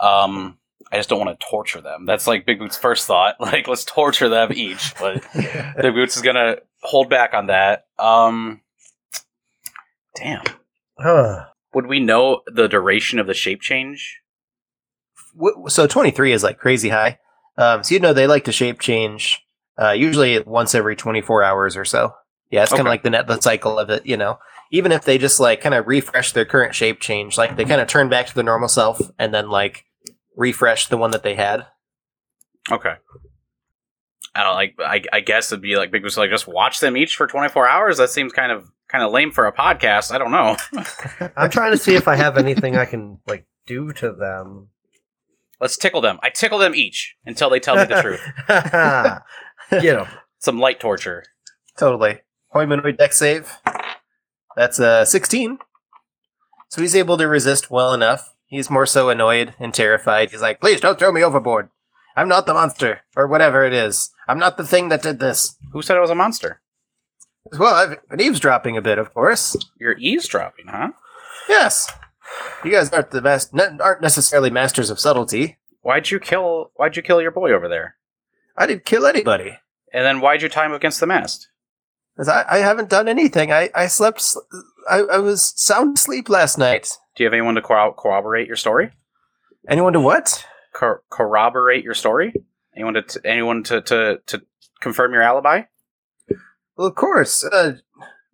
[SPEAKER 9] um i just don't want to torture them that's like big boots first thought like let's torture them each
[SPEAKER 5] Hmm.
[SPEAKER 9] but big boots is gonna hold back on that um damn
[SPEAKER 5] Huh.
[SPEAKER 9] would we know the duration of the shape change
[SPEAKER 3] Wh- so 23 is like crazy high um so you know they like to shape change uh usually once every 24 hours or so yeah it's kind of
[SPEAKER 9] Okay.
[SPEAKER 3] like the net the cycle of it you know even if they just like kind of refresh their current shape change like they kind of turn back to their normal self and then like refresh the one that they had
[SPEAKER 9] Okay. I don't like. I, I guess it'd be like Big Boots like just watch them each for twenty four hours. That seems kind of kind of lame for a podcast. I don't know.
[SPEAKER 5] I'm trying to see if I have anything I can like do to them.
[SPEAKER 9] Let's tickle them. I tickle them each until they tell me the truth.
[SPEAKER 5] Get 'em.
[SPEAKER 9] Some light torture.
[SPEAKER 3] Totally. Hoymanoid deck save. That's a 16. So he's able to resist well enough. He's more so annoyed and terrified. He's like, please don't throw me overboard. I'm not the monster, or whatever it is. I'm not the thing that did this.
[SPEAKER 9] Who said I was a monster?
[SPEAKER 3] Well, I've been eavesdropping a bit, of course.
[SPEAKER 9] You're eavesdropping, huh?
[SPEAKER 3] Yes. You guys aren't the best, ne- aren't necessarily masters of subtlety.
[SPEAKER 9] Why'd you kill? Why'd you kill your boy over there?
[SPEAKER 3] I didn't kill anybody.
[SPEAKER 9] And then why'd you tie him against the mast?
[SPEAKER 3] 'Cause I, I haven't done anything. I, I slept, s- I, I was sound asleep last night.
[SPEAKER 9] Do you have anyone to corro- corroborate your story?
[SPEAKER 3] Anyone to what?
[SPEAKER 9] Cor- corroborate your story? Anyone to t- anyone to, to to confirm your alibi?
[SPEAKER 3] Well, of course. Uh,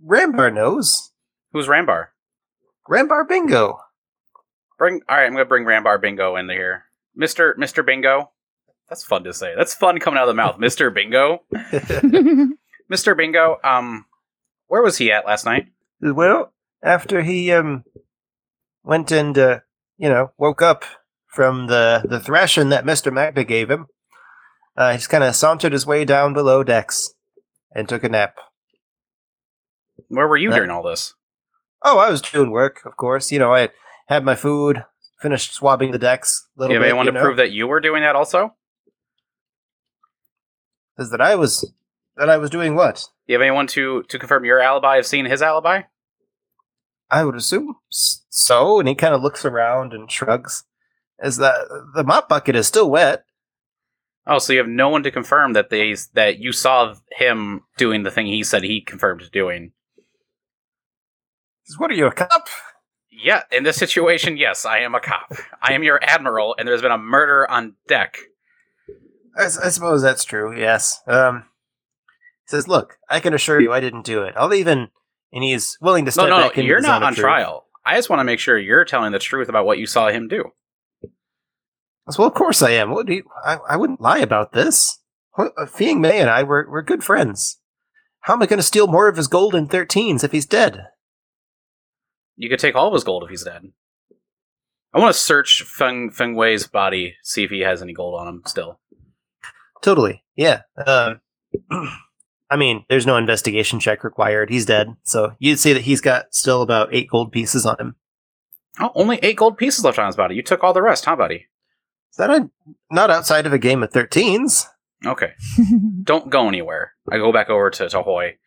[SPEAKER 3] Rambar knows.
[SPEAKER 9] Who's Rambar?
[SPEAKER 3] Rambar Bingo.
[SPEAKER 9] Bring all right. I'm gonna bring Rambar Bingo into here, Mister Mister Bingo. That's fun to say. That's fun coming out of the mouth, Mister Bingo. Mister Bingo. Um, where was he at last night?
[SPEAKER 3] Well, after he um went and uh, you know woke up from the the thrashing that Mister Magna gave him, uh, he just kind of sauntered his way down below decks and took a nap.
[SPEAKER 9] Where were you
[SPEAKER 3] Uh,
[SPEAKER 9] during all this?
[SPEAKER 3] Oh, I was doing work, of course. You know, I had my food, finished swabbing the decks. a
[SPEAKER 9] Do
[SPEAKER 3] Little
[SPEAKER 9] you have
[SPEAKER 3] bit,
[SPEAKER 9] anyone
[SPEAKER 3] you
[SPEAKER 9] to
[SPEAKER 3] know.
[SPEAKER 9] prove that you were doing that also?
[SPEAKER 3] Is that I was that I was doing what?
[SPEAKER 9] Do you have anyone to to confirm your alibi of seeing his alibi?
[SPEAKER 3] I would assume s- so. And he kind of looks around and shrugs. Is that the mop bucket is still wet?
[SPEAKER 9] Oh, so you have no one to confirm that they that you saw him doing the thing he said he confirmed doing.
[SPEAKER 3] What are you, a cop?
[SPEAKER 9] Yeah, in this situation, yes, I am a cop. I am your admiral, and there's been a murder on deck.
[SPEAKER 3] I, s- I suppose that's true. Yes. Um, he says, "Look, I can assure you, I didn't do it. I'll even." And he's willing to
[SPEAKER 9] No,
[SPEAKER 3] step
[SPEAKER 9] no, no,
[SPEAKER 3] back into
[SPEAKER 9] you're
[SPEAKER 3] the
[SPEAKER 9] not
[SPEAKER 3] zone of
[SPEAKER 9] on
[SPEAKER 3] truth.
[SPEAKER 9] trial. I just want to make sure you're telling the truth about what you saw him do.
[SPEAKER 3] I said, Well, of course I am. What do you, I, I wouldn't lie about this. Wh- uh, Fiang Mei and I were, were good friends. How am I going to steal more of his gold in 13s if he's dead?
[SPEAKER 9] You could take all of his gold if he's dead. I want to search Feng Feng Wei's body, see if he has any gold on him still.
[SPEAKER 3] Totally. Yeah. Um, I mean, there's no investigation check required. He's dead. So you'd see that he's got still about eight gold pieces on him.
[SPEAKER 9] Oh, only eight gold pieces left on his body. You took all the rest, huh, buddy?
[SPEAKER 3] Is that a, not outside of a game of 13s?
[SPEAKER 9] Okay. Don't go anywhere. I go back over to, to Hoy.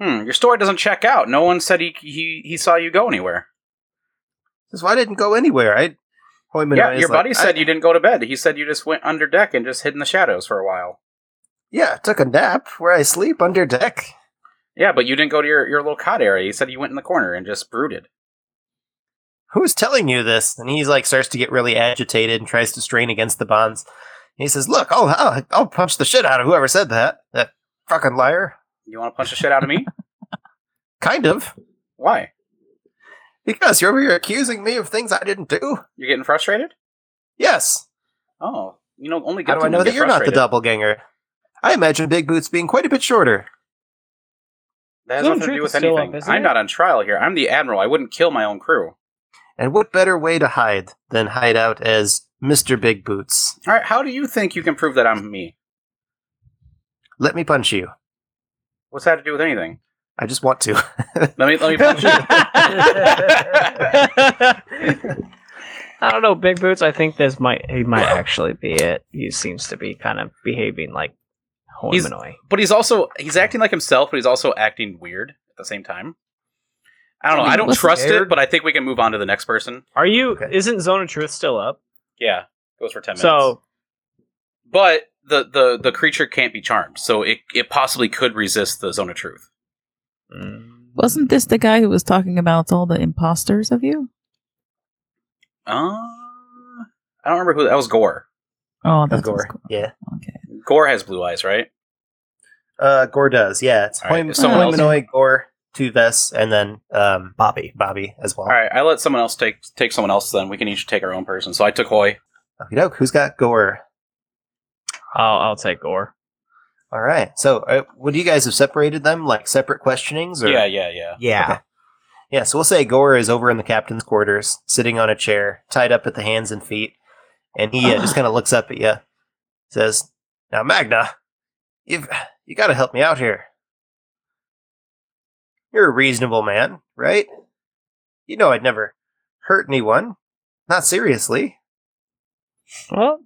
[SPEAKER 9] Hmm, your story doesn't check out. No one said he he, he saw you go anywhere.
[SPEAKER 3] Because I didn't go anywhere. I, Hoyman
[SPEAKER 9] yeah,
[SPEAKER 3] Eye is
[SPEAKER 9] your
[SPEAKER 3] like,
[SPEAKER 9] buddy said
[SPEAKER 3] I-
[SPEAKER 9] you didn't go to bed. He said you just went under deck and just hid in the shadows for a while.
[SPEAKER 3] Yeah, took a nap where I sleep under deck.
[SPEAKER 9] Yeah, but you didn't go to your, your little cot area. He said you went in the corner and just brooded.
[SPEAKER 3] who's telling you this? And he's like starts to get really agitated and tries to strain against the bonds. And he says, "Look, I'll, I'll I'll punch the shit out of whoever said that. That fucking liar."
[SPEAKER 9] You want to punch the shit out of me?
[SPEAKER 3] kind of.
[SPEAKER 9] Why?
[SPEAKER 3] Because you're over here accusing me of things I didn't do.
[SPEAKER 9] You're getting frustrated?
[SPEAKER 3] Yes.
[SPEAKER 9] Oh, you know, only
[SPEAKER 3] How
[SPEAKER 9] good
[SPEAKER 3] do I know that you're not the doppelganger? I imagine Big Boots being quite a bit shorter.
[SPEAKER 9] That has
[SPEAKER 3] No,
[SPEAKER 9] nothing to
[SPEAKER 3] truth
[SPEAKER 9] do
[SPEAKER 3] is
[SPEAKER 9] with
[SPEAKER 3] still
[SPEAKER 9] anything.
[SPEAKER 3] up, isn't
[SPEAKER 9] I'm
[SPEAKER 3] it?
[SPEAKER 9] not on trial here. I'm the admiral. I wouldn't kill my own crew.
[SPEAKER 3] And what better way to hide than hide out as Mr. Big Boots?
[SPEAKER 9] All right, how do you think you can prove that I'm me?
[SPEAKER 3] Let me punch you.
[SPEAKER 9] What's that to do with anything?
[SPEAKER 3] I just want to.
[SPEAKER 9] Let me let me punch
[SPEAKER 12] you.
[SPEAKER 11] I don't know, Big Boots. I think this might he might actually be it. He seems to be kind of behaving like
[SPEAKER 9] He's-
[SPEAKER 11] Hoimanoi.
[SPEAKER 9] But he's also he's acting like himself, but he's also acting weird at the same time. I don't know. I don't
[SPEAKER 11] What's
[SPEAKER 9] trust
[SPEAKER 11] weird?
[SPEAKER 9] it, but I think we can move on to the next person.
[SPEAKER 11] Are you? Isn't Zone of Truth still up?
[SPEAKER 9] Yeah, goes for ten minutes.
[SPEAKER 11] So
[SPEAKER 9] but the the the creature can't be charmed, so it it possibly could resist the zone of truth.
[SPEAKER 11] mm,
[SPEAKER 10] Wasn't this the guy who was talking about all the imposters of you?
[SPEAKER 9] Uh, I don't remember who that was. Gore.
[SPEAKER 10] Oh,
[SPEAKER 9] That's
[SPEAKER 10] that's what's
[SPEAKER 9] Gore.
[SPEAKER 3] Yeah.
[SPEAKER 9] Gore has blue eyes, right?
[SPEAKER 3] Uh, Gore does, yeah. It's
[SPEAKER 9] All right,
[SPEAKER 3] Hoym-
[SPEAKER 9] if someone else-
[SPEAKER 3] Hoymanoid, Gore, Two Vests, and then um, Bobby. Bobby as well.
[SPEAKER 9] All right, I let someone else take take someone else. Then we can each take our own person. So I took Hoy.
[SPEAKER 3] Okey doke. Who's got Gore?
[SPEAKER 11] I'll I'll take Gore.
[SPEAKER 3] All right. So, uh, would you guys have separated them like separate questionings? Or?
[SPEAKER 9] Yeah, yeah, yeah.
[SPEAKER 3] Okay. Yeah. So we'll say Gore is over in the captain's quarters, sitting on a chair, tied up at the hands and feet, and he uh, just kind of looks up at you, says, "Now, Magna, you've you got to help me out here. You're a reasonable man, right? You know I'd never hurt anyone, not seriously."
[SPEAKER 12] well,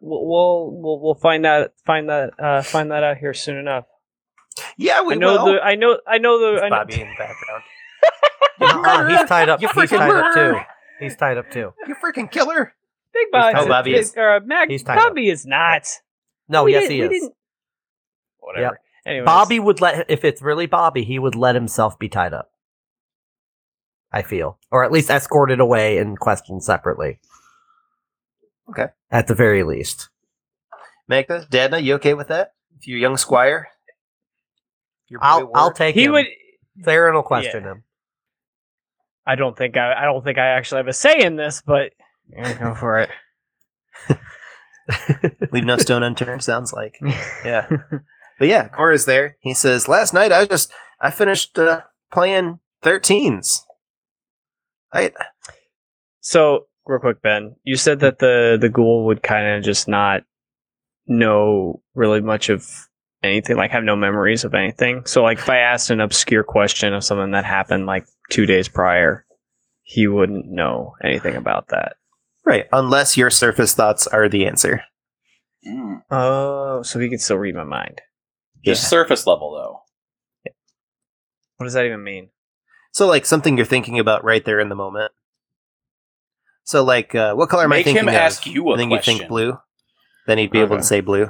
[SPEAKER 11] We'll we'll we'll, we'll find that find that uh, find that out here soon enough.
[SPEAKER 3] Yeah,
[SPEAKER 12] we know
[SPEAKER 11] the
[SPEAKER 12] will.
[SPEAKER 11] I know I know the I know,
[SPEAKER 3] Bobby in the background.
[SPEAKER 5] Oh, he's tied up.
[SPEAKER 3] You
[SPEAKER 5] he's
[SPEAKER 3] freaking
[SPEAKER 5] tied up too.
[SPEAKER 3] murderer.
[SPEAKER 5] He's tied up too.
[SPEAKER 3] You freaking killer!
[SPEAKER 12] Big Bobby.
[SPEAKER 5] tied up. Oh, Bobby
[SPEAKER 12] is,
[SPEAKER 5] is-
[SPEAKER 12] or, uh, Mag-
[SPEAKER 5] he's tied up.
[SPEAKER 12] Bobby is not.
[SPEAKER 5] No,
[SPEAKER 12] We
[SPEAKER 5] yes,
[SPEAKER 12] didn't-
[SPEAKER 5] he
[SPEAKER 12] we
[SPEAKER 5] is.
[SPEAKER 12] didn't-
[SPEAKER 5] Whatever.
[SPEAKER 12] Anyways.
[SPEAKER 5] Bobby would let if it's really Bobby, he would let himself be tied up. I feel, or at least escorted away and questioned separately.
[SPEAKER 3] Okay.
[SPEAKER 5] At the very least,
[SPEAKER 3] Magna, Dadna, you okay with that? If you young squire, Your boy
[SPEAKER 5] I'll
[SPEAKER 3] Ward?
[SPEAKER 5] I'll take.
[SPEAKER 11] He
[SPEAKER 5] him.
[SPEAKER 11] would-
[SPEAKER 5] Theron will question him.
[SPEAKER 11] I don't think I I don't think I actually have a say in this, but go for it.
[SPEAKER 3] leave no stone unturned. Sounds like, yeah. But yeah, Gore is there. He says, "Last night I just I finished uh, playing thirteens. I
[SPEAKER 11] So real quick, Ben, you said that the the ghoul would kind of just not know really much of anything, like have no memories of anything. So like if I asked an obscure question of something that happened like two days prior, he wouldn't know anything about that.
[SPEAKER 3] Right, unless your surface thoughts are the answer.
[SPEAKER 9] Hmm.
[SPEAKER 11] Oh, so he can still read my mind.
[SPEAKER 9] Just surface level though.
[SPEAKER 11] What does that even mean?
[SPEAKER 3] So, like something you're thinking about right there in the moment. So, like, uh, what color am I
[SPEAKER 9] Make him
[SPEAKER 3] thinking of?
[SPEAKER 9] ask you a
[SPEAKER 3] And then you
[SPEAKER 9] question.
[SPEAKER 3] think blue. Then he'd be able to say blue.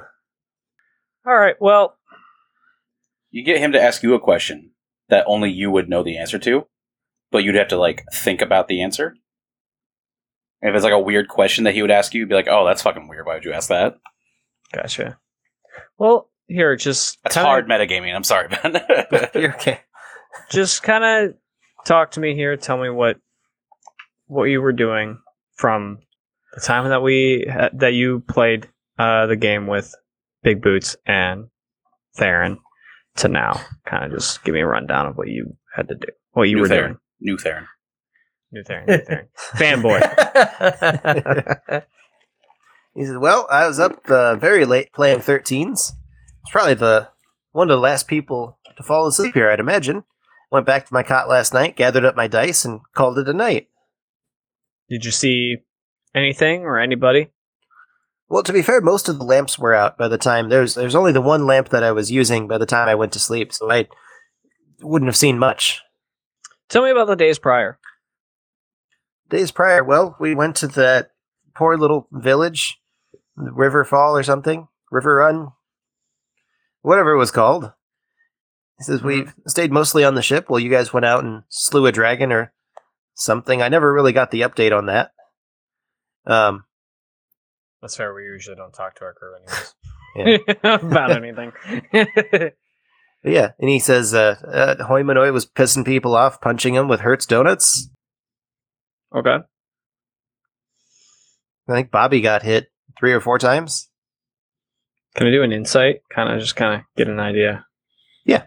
[SPEAKER 11] All right. Well,
[SPEAKER 9] You get him to ask you a question that only you would know the answer to, but you'd have to like think about the answer. And if it's like a weird question that he would ask you, you'd be like, "Oh, that's fucking weird. Why would you ask that?"
[SPEAKER 11] Gotcha. Well, here, just
[SPEAKER 9] That's
[SPEAKER 11] tell me-
[SPEAKER 9] hard metagaming. I'm sorry, Ben.
[SPEAKER 3] You're okay.
[SPEAKER 11] just kind of talk to me here. Tell me what what you were doing from the time that we uh, that you played uh, the game with Big Boots and Theron to now. Kind of just give me a rundown of what you had to do, what you
[SPEAKER 9] New
[SPEAKER 11] were
[SPEAKER 9] Theron.
[SPEAKER 11] doing.
[SPEAKER 9] New Theron.
[SPEAKER 11] New Theron, New Theron, fanboy.
[SPEAKER 3] He says, "Well, I was up uh, very late playing 13s. It's probably the one of the last people to fall asleep here, I'd imagine. Went back to my cot last night, gathered up my dice, and called it a night.
[SPEAKER 11] Did you see anything or anybody?
[SPEAKER 3] Well, to be fair, most of the lamps were out by the time there's there's only the one lamp that I was using by the time I went to sleep, so I wouldn't have seen much.
[SPEAKER 11] Tell me about the days prior.
[SPEAKER 3] Days prior, well, we went to that poor little village, Riverfall or something, River Run, whatever it was called. He says we stayed mostly on the ship while you guys went out and slew a dragon or something. I never really got the update on that. Um,
[SPEAKER 11] That's fair. We usually don't talk to our crew
[SPEAKER 3] yeah.
[SPEAKER 11] anyways about anything.
[SPEAKER 3] But yeah, and he says uh, uh, Hoi Manoi was pissing people off, punching them with Hertz donuts.
[SPEAKER 11] okay.
[SPEAKER 3] I think Bobby got hit three or four times.
[SPEAKER 11] Can I do an insight? Kind of just kind of get an idea.
[SPEAKER 3] Yeah.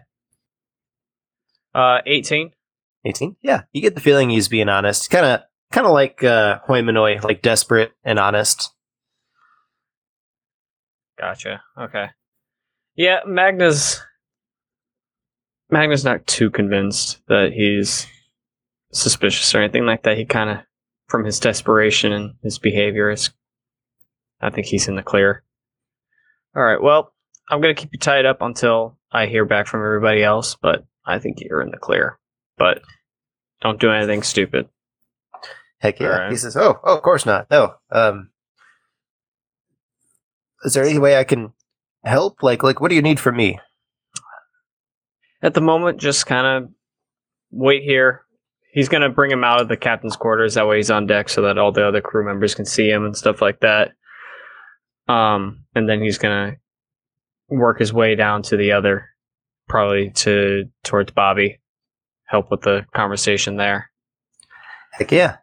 [SPEAKER 11] Uh, eighteen.
[SPEAKER 3] 18 yeah you get the feeling he's being honest kind of kind of like uh hoi Minoi, like desperate and honest
[SPEAKER 11] Gotcha. Okay. Yeah, Magna's Magna's not too convinced that he's suspicious or anything like that. He kind of, from his desperation and his behavior, is I think he's in the clear. All right. Well, I'm gonna keep you tied up until I hear back from everybody else, but I think you're in the clear. But don't do anything stupid.
[SPEAKER 3] heck yeah
[SPEAKER 11] Alright.
[SPEAKER 3] he says oh, oh of course not no um is there any way i can help like like what do you need from me
[SPEAKER 11] at the moment, just kind of wait here. He's gonna bring him out of the captain's quarters. That way, he's on deck so that all the other crew members can see him and stuff like that. Um, and then he's gonna work his way down to the other, probably to towards Bobby, help with the conversation there.
[SPEAKER 3] heck yeah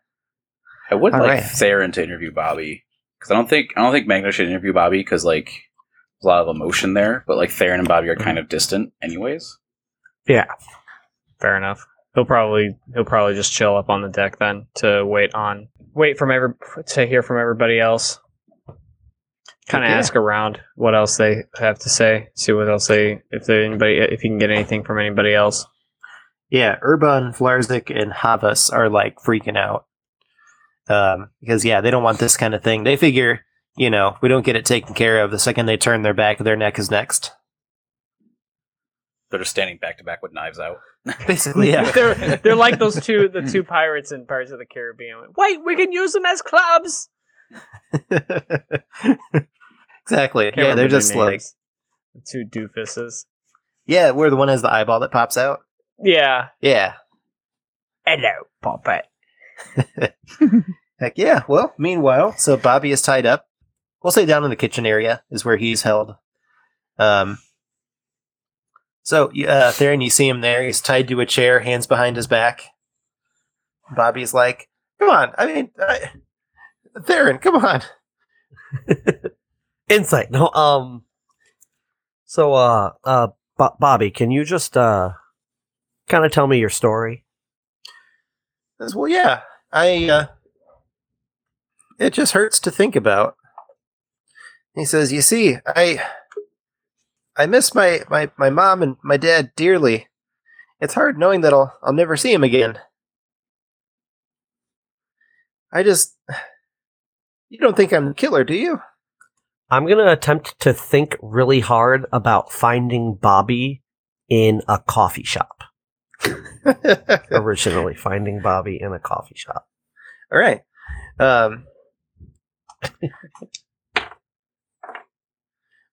[SPEAKER 9] I would
[SPEAKER 3] All
[SPEAKER 9] like
[SPEAKER 3] right.
[SPEAKER 9] Theron to interview Bobby because I don't think I don't think Magna should interview Bobby because like there's a lot of emotion there. But like Theron and Bobby are kind of distant, anyways.
[SPEAKER 5] Yeah.
[SPEAKER 11] Fair enough. He'll probably he'll probably just chill up on the deck then to wait on wait from every to hear from everybody else. Kind of
[SPEAKER 3] Yeah.
[SPEAKER 11] ask around what else they have to say. See what else they if they anybody if you can get anything from anybody else.
[SPEAKER 3] yeah urban flarzik and havas are like freaking out um because yeah they don't want this kind of thing they figure you know if we don't get it taken care of the second they turn their back their neck is next
[SPEAKER 9] They're just standing back to back with knives out.
[SPEAKER 3] basically yeah
[SPEAKER 11] they're they're like those two the two pirates in Pirates of the Caribbean. Wait, we can use them as clubs.
[SPEAKER 3] exactly
[SPEAKER 11] Can't
[SPEAKER 3] yeah they're
[SPEAKER 11] remember their
[SPEAKER 3] just like
[SPEAKER 11] names. The two doofuses.
[SPEAKER 3] Yeah, where the one has the eyeball that pops out.
[SPEAKER 11] Yeah.
[SPEAKER 3] Yeah.
[SPEAKER 11] Hello, puppet.
[SPEAKER 3] Heck yeah. Well, meanwhile, so Bobby is tied up. We'll say down in the kitchen area is where he's held. Um. So, you- uh, Theron, you see him there. He's tied to a chair, hands behind his back. Bobby's like, "Come on, I mean, I, Theron, come on."
[SPEAKER 5] Insight. No. Um. So, uh, uh, Bo- Bobby, can you just uh, kind of tell me your story?
[SPEAKER 3] Says, well, yeah, I. Uh, it just hurts to think about. He says, "You see, I, I miss my, my, my mom and my dad dearly. It's hard knowing that I'll, I'll never see him again. I just. You don't think I'm the killer, do you?
[SPEAKER 5] I'm going to attempt to think really hard about finding Bobby in a coffee shop. Originally, finding Bobby in a coffee shop.
[SPEAKER 3] All right. Um,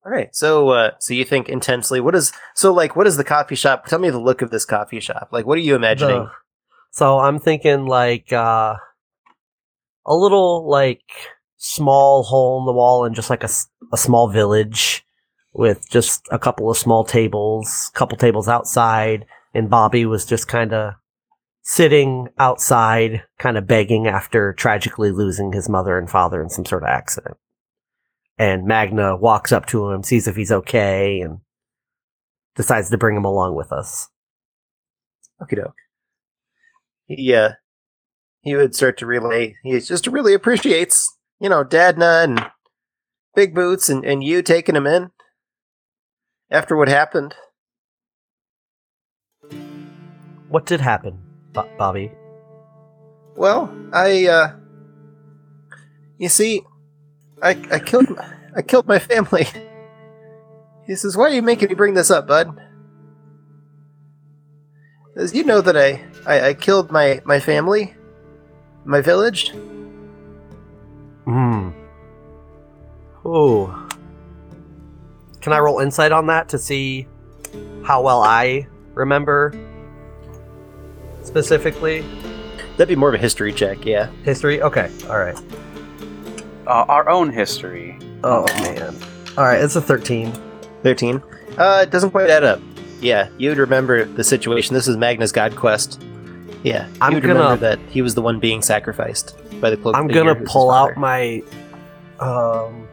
[SPEAKER 3] all right. So, uh, so you think intensely. What is so like? What is the coffee shop? Tell me the look of this coffee shop. Like, what are you imagining?
[SPEAKER 5] The- so I'm thinking like uh, a little like small hole in the wall and just like a, s- a small village with just a couple of small tables, couple tables outside, and Bobby was just kind of sitting outside, kind of begging after tragically losing his mother and father in some sort of accident. And Magna walks up to him, sees if he's okay, and decides to bring him along with us.
[SPEAKER 3] Okie doke. He uh he would start to relay he just really appreciates, you know, Dadna and Big Boots and, and you taking him in after what happened.
[SPEAKER 5] What did happen, Bo- Bobby?
[SPEAKER 3] Well, I uh you see I I killed my- I killed my family. He says, Why are you making me bring this up, bud? He says, You know that I, I, I killed my, my family, my village,
[SPEAKER 5] Hmm. Oh. Can I roll insight on that to see how well I remember specifically?
[SPEAKER 3] That'd be more of a history check, yeah.
[SPEAKER 5] History? Okay. All right.
[SPEAKER 9] Uh, our own history.
[SPEAKER 5] Oh, man. All right. It's a 13.
[SPEAKER 3] 13. Uh, it doesn't quite add up. Yeah, you would remember the situation. This is Magnus God Quest. Yeah, you
[SPEAKER 5] I'm
[SPEAKER 3] would
[SPEAKER 5] gonna-
[SPEAKER 3] remember that he was the one being sacrificed by the cloak.
[SPEAKER 5] I'm
[SPEAKER 3] figure
[SPEAKER 5] going
[SPEAKER 3] who's
[SPEAKER 5] to
[SPEAKER 3] his
[SPEAKER 5] pull out
[SPEAKER 3] father.
[SPEAKER 5] my um,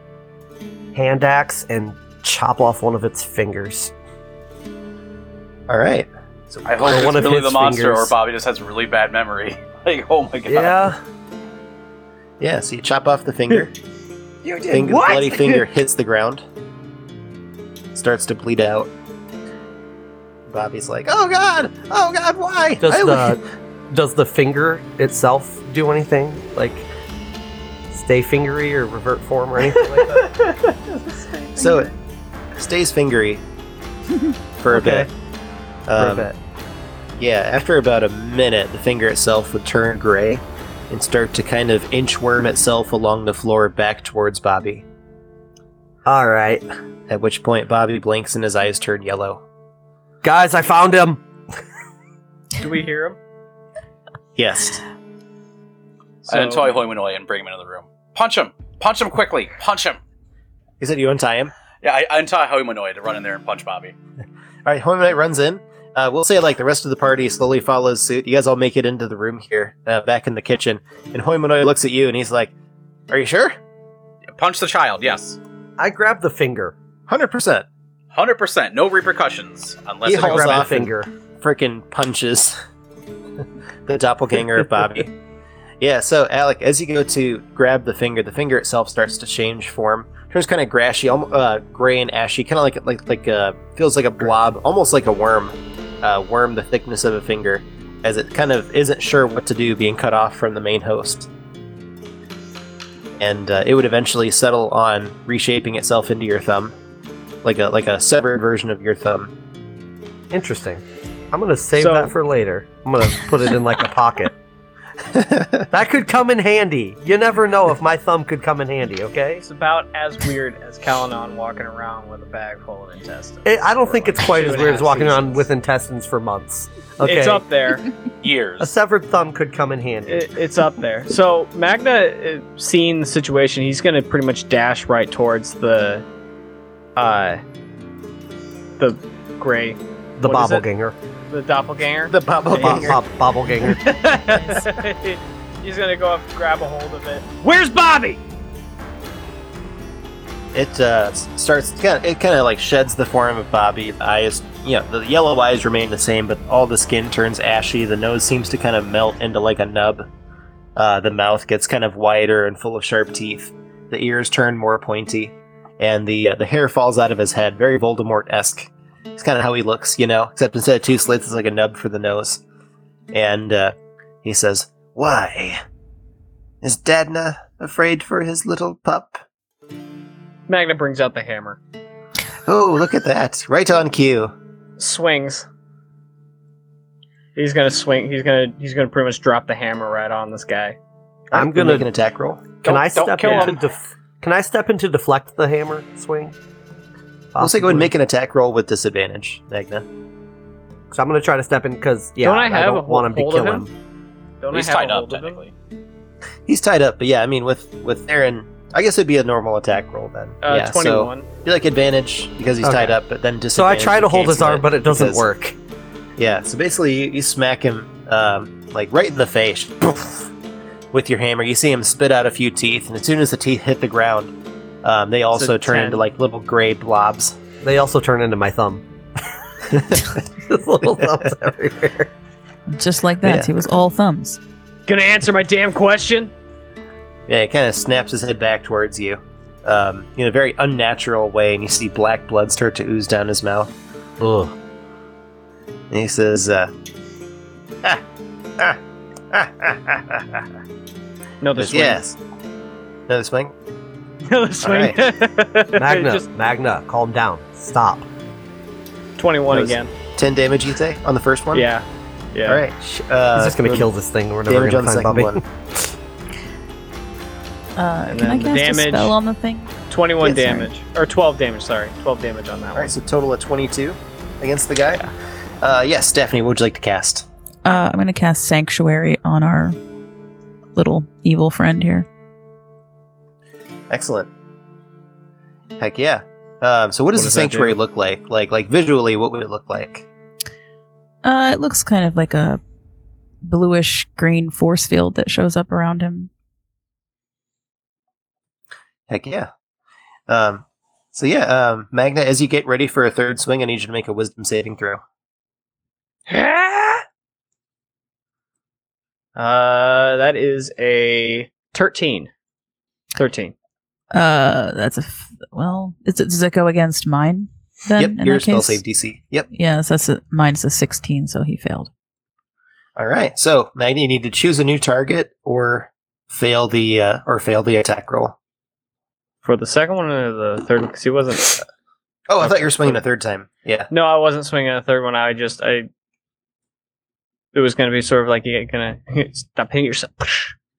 [SPEAKER 5] hand axe and chop off one of its fingers.
[SPEAKER 3] All right. So
[SPEAKER 9] I hope
[SPEAKER 5] Or
[SPEAKER 9] it's
[SPEAKER 5] one of
[SPEAKER 9] Billy
[SPEAKER 5] his
[SPEAKER 9] the monster
[SPEAKER 5] fingers.
[SPEAKER 9] or Bobby just has really bad memory. like, oh my god.
[SPEAKER 5] Yeah.
[SPEAKER 3] Yeah, so you chop off the finger.
[SPEAKER 12] You did
[SPEAKER 3] Finger-
[SPEAKER 12] what?
[SPEAKER 3] bloody finger hits the ground. Starts to bleed out. Bobby's like, oh god! Oh god, why?
[SPEAKER 5] Does
[SPEAKER 3] I-
[SPEAKER 5] the does the finger itself do anything? Like stay fingery or revert form or anything like that?
[SPEAKER 3] So it stays fingery for a
[SPEAKER 5] Okay.
[SPEAKER 3] bit.
[SPEAKER 5] For a
[SPEAKER 3] Um,
[SPEAKER 5] bit.
[SPEAKER 3] Yeah, after about a minute, the finger itself would turn gray and start to kind of inchworm itself along the floor back towards Bobby.
[SPEAKER 5] All right.
[SPEAKER 3] At which point, Bobby blinks and his eyes turn yellow.
[SPEAKER 5] Guys, I found him.
[SPEAKER 12] Do we hear him?
[SPEAKER 3] Yes.
[SPEAKER 9] And then Toy Hoy went away and bring him into the room. Punch him! Punch him quickly! Punch him!
[SPEAKER 3] He said, You untie him?
[SPEAKER 9] Yeah, I, I untie Hoy Manoy to run in there and punch Bobby.
[SPEAKER 3] All right, Homonite runs in. Uh, we'll say like the rest of the party slowly follows suit. You guys all make it into the room here, uh, back in the kitchen, and Homonite looks at you and he's like, "Are you sure?
[SPEAKER 9] Punch the child, yes.
[SPEAKER 5] I grabbed the finger.
[SPEAKER 3] Hundred percent."
[SPEAKER 9] 100%. No repercussions. Unless
[SPEAKER 3] He
[SPEAKER 9] it
[SPEAKER 3] hauls
[SPEAKER 9] goes
[SPEAKER 3] off
[SPEAKER 9] off.
[SPEAKER 3] and frickin' punches the doppelganger of Bobby. Yeah, so Alec, as you go to grab the finger, the finger itself starts to change form, turns kind of grashy, almo- uh, gray and ashy, kind of like like like uh, feels like a blob, almost like a worm, uh, worm the thickness of a finger, as it kind of isn't sure what to do, being cut off from the main host, and uh, it would eventually settle on reshaping itself into your thumb, like a like a severed version of your thumb.
[SPEAKER 5] Interesting. I'm gonna save
[SPEAKER 3] So-
[SPEAKER 5] that for later. I'm gonna put it in like a pocket. that could come in handy. You never know if my thumb could come in handy. Okay.
[SPEAKER 12] It's about as weird as Kalanon walking around with a bag full of intestines.
[SPEAKER 5] It, I don't think it's quite
[SPEAKER 12] two
[SPEAKER 5] as
[SPEAKER 12] and a
[SPEAKER 5] weird
[SPEAKER 12] half
[SPEAKER 5] as walking on
[SPEAKER 12] seasons.
[SPEAKER 5] with intestines for months. Okay.
[SPEAKER 12] It's up there.
[SPEAKER 9] Years.
[SPEAKER 5] a severed thumb could come in handy.
[SPEAKER 12] It, it's up there. So Magna, uh, seeing the situation, he's going to pretty much dash right towards the, uh, the gray,
[SPEAKER 5] the
[SPEAKER 12] what is it?
[SPEAKER 5] bobbleganger.
[SPEAKER 12] the doppelganger.
[SPEAKER 3] The
[SPEAKER 5] Bo- bo-
[SPEAKER 3] bobbleganger.
[SPEAKER 5] bo- bobbleganger.
[SPEAKER 12] he's going to go up, and grab a hold of it. Where's Bobby?
[SPEAKER 3] It uh, s- starts. Kinda, it kind of like sheds the form of Bobby. The eyes, you know, the yellow eyes remain the same, but all the skin turns ashy. The nose seems to kind of melt into like a nub. Uh, the mouth gets kind of wider and full of sharp teeth. The ears turn more pointy, and the uh, the hair falls out of his head, very Voldemort esque. It's kind of how he looks, you know. Except instead of two slits, it's like a nub for the nose. And uh, he says, "Why is Dadna afraid for his little pup?"
[SPEAKER 11] Magna brings out the hammer.
[SPEAKER 3] Oh, look at that! Right on cue.
[SPEAKER 11] Swings. He's gonna swing. He's gonna. He's gonna pretty much drop the hammer right on this guy.
[SPEAKER 5] I'm gonna-
[SPEAKER 3] make an attack roll.
[SPEAKER 5] Can
[SPEAKER 11] Don't-
[SPEAKER 5] I
[SPEAKER 11] don't
[SPEAKER 5] step
[SPEAKER 11] kill
[SPEAKER 5] in to
[SPEAKER 11] him.
[SPEAKER 5] def- Can I step in to deflect the hammer swing?
[SPEAKER 3] I'll say go ahead and make an attack roll with disadvantage, Magna.
[SPEAKER 5] So I'm gonna try to step in because yeah,
[SPEAKER 11] Don't I
[SPEAKER 5] I,
[SPEAKER 11] have a
[SPEAKER 5] don't want him to
[SPEAKER 11] hold of
[SPEAKER 5] kill
[SPEAKER 11] him?
[SPEAKER 5] him.
[SPEAKER 11] Don't
[SPEAKER 9] He's
[SPEAKER 11] I have
[SPEAKER 9] tied
[SPEAKER 11] a
[SPEAKER 9] up,
[SPEAKER 11] hold of him?
[SPEAKER 3] He's tied up, but yeah, I mean with with Aaron, I guess it'd be a normal attack roll then.
[SPEAKER 11] Uh,
[SPEAKER 3] yeah,
[SPEAKER 11] 21.
[SPEAKER 3] So you like advantage because he's
[SPEAKER 5] Okay.
[SPEAKER 3] tied up, but then disadvantage.
[SPEAKER 5] So I try to
[SPEAKER 3] in
[SPEAKER 5] hold
[SPEAKER 3] case
[SPEAKER 5] his arm,
[SPEAKER 3] that-
[SPEAKER 5] but it doesn't
[SPEAKER 3] because-
[SPEAKER 5] work.
[SPEAKER 3] Yeah, so basically you, you smack him um, like right in the face with your hammer. You see him spit out a few teeth, and as soon as the teeth hit the ground, um, they also turn
[SPEAKER 5] 10.
[SPEAKER 3] into like little gray blobs.
[SPEAKER 5] They also turn into my thumb. Just little thumbs everywhere.
[SPEAKER 10] Just like that,
[SPEAKER 3] Yeah.
[SPEAKER 10] he was all thumbs.
[SPEAKER 11] Gonna answer my damn question.
[SPEAKER 3] Yeah, he kind of snaps his head back towards you um, in a very unnatural way, and you see black blood start to ooze down his mouth.
[SPEAKER 5] Ugh.
[SPEAKER 3] And he says, uh, "Ah,
[SPEAKER 11] Another swing.
[SPEAKER 3] Yes. Another swing?
[SPEAKER 11] Another swing.
[SPEAKER 5] Magna,
[SPEAKER 11] Just
[SPEAKER 5] Magna, calm down. Stop.
[SPEAKER 11] 21
[SPEAKER 3] That was
[SPEAKER 11] again.
[SPEAKER 3] 10 damage, you say, on the first one?
[SPEAKER 11] Yeah. Yeah.
[SPEAKER 3] All right. sh- Uh,
[SPEAKER 5] He's just gonna
[SPEAKER 3] roll
[SPEAKER 5] kill this thing. We're never
[SPEAKER 3] damage on
[SPEAKER 5] gonna
[SPEAKER 3] the
[SPEAKER 5] find
[SPEAKER 3] second
[SPEAKER 5] Bobby.
[SPEAKER 3] one.
[SPEAKER 10] Uh,
[SPEAKER 11] And
[SPEAKER 10] can I
[SPEAKER 11] then the
[SPEAKER 10] cast a
[SPEAKER 11] damage-
[SPEAKER 10] spell on the thing?
[SPEAKER 3] Yeah,
[SPEAKER 11] 21
[SPEAKER 3] sorry.
[SPEAKER 11] damage. Or 12 damage, sorry. 12 damage on that
[SPEAKER 3] All right, so total of 22 against the guy. Uh, yes, Stephanie, what would you like to cast?
[SPEAKER 10] Uh, I'm gonna cast Sanctuary on our little evil friend here.
[SPEAKER 3] Excellent. Heck yeah. Um, so what does
[SPEAKER 11] What
[SPEAKER 3] the
[SPEAKER 11] does that
[SPEAKER 3] sanctuary
[SPEAKER 11] do?
[SPEAKER 3] look like? Like, like visually, what would it look like?
[SPEAKER 10] Uh, it looks kind of like a bluish green force field that shows up around him.
[SPEAKER 3] Heck yeah. Um, so yeah, um, Magna, as you get ready for a third swing, I need you to make a Wisdom saving throw.
[SPEAKER 11] one. uh, that is a 13. 13.
[SPEAKER 10] Uh, that's a f- well. Is it, does it go against mine? Then in
[SPEAKER 3] yep, your
[SPEAKER 10] that
[SPEAKER 3] spell
[SPEAKER 10] case?
[SPEAKER 3] save DC. Yep.
[SPEAKER 10] Yes, that's a, mine's a 16, so he failed.
[SPEAKER 3] All right. So Magna, you need to choose a new target or fail the uh, or fail the attack roll.
[SPEAKER 11] For the second one or the third one? Because he wasn't.
[SPEAKER 3] Oh, I thought
[SPEAKER 11] Okay.
[SPEAKER 3] you were swinging a third time. Yeah.
[SPEAKER 11] No, I wasn't swinging on the third one. I just. I. It was going to be sort of like you're going to stop hitting yourself.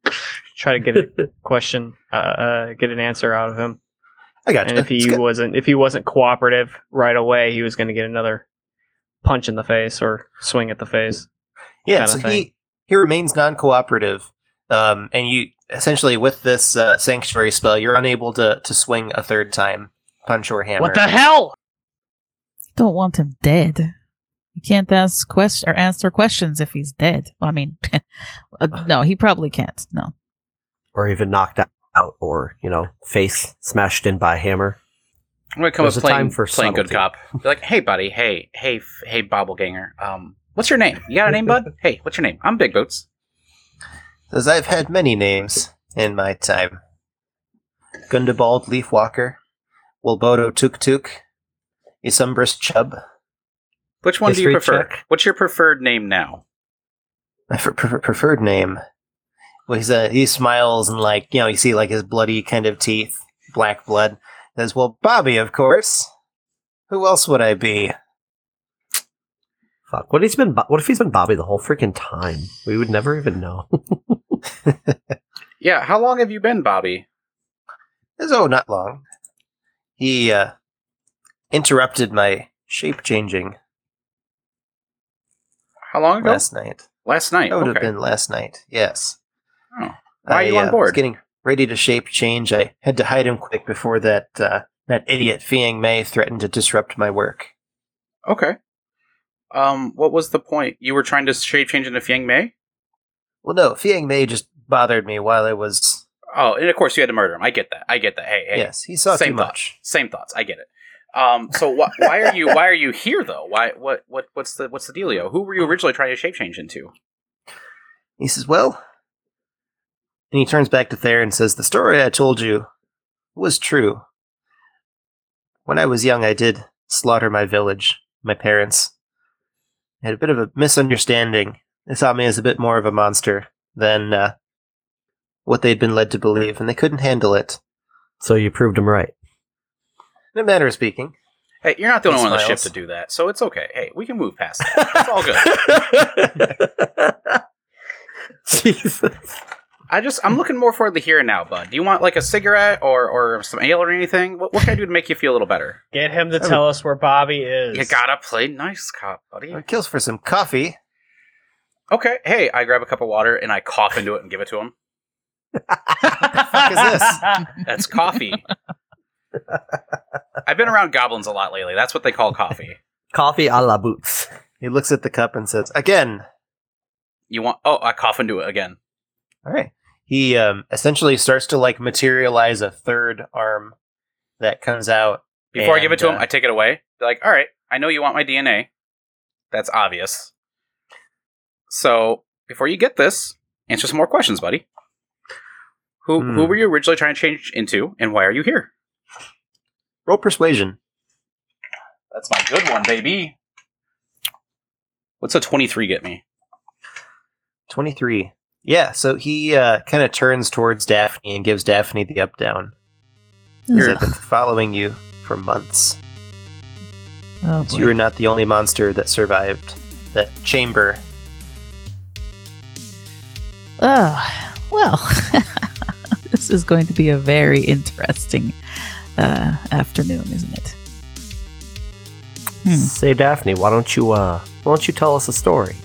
[SPEAKER 11] Try to get a question, uh, uh, get an answer out of him.
[SPEAKER 3] I got
[SPEAKER 11] and if he wasn't if he wasn't cooperative right away, he was going to get another punch in the face or swing at the face.
[SPEAKER 3] yeah
[SPEAKER 11] kinda
[SPEAKER 3] so
[SPEAKER 11] thing.
[SPEAKER 3] he he remains non-cooperative um and you essentially with this uh, sanctuary spell you're unable to to swing a third time punch or hammer
[SPEAKER 11] What the hell?
[SPEAKER 10] Don't want him dead. You can't ask quest or answer questions if he's dead. Well, I mean, uh, no, he probably can't. No.
[SPEAKER 5] Or even knocked out, or you know, face smashed in by a hammer.
[SPEAKER 9] I'm gonna come
[SPEAKER 5] There's
[SPEAKER 9] up
[SPEAKER 5] a
[SPEAKER 9] playing
[SPEAKER 5] time for
[SPEAKER 9] playing good cop.
[SPEAKER 5] subtlety.
[SPEAKER 9] Be like, hey buddy, hey, hey, f- hey, bobbleganger. Um, what's your name? You got a name, bud? Hey, what's your name? I'm Big Boots.
[SPEAKER 3] says i've had many names in my time gundabald leaf walker wilbodo tuk tuk isumbris chub
[SPEAKER 9] Which one do
[SPEAKER 3] History
[SPEAKER 9] you prefer?
[SPEAKER 3] check.
[SPEAKER 9] What's your preferred name now?
[SPEAKER 3] my fr- pre- preferred name well he's a, he smiles and like you know you see like his bloody kind of teeth black blood says well bobby of course who else would i be
[SPEAKER 5] Fuck. What if he's been? Bo- What if he's been Bobby the whole freaking time? We would never even know.
[SPEAKER 9] Yeah, how long have you been, Bobby?
[SPEAKER 3] As oh, not long. He uh, interrupted my shape changing
[SPEAKER 9] How long ago?
[SPEAKER 3] last night.
[SPEAKER 9] Last night.
[SPEAKER 3] That would have
[SPEAKER 9] Oh, okay.
[SPEAKER 3] been last night. Yes.
[SPEAKER 9] Oh. Why are you
[SPEAKER 3] I,
[SPEAKER 9] on
[SPEAKER 3] uh, Was
[SPEAKER 9] board?
[SPEAKER 3] getting ready to shape change. I had to hide him quick before that uh, that idiot Fiang Mei threatened to disrupt my work.
[SPEAKER 9] Okay. Um, what was the point? You were trying to shape change into Fiang Mei?
[SPEAKER 3] Well, no, Fiang Mei just bothered me while I was.
[SPEAKER 9] Oh, and of course you had to murder him. I get that. I get that. Hey, hey.
[SPEAKER 3] Yes, he saw
[SPEAKER 9] Same
[SPEAKER 3] too
[SPEAKER 9] thought.
[SPEAKER 3] much.
[SPEAKER 9] Same thoughts. I get it. Um, so wh- why are you why are you here though? Why what what what's the what's the dealio? Who were you originally trying to shape change into?
[SPEAKER 3] He says, "Well," and he turns back to Thayer and says, "The story I told you was true. When I was young, I did slaughter my village, my parents. I had a bit of a misunderstanding. They saw me as a bit more of a monster than uh, what they'd been led to believe, and they couldn't handle it.
[SPEAKER 5] So you proved him right.
[SPEAKER 3] In a manner of speaking.
[SPEAKER 9] Hey, you're not the only
[SPEAKER 3] He
[SPEAKER 9] one on the ship
[SPEAKER 3] smiles.
[SPEAKER 9] to do that, so it's okay. Hey, we can move past that. It's all good.
[SPEAKER 5] Jesus.
[SPEAKER 9] I just I'm looking more forward to here and now, bud. Do you want like a cigarette or or some ale or anything? What, what can I do to make you feel a little better?
[SPEAKER 11] Get him to tell us where Bobby is.
[SPEAKER 9] You gotta play nice cop, buddy.
[SPEAKER 3] It kills for some coffee.
[SPEAKER 9] Okay. Hey, I grab a cup of water and I cough into it and give it to him. That's coffee. I've been around goblins a lot lately. That's what they call coffee.
[SPEAKER 5] Coffee a la boots.
[SPEAKER 3] He looks at the cup and says, Again.
[SPEAKER 9] You want? Oh, I cough into it again.
[SPEAKER 3] All right. He um, essentially starts to like materialize a third arm that comes out.
[SPEAKER 9] Before I give it
[SPEAKER 3] and,
[SPEAKER 9] to him,
[SPEAKER 3] uh,
[SPEAKER 9] I take it away. They're like, all right, I know you want my DNA. That's obvious. So before you get this, answer some more questions, buddy. Who who
[SPEAKER 3] Hmm.
[SPEAKER 9] were you originally trying to change into, and why are you here?
[SPEAKER 3] roll persuasion.
[SPEAKER 9] That's my good one, baby. What's a twenty-three get me?
[SPEAKER 3] 23. Yeah, so he uh, kind of turns towards Daphne and gives Daphne the up down. Because I've been following you for months.
[SPEAKER 10] Oh,
[SPEAKER 3] So you were not the only monster that survived that chamber.
[SPEAKER 10] Oh, well, this is going to be a very interesting uh, afternoon, isn't it?
[SPEAKER 5] Say, Daphne, why don't you uh, why don't you tell us a story?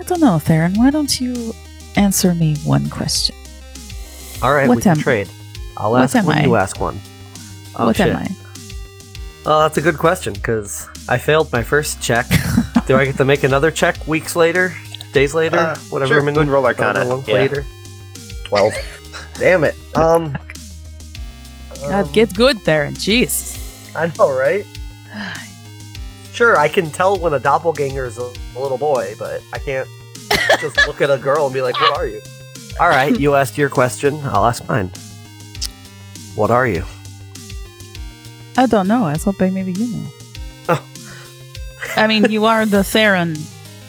[SPEAKER 10] I don't know, Theron. Why don't you answer me one question?
[SPEAKER 5] All right,
[SPEAKER 10] What
[SPEAKER 5] we can
[SPEAKER 10] am-
[SPEAKER 5] trade. I'll
[SPEAKER 10] what
[SPEAKER 5] ask
[SPEAKER 10] am
[SPEAKER 5] one. You
[SPEAKER 10] I?
[SPEAKER 5] ask one. Oh,
[SPEAKER 10] what
[SPEAKER 5] shit.
[SPEAKER 10] am I?
[SPEAKER 5] Oh, that's a good question because I failed my first check. Do I get to make another check weeks later, days later,
[SPEAKER 3] Uh,
[SPEAKER 5] whatever?
[SPEAKER 3] sure,
[SPEAKER 5] min-
[SPEAKER 3] go and roll Arcana,
[SPEAKER 5] however long
[SPEAKER 3] yeah.
[SPEAKER 5] Later. Twelve. Damn it. Um,
[SPEAKER 10] God, Uh, get good, Theron. Jeez.
[SPEAKER 5] I know, right? Sure, I can tell when a doppelganger is a, a little boy, but I can't just look at a girl and be like, "What are you?" All right, you asked your question. I'll ask mine. What are you?
[SPEAKER 10] I don't know. I was hoping maybe you know. Oh. I mean, you are the Theron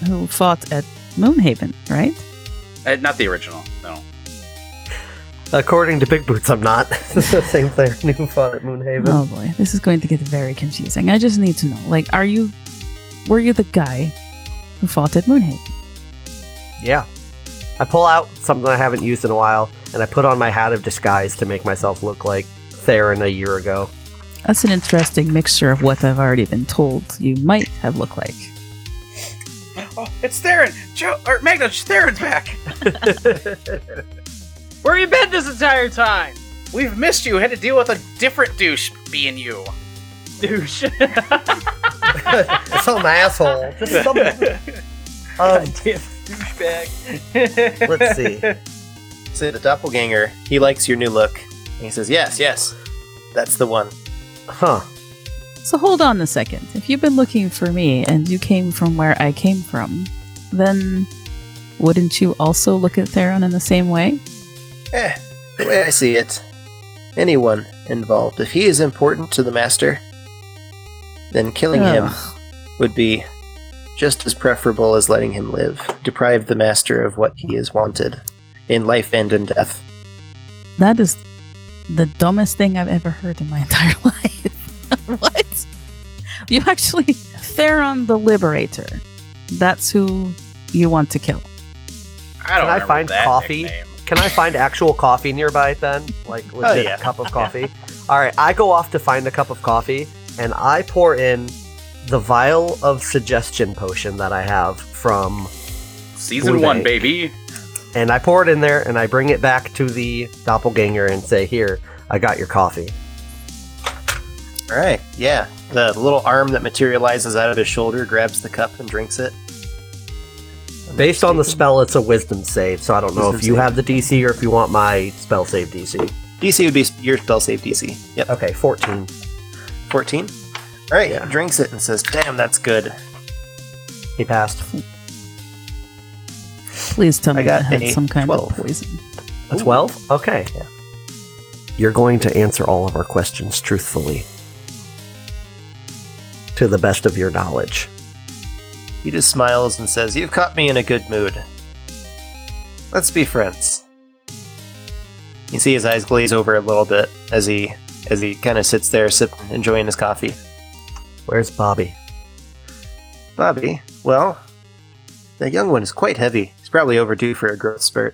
[SPEAKER 10] who fought at Moonhaven, right?
[SPEAKER 9] Uh, not the original, no.
[SPEAKER 5] According to Big Boots, I'm not. Same thing. New fun at Moonhaven.
[SPEAKER 10] Oh boy, this is going to get very confusing. I just need to know. Like, are you, were you the guy who fought at Moonhaven?
[SPEAKER 5] Yeah. I pull out something I haven't used in a while, and I put on my hat of disguise to make myself look like Theron a year ago.
[SPEAKER 10] That's an interesting mixture of what I've already been told you might have looked like.
[SPEAKER 9] Oh, it's Theron! Joe or Magna, Theron's back!
[SPEAKER 11] Where you been this entire time?
[SPEAKER 9] We've missed you. Had to deal with a different douche being you.
[SPEAKER 11] Douche.
[SPEAKER 5] Some asshole. Just some. Um,
[SPEAKER 11] douchebag.
[SPEAKER 5] Let's see.
[SPEAKER 3] So the doppelganger, he likes your new look. And he says, Yes, yes, that's the one.
[SPEAKER 5] Huh.
[SPEAKER 10] So hold on a second. If you've been looking for me and you came from where I came from, then wouldn't you also look at Theron in the same way?
[SPEAKER 3] Eh, the way I see it, anyone involved, if he is important to the master, then killing him would be just as preferable as letting him live. Deprive the master of what he is wanted in life and in death.
[SPEAKER 10] That is the dumbest thing I've ever heard in my entire life. what? You actually Theron the Liberator. That's who you want to kill.
[SPEAKER 9] I don't
[SPEAKER 5] Can I
[SPEAKER 9] remember
[SPEAKER 5] find
[SPEAKER 9] that
[SPEAKER 5] coffee?
[SPEAKER 9] nickname.
[SPEAKER 5] Can I find actual coffee nearby then? Like legit
[SPEAKER 3] Oh, yeah.
[SPEAKER 5] cup of coffee. All right, I go off to find a cup of coffee and I pour in the vial of suggestion potion that I have from
[SPEAKER 9] Season
[SPEAKER 5] Blue
[SPEAKER 9] one,
[SPEAKER 5] Bay.
[SPEAKER 9] baby.
[SPEAKER 5] and I pour it in there and I bring it back to the doppelganger and say, "Here, I got your coffee."
[SPEAKER 3] All right, yeah. The little arm that materializes out of his shoulder grabs the cup and drinks it.
[SPEAKER 5] Based on the spell, it's a wisdom save, so I don't know if
[SPEAKER 3] Wisdom
[SPEAKER 5] you
[SPEAKER 3] save.
[SPEAKER 5] have the DC or if you want my spell save DC.
[SPEAKER 3] DC would be your spell save DC. Yep.
[SPEAKER 5] Okay, 14.
[SPEAKER 3] 14? All right, he drinks it and says, Damn, that's good.
[SPEAKER 5] He passed.
[SPEAKER 10] Please tell
[SPEAKER 3] I
[SPEAKER 10] me
[SPEAKER 3] got
[SPEAKER 10] that had
[SPEAKER 3] a
[SPEAKER 10] some kind
[SPEAKER 3] 12.
[SPEAKER 10] of poison.
[SPEAKER 5] A 12? Okay. You're going to answer all of our questions truthfully. to the best of your knowledge.
[SPEAKER 3] He just smiles and says, You've caught me in a good mood. Let's be friends. You see his eyes glaze over a little bit as he as he kind of sits there sip, enjoying his coffee.
[SPEAKER 5] Where's Bobby?
[SPEAKER 3] Bobby, well, the young one is quite heavy. He's probably overdue for a growth spurt.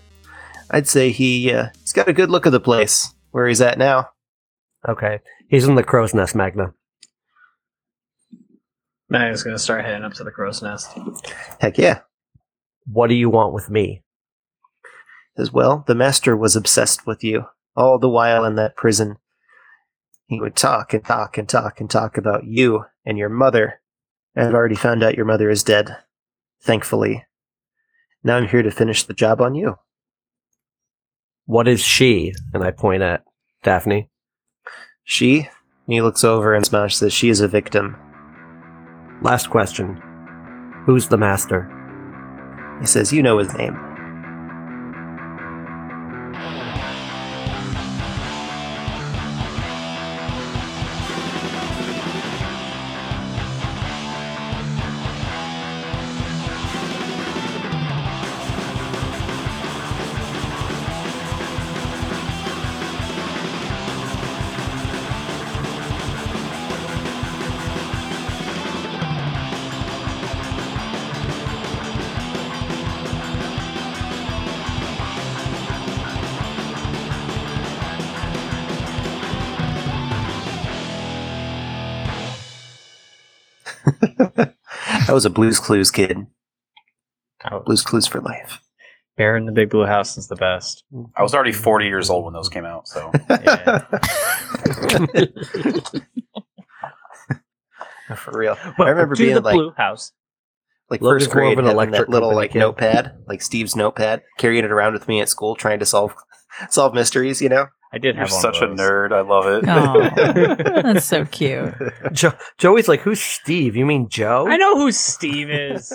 [SPEAKER 3] I'd say he uh, he's got a good look of the place where he's at now.
[SPEAKER 5] Okay. He's in the crow's nest, Magna.
[SPEAKER 11] Magnus gonna start heading up to the crow's nest.
[SPEAKER 3] Heck yeah.
[SPEAKER 5] What do you want with me?
[SPEAKER 3] As well, the master was obsessed with you all the while in that prison. He would talk and talk and talk and talk about you and your mother. I've already found out your mother is dead, thankfully. Now I'm here to finish the job on you.
[SPEAKER 5] What is she? And I point at Daphne.
[SPEAKER 3] She? And he looks over and Smash says she is a victim.
[SPEAKER 5] Last question. Who's the master?
[SPEAKER 3] He says, You know his name. I was a Blues Clues kid. Blues Clues for life.
[SPEAKER 11] Bear in the Big Blue House is the best.
[SPEAKER 9] I was already 40 years old when those came out, so.
[SPEAKER 3] Yeah. for real.
[SPEAKER 11] Welcome
[SPEAKER 3] I remember
[SPEAKER 11] to
[SPEAKER 3] being
[SPEAKER 11] the
[SPEAKER 3] like,
[SPEAKER 11] Blue House.
[SPEAKER 3] like
[SPEAKER 5] Little
[SPEAKER 3] first
[SPEAKER 5] bit more
[SPEAKER 3] grade
[SPEAKER 5] of an
[SPEAKER 3] having
[SPEAKER 5] electric
[SPEAKER 3] that little
[SPEAKER 5] company
[SPEAKER 3] like
[SPEAKER 5] kid.
[SPEAKER 3] notepad, like Steve's notepad, carrying it around with me at school trying to solve solve mysteries, you know?
[SPEAKER 11] I did
[SPEAKER 9] You're
[SPEAKER 11] have one
[SPEAKER 9] such a
[SPEAKER 11] of those.
[SPEAKER 9] nerd. I love it.
[SPEAKER 10] Oh, that's so cute.
[SPEAKER 5] Jo- Joey's like, who's Steve? You mean Joe?
[SPEAKER 11] I know who Steve is.